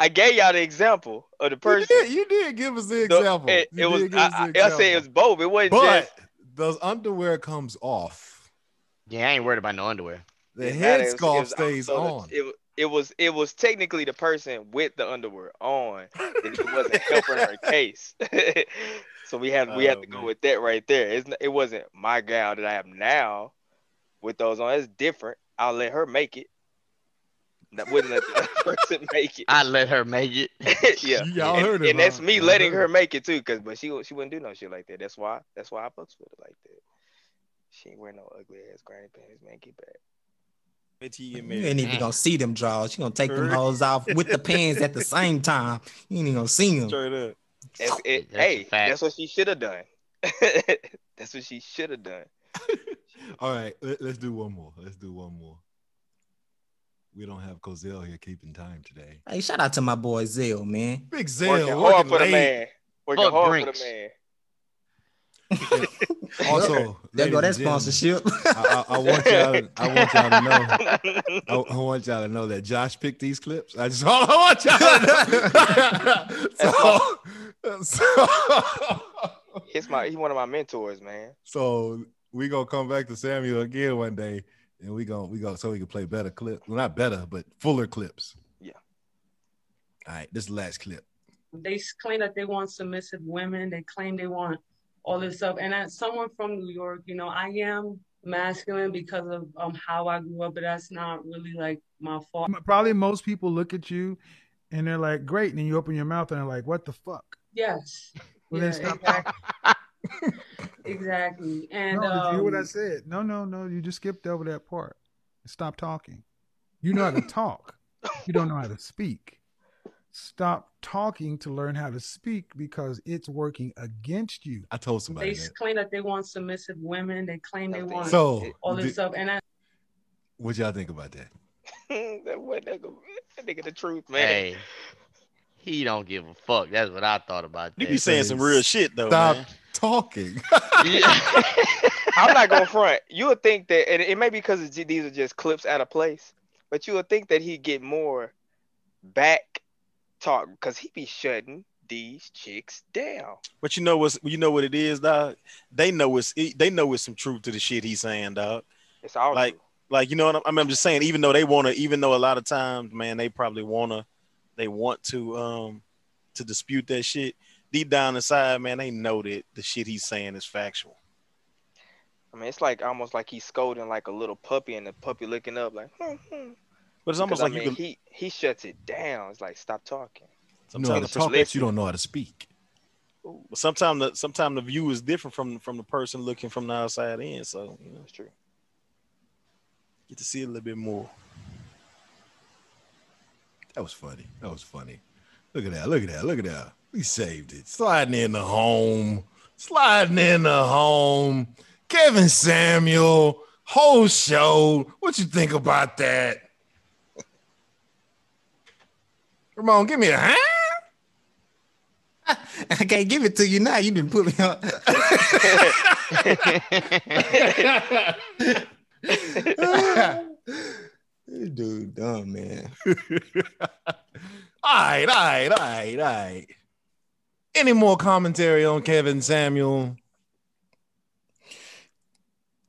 Speaker 3: I gave y'all the example of the
Speaker 2: You
Speaker 3: person.
Speaker 2: did, you did give us the
Speaker 3: No,
Speaker 2: example.
Speaker 3: It,
Speaker 2: You
Speaker 3: it was.
Speaker 2: did give us the
Speaker 3: I, I, I said it was
Speaker 2: example.
Speaker 3: both. It wasn't
Speaker 2: but
Speaker 3: just.
Speaker 2: those underwear comes off.
Speaker 8: yeah, I ain't worried about no underwear.
Speaker 2: The
Speaker 3: it's not- it was- it
Speaker 2: headscarf
Speaker 3: was
Speaker 2: stays
Speaker 3: also the-
Speaker 2: on.
Speaker 3: It, wa- it was. It was technically the person with the underwear on, and it wasn't helping her case. so we had we had
Speaker 4: Oh,
Speaker 3: to go
Speaker 4: man.
Speaker 3: with that right there. It's, n- it wasn't my gal that I have now, with those on. It's different. I'll let her make it. That wouldn't let the other person make it.
Speaker 8: I let her make it.
Speaker 3: yeah.
Speaker 2: Y'all
Speaker 3: and,
Speaker 2: heard it.
Speaker 3: and that's
Speaker 2: huh?
Speaker 3: me
Speaker 2: Y'all
Speaker 3: letting
Speaker 2: heard
Speaker 3: her
Speaker 2: it.
Speaker 3: make it too, cause but she wa- she wouldn't do no shit like that. That's why that's why I fucks with it like that. She ain't wearing no ugly ass granny pants, man. Get back.
Speaker 4: Wait till you get
Speaker 5: You
Speaker 4: married.
Speaker 5: ain't even gonna see them draws. You gonna take them
Speaker 4: Right.
Speaker 5: hoes off with the pants at the same time. You ain't even gonna see them.
Speaker 4: Straight up.
Speaker 3: That's, it,
Speaker 8: That's a
Speaker 3: hey,
Speaker 8: fact.
Speaker 3: that's what she should have done. that's what she should have done.
Speaker 2: All right, let, us do one more. Let's do one more. We don't have Cozell here keeping time today.
Speaker 5: Hey, shout out to my boy Zell, man.
Speaker 2: Big
Speaker 3: Working
Speaker 2: Zell,
Speaker 3: hard
Speaker 2: working
Speaker 3: for the
Speaker 2: late.
Speaker 3: man. Working
Speaker 8: Fuck
Speaker 3: hard
Speaker 8: drinks.
Speaker 3: for the man.
Speaker 2: Also,
Speaker 5: There go
Speaker 2: ladies
Speaker 5: that
Speaker 2: and gentlemen,
Speaker 5: sponsorship.
Speaker 2: I, I, I want y'all. I want y'all to know. I, I want y'all to know that Josh picked these clips. I just I want y'all. To know. so, so,
Speaker 3: He's my he's one of my mentors, man.
Speaker 2: so we gonna come back to Samuel again one day, and we gonna we gonna so we can play better clips. Well, not better, but fuller clips.
Speaker 3: Yeah.
Speaker 2: All right, this is the last clip.
Speaker 13: they s- claim that they want submissive women. They claim they want all this stuff. And as someone from New York, you know, I am masculine because of um how I grew up, but that's not really like my fault.
Speaker 6: Probably most people look at you and they're like, great. And then you open your mouth and they're like, what the fuck?
Speaker 13: Yes.
Speaker 6: Well,
Speaker 13: yeah,
Speaker 6: then stop
Speaker 13: exactly. exactly. And
Speaker 6: no, did you hear what I
Speaker 13: um,
Speaker 6: said? No, no, no. You just skipped over that part. Stop talking. You know how to talk. You don't know how to speak. Stop talking to learn how to speak because it's working against you.
Speaker 2: I told
Speaker 13: They claim that they want submissive women. They claim they want
Speaker 6: So,
Speaker 13: all this
Speaker 2: did-
Speaker 13: stuff, and I
Speaker 2: What y'all think about that?
Speaker 3: that what nigga, that nigga the truth, man.
Speaker 8: Hey, he don't give a fuck. That's what I thought about.
Speaker 4: You
Speaker 8: that.
Speaker 4: be saying some real shit though,
Speaker 2: Stop
Speaker 4: man.
Speaker 2: talking.
Speaker 3: I'm not going to front. You would think that, and it may be because these are just clips out of place, but you would think that he'd get more back talk because he be shutting these chicks down.
Speaker 4: But you know what's you know what it is, dog. They know it's it- they know it's some truth to the shit he's saying, dog.
Speaker 3: It's all
Speaker 4: like like you know what I'm, I mean, I'm just saying. Even though they wanna, even though a lot of times, man, they probably wanna, they want to um to dispute that shit. Deep down inside, man, they know that the shit he's saying is factual.
Speaker 3: I mean, it's like almost like he's scolding like a little puppy, and the puppy looking up like, hmm, hmm.
Speaker 4: But it's almost
Speaker 3: Because, I
Speaker 4: like you
Speaker 3: mean,
Speaker 4: can-
Speaker 3: he he shuts it down. It's like stop talking.
Speaker 2: You know how to
Speaker 4: Sometimes
Speaker 2: talk, but you don't know how to speak.
Speaker 4: But sometimes the sometimes the view is different from from the person looking from the outside in. So you know,
Speaker 3: it's true.
Speaker 4: Get to see a little bit more.
Speaker 2: That was funny. That was funny. Look at that. Look at that. Look at that. We saved it. Sliding in the home. Sliding in the home. Kevin Samuel. Whole show. What you think about that? Ramon, give me a hand.
Speaker 5: I can't give it to you now. You've been pulling up. Dude, dumb man.
Speaker 2: All right, all right, all right, all right. Any more commentary on Kevin Samuel?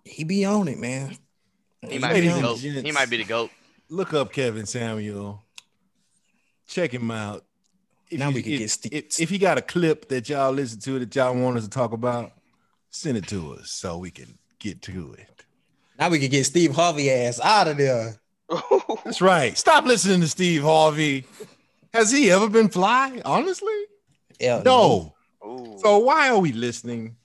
Speaker 5: He be on it, man.
Speaker 8: He might be the goat. He might be the goat.
Speaker 2: Look up Kevin Samuel. Check him out. If
Speaker 5: Now
Speaker 2: you,
Speaker 5: we can
Speaker 2: if,
Speaker 5: get
Speaker 2: if, if you got a clip that y'all listen to that y'all want us to talk about, send it to us so we can get to it.
Speaker 5: Now we can get Steve Harvey ass out of there.
Speaker 2: That's right. Stop listening to Steve Harvey. Has he ever been fly? Honestly,
Speaker 5: yeah,
Speaker 2: no. So why are we listening?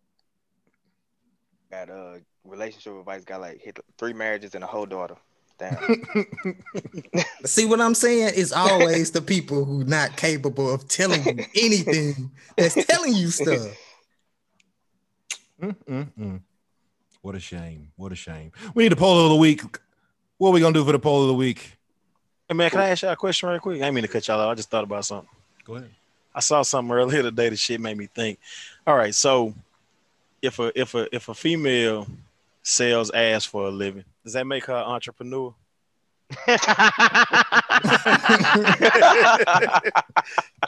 Speaker 3: Got uh, relationship advice. Got like hit three marriages and a whole daughter. Damn.
Speaker 5: See what I'm saying? It's always the people who not capable of telling you anything that's telling you stuff.
Speaker 2: Mm-mm. What a shame. What a shame. We need a poll of the week. What are we gonna do for the poll of the week?
Speaker 4: Hey man, can I ask y'all a question right quick? I didn't mean to cut y'all off. I just thought about something.
Speaker 2: Go ahead.
Speaker 4: I saw something earlier today. The shit made me think. All right, so if a if a if a female sells ass for a living, does that make her an entrepreneur?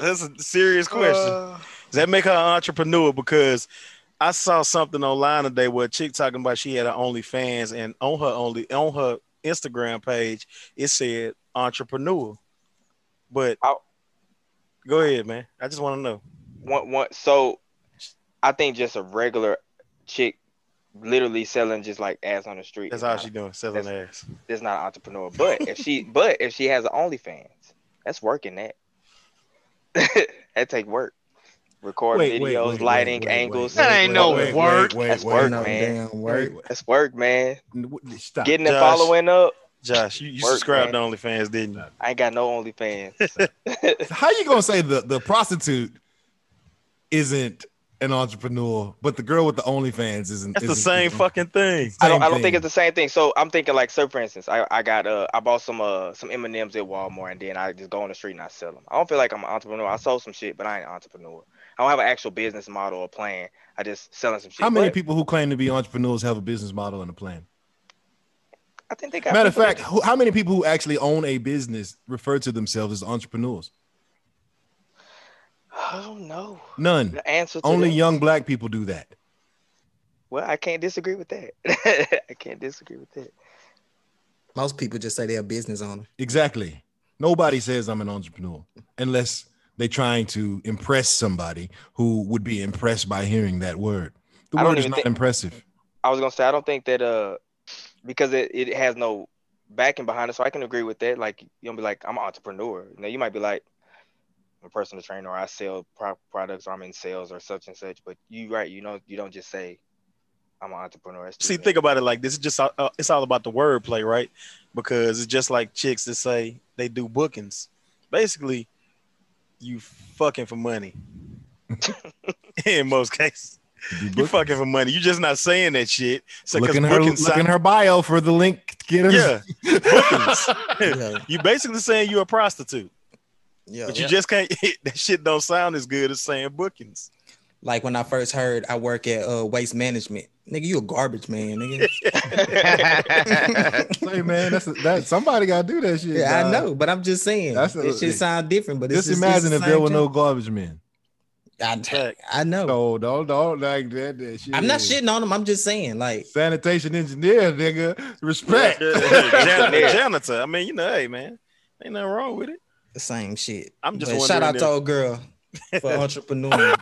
Speaker 4: That's a serious question.
Speaker 3: Uh.
Speaker 4: Does that make her an entrepreneur? Because I saw something online today where a chick talking about she had her OnlyFans and on her only on her Instagram page it said entrepreneur. But go ahead, man. I just want to know.
Speaker 3: one one so I think just a regular chick literally selling just like ass on the street.
Speaker 4: That's
Speaker 3: is
Speaker 4: all
Speaker 3: not-
Speaker 4: she doing, selling ass.
Speaker 3: That's not an entrepreneur. But if she but if she has an OnlyFans, that's working that. that take work. Record videos,
Speaker 8: Wait, wait, wait,
Speaker 3: lighting,
Speaker 8: wait, wait,
Speaker 3: angles.
Speaker 8: wait, That ain't wait, no wait, work. wait, wait,
Speaker 3: that's
Speaker 8: wait,
Speaker 3: work,
Speaker 8: no
Speaker 3: man.
Speaker 8: damn work.
Speaker 3: That's work, man.
Speaker 2: Stop.
Speaker 3: Getting and
Speaker 4: Josh.
Speaker 3: following up.
Speaker 4: Josh, you, you
Speaker 3: Work,
Speaker 4: subscribed
Speaker 3: man.
Speaker 4: to OnlyFans, didn't you?
Speaker 3: I ain't got no OnlyFans.
Speaker 2: How you gonna say the, the prostitute isn't an entrepreneur, but the girl with the OnlyFans isn't?
Speaker 4: That's the
Speaker 2: isn't-
Speaker 4: same fucking thing.
Speaker 3: I don't, I
Speaker 2: Same
Speaker 3: don't think
Speaker 2: thing.
Speaker 3: it's the same thing. So I'm thinking like, so for instance, I, I got uh I bought some uh some M and M's at Walmart and then I just go on the street and I sell them. I don't feel like I'm an entrepreneur. I sold some shit, but I ain't an entrepreneur. I don't have an actual business model or plan. I just selling some shit.
Speaker 2: How many
Speaker 3: But
Speaker 2: people who claim to be entrepreneurs have a business model and a plan?
Speaker 3: I think they got
Speaker 2: Matter of
Speaker 3: people that-
Speaker 2: fact, who, how many people who actually own a business refer to themselves as entrepreneurs?
Speaker 3: I don't know.
Speaker 2: None.
Speaker 3: The answer to
Speaker 2: Only
Speaker 3: that-
Speaker 2: young black people do that.
Speaker 3: Well, I can't disagree with that. I can't disagree with that.
Speaker 5: Most people just say they're a business owner.
Speaker 2: Exactly. Nobody says I'm an entrepreneur unless they're trying to impress somebody who would be impressed by hearing that word. The
Speaker 3: I don't
Speaker 2: word is
Speaker 3: even
Speaker 2: not
Speaker 3: think-
Speaker 2: impressive.
Speaker 3: I was gonna say I don't think that uh because it, it has no backing behind it, so I can agree with that. Like you'll be like, I'm an entrepreneur. Now you might be like I'm a personal trainer, or I sell pro- products, or I'm in sales, or such and such. But you right, you know, you don't just say I'm an entrepreneur. That's
Speaker 4: See, think about it like this: is just uh, it's all about the wordplay, right? Because it's just like chicks that say they do bookings. Basically, you fucking for money. In most cases, you fucking for money. You're just not saying that shit. So, 'cause
Speaker 2: look in her,
Speaker 4: bookings
Speaker 2: look in
Speaker 4: sound-
Speaker 2: her bio for the link. Get her.
Speaker 4: Yeah. bookings. you basically saying you're a prostitute.
Speaker 5: Yeah.
Speaker 4: But you
Speaker 5: Yeah.
Speaker 4: just can't. that shit don't sound as good as saying bookings.
Speaker 5: Like when I first heard I work at uh, waste management, nigga, you a garbage man, nigga.
Speaker 2: hey man, that's that somebody gotta do that shit.
Speaker 5: Yeah, I
Speaker 2: dog.
Speaker 5: know, but I'm just saying
Speaker 2: That's a-
Speaker 5: it should sound different. But it's
Speaker 2: Just imagine
Speaker 5: it's
Speaker 2: if
Speaker 5: the
Speaker 2: there
Speaker 5: same
Speaker 2: were no
Speaker 5: job.
Speaker 2: garbage men.
Speaker 5: I, I know.
Speaker 2: No, don't don't like that. that shit
Speaker 5: I'm not
Speaker 2: is-
Speaker 5: shitting on them. I'm just saying, like
Speaker 2: sanitation engineer, nigga. Respect.
Speaker 4: Yeah, yeah, yeah. janitor, janitor. I mean, you know, hey man, ain't nothing wrong with it.
Speaker 5: the same shit.
Speaker 4: I'm just
Speaker 5: But shout out
Speaker 4: wondering
Speaker 5: to
Speaker 4: if-
Speaker 5: old girl for entrepreneur.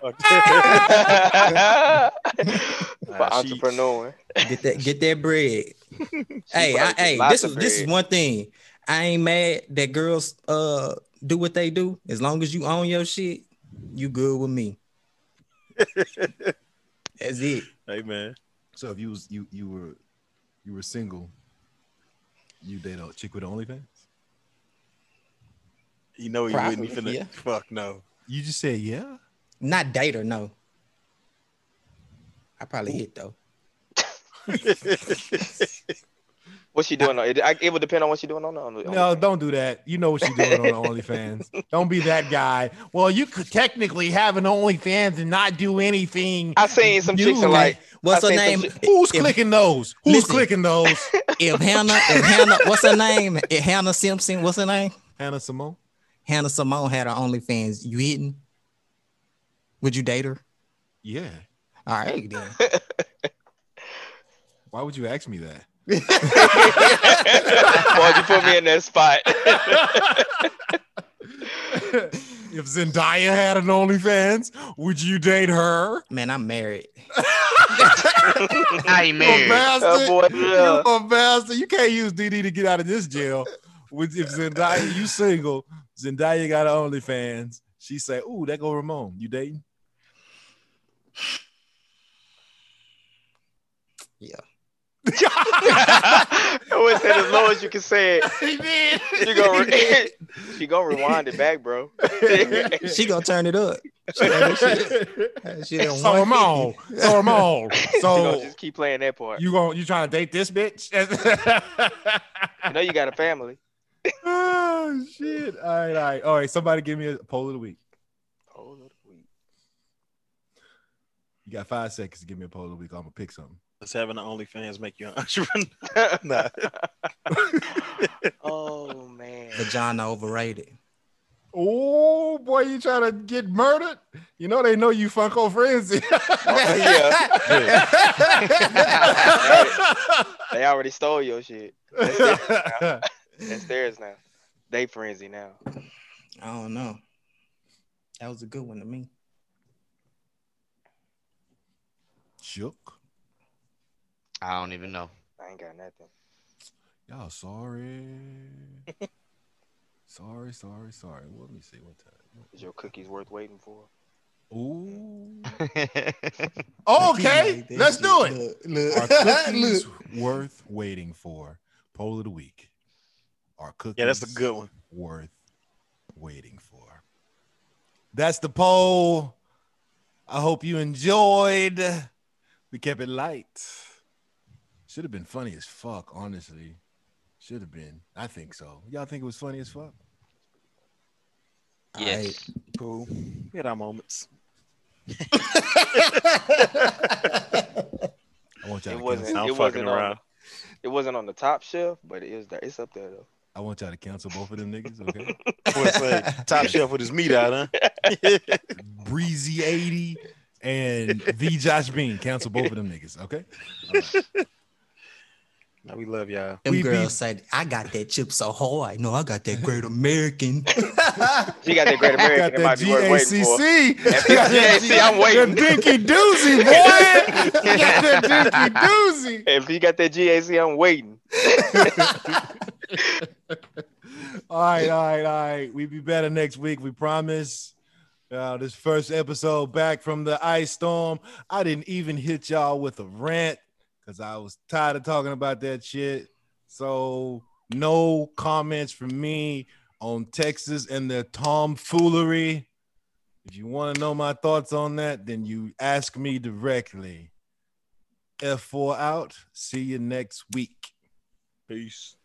Speaker 3: for entrepreneur.
Speaker 5: Get that get that bread. hey, I,
Speaker 3: probably get
Speaker 5: hey,
Speaker 3: lots
Speaker 5: this
Speaker 3: of
Speaker 5: is this is
Speaker 3: bread.
Speaker 5: one thing. I ain't mad that girls uh do what they do. As long as you own your shit, you good with me. That's it.
Speaker 4: Hey man.
Speaker 2: So if you was you you were you were single, you date a chick with OnlyFans?
Speaker 4: You know he wouldn't. He
Speaker 5: Probably,
Speaker 4: finna
Speaker 5: yeah.
Speaker 4: fuck no.
Speaker 2: You just said yeah.
Speaker 5: Not date or no. I probably hit though.
Speaker 3: What's she doing? on- It, I, it would depend on what she doing on the. On the
Speaker 4: Oh.
Speaker 2: No, don't do that. You know what you're doing on OnlyFans. Don't be that guy. Well, you could technically have an OnlyFans and not do anything.
Speaker 3: I seen some chicks are like-
Speaker 5: What's I her seen some name? chi-
Speaker 2: Who's
Speaker 5: if-
Speaker 2: clicking those? Who's
Speaker 5: Listen.
Speaker 2: clicking those?
Speaker 5: If Hannah, if Hannah, what's her name? If Hannah Simpson, what's her name?
Speaker 2: Hannah Simone.
Speaker 5: Hannah Simone had her OnlyFans. You hitting? Would you date her?
Speaker 2: Yeah.
Speaker 5: All right then.
Speaker 2: Why would you ask me that?
Speaker 3: Why'd you put me in that spot?
Speaker 2: If Zendaya had an OnlyFans, would you date her?
Speaker 5: Man, I'm married.
Speaker 8: I ain't
Speaker 2: You
Speaker 8: married.
Speaker 2: a bastard.
Speaker 8: Oh, boy, yeah.
Speaker 2: You a bastard. You can't use DD to get out of this jail. With if Zendaya, you single, Zendaya got her OnlyFans. She say, "Ooh, that go Ramon. You dating?
Speaker 5: Yeah.
Speaker 3: I would say as low as you can say it.
Speaker 2: He did.
Speaker 3: She gonna re- she gonna rewind it back, bro.
Speaker 5: she gonna turn it up. She gonna- she- she done
Speaker 2: So
Speaker 5: won.
Speaker 2: Ramon, so Ramon,
Speaker 3: She gonna
Speaker 2: so
Speaker 3: just keep playing that part.
Speaker 2: you going you trying to date this bitch?
Speaker 3: You know you got a family.
Speaker 2: oh shit! All right, all right, all right. Somebody give me a poll of the week.
Speaker 3: Poll of the week.
Speaker 2: You got five seconds to give me a poll of the week. I'm gonna pick something.
Speaker 4: Does having an OnlyFans make you an entrepreneur? nah.
Speaker 3: Oh man.
Speaker 5: Vagina overrated.
Speaker 2: Oh boy, you trying to get murdered? You know they know you Funko Frenzy. Oh,
Speaker 3: They already stole your shit. That's theirs now. That's theirs now. They frenzy now.
Speaker 5: I don't know. That was a good one to me.
Speaker 2: Shook.
Speaker 8: I don't even know.
Speaker 3: I ain't got nothing.
Speaker 2: Y'all sorry. sorry, sorry, sorry. Well, let me see what time.
Speaker 3: Is your cookies worth waiting for?
Speaker 2: Ooh.
Speaker 5: Okay,
Speaker 2: Oh, let's do it. Are cookies
Speaker 5: Look.
Speaker 2: worth waiting for? Poll of the week. Are cookies
Speaker 4: Yeah, that's a good one.
Speaker 2: worth waiting for? That's the poll. I hope you enjoyed. We kept it light. Should have been funny as fuck, honestly. Should have been. I think so. Y'all think it was funny as fuck?
Speaker 4: Yes. Cool. We had our moments.
Speaker 2: I want y'all to
Speaker 3: It wasn't.
Speaker 2: cancel.
Speaker 3: It wasn't on. It wasn't on the top shelf, but it was there. It's up there though.
Speaker 2: I want y'all to cancel both of them niggas, okay?
Speaker 4: Boy, say, top shelf with his meat out, huh?
Speaker 2: Breezy 80 and the Josh Bean. Cancel both of them niggas, okay? All right.
Speaker 4: No, we love y'all.
Speaker 5: Them girls said, "I got that chip so hard. No, I got that great American."
Speaker 3: She got that
Speaker 5: Got
Speaker 3: great American.
Speaker 5: that
Speaker 3: it might be worth waiting for.
Speaker 5: GACC.
Speaker 3: That
Speaker 5: Got that
Speaker 3: GACC, I'm waiting.
Speaker 2: dinky doozy, boy. Got that dinky doozy.
Speaker 3: If you got that GAC, I'm waiting.
Speaker 2: All right, all right, all right. We be better next week. We promise. Uh, this first episode back from the ice storm. I didn't even hit y'all with a rant because I was tired of talking about that shit. So no comments from me on Texas and their tomfoolery. If you want to know my thoughts on that, then you ask me directly. F4 out. See you next week.
Speaker 4: Peace.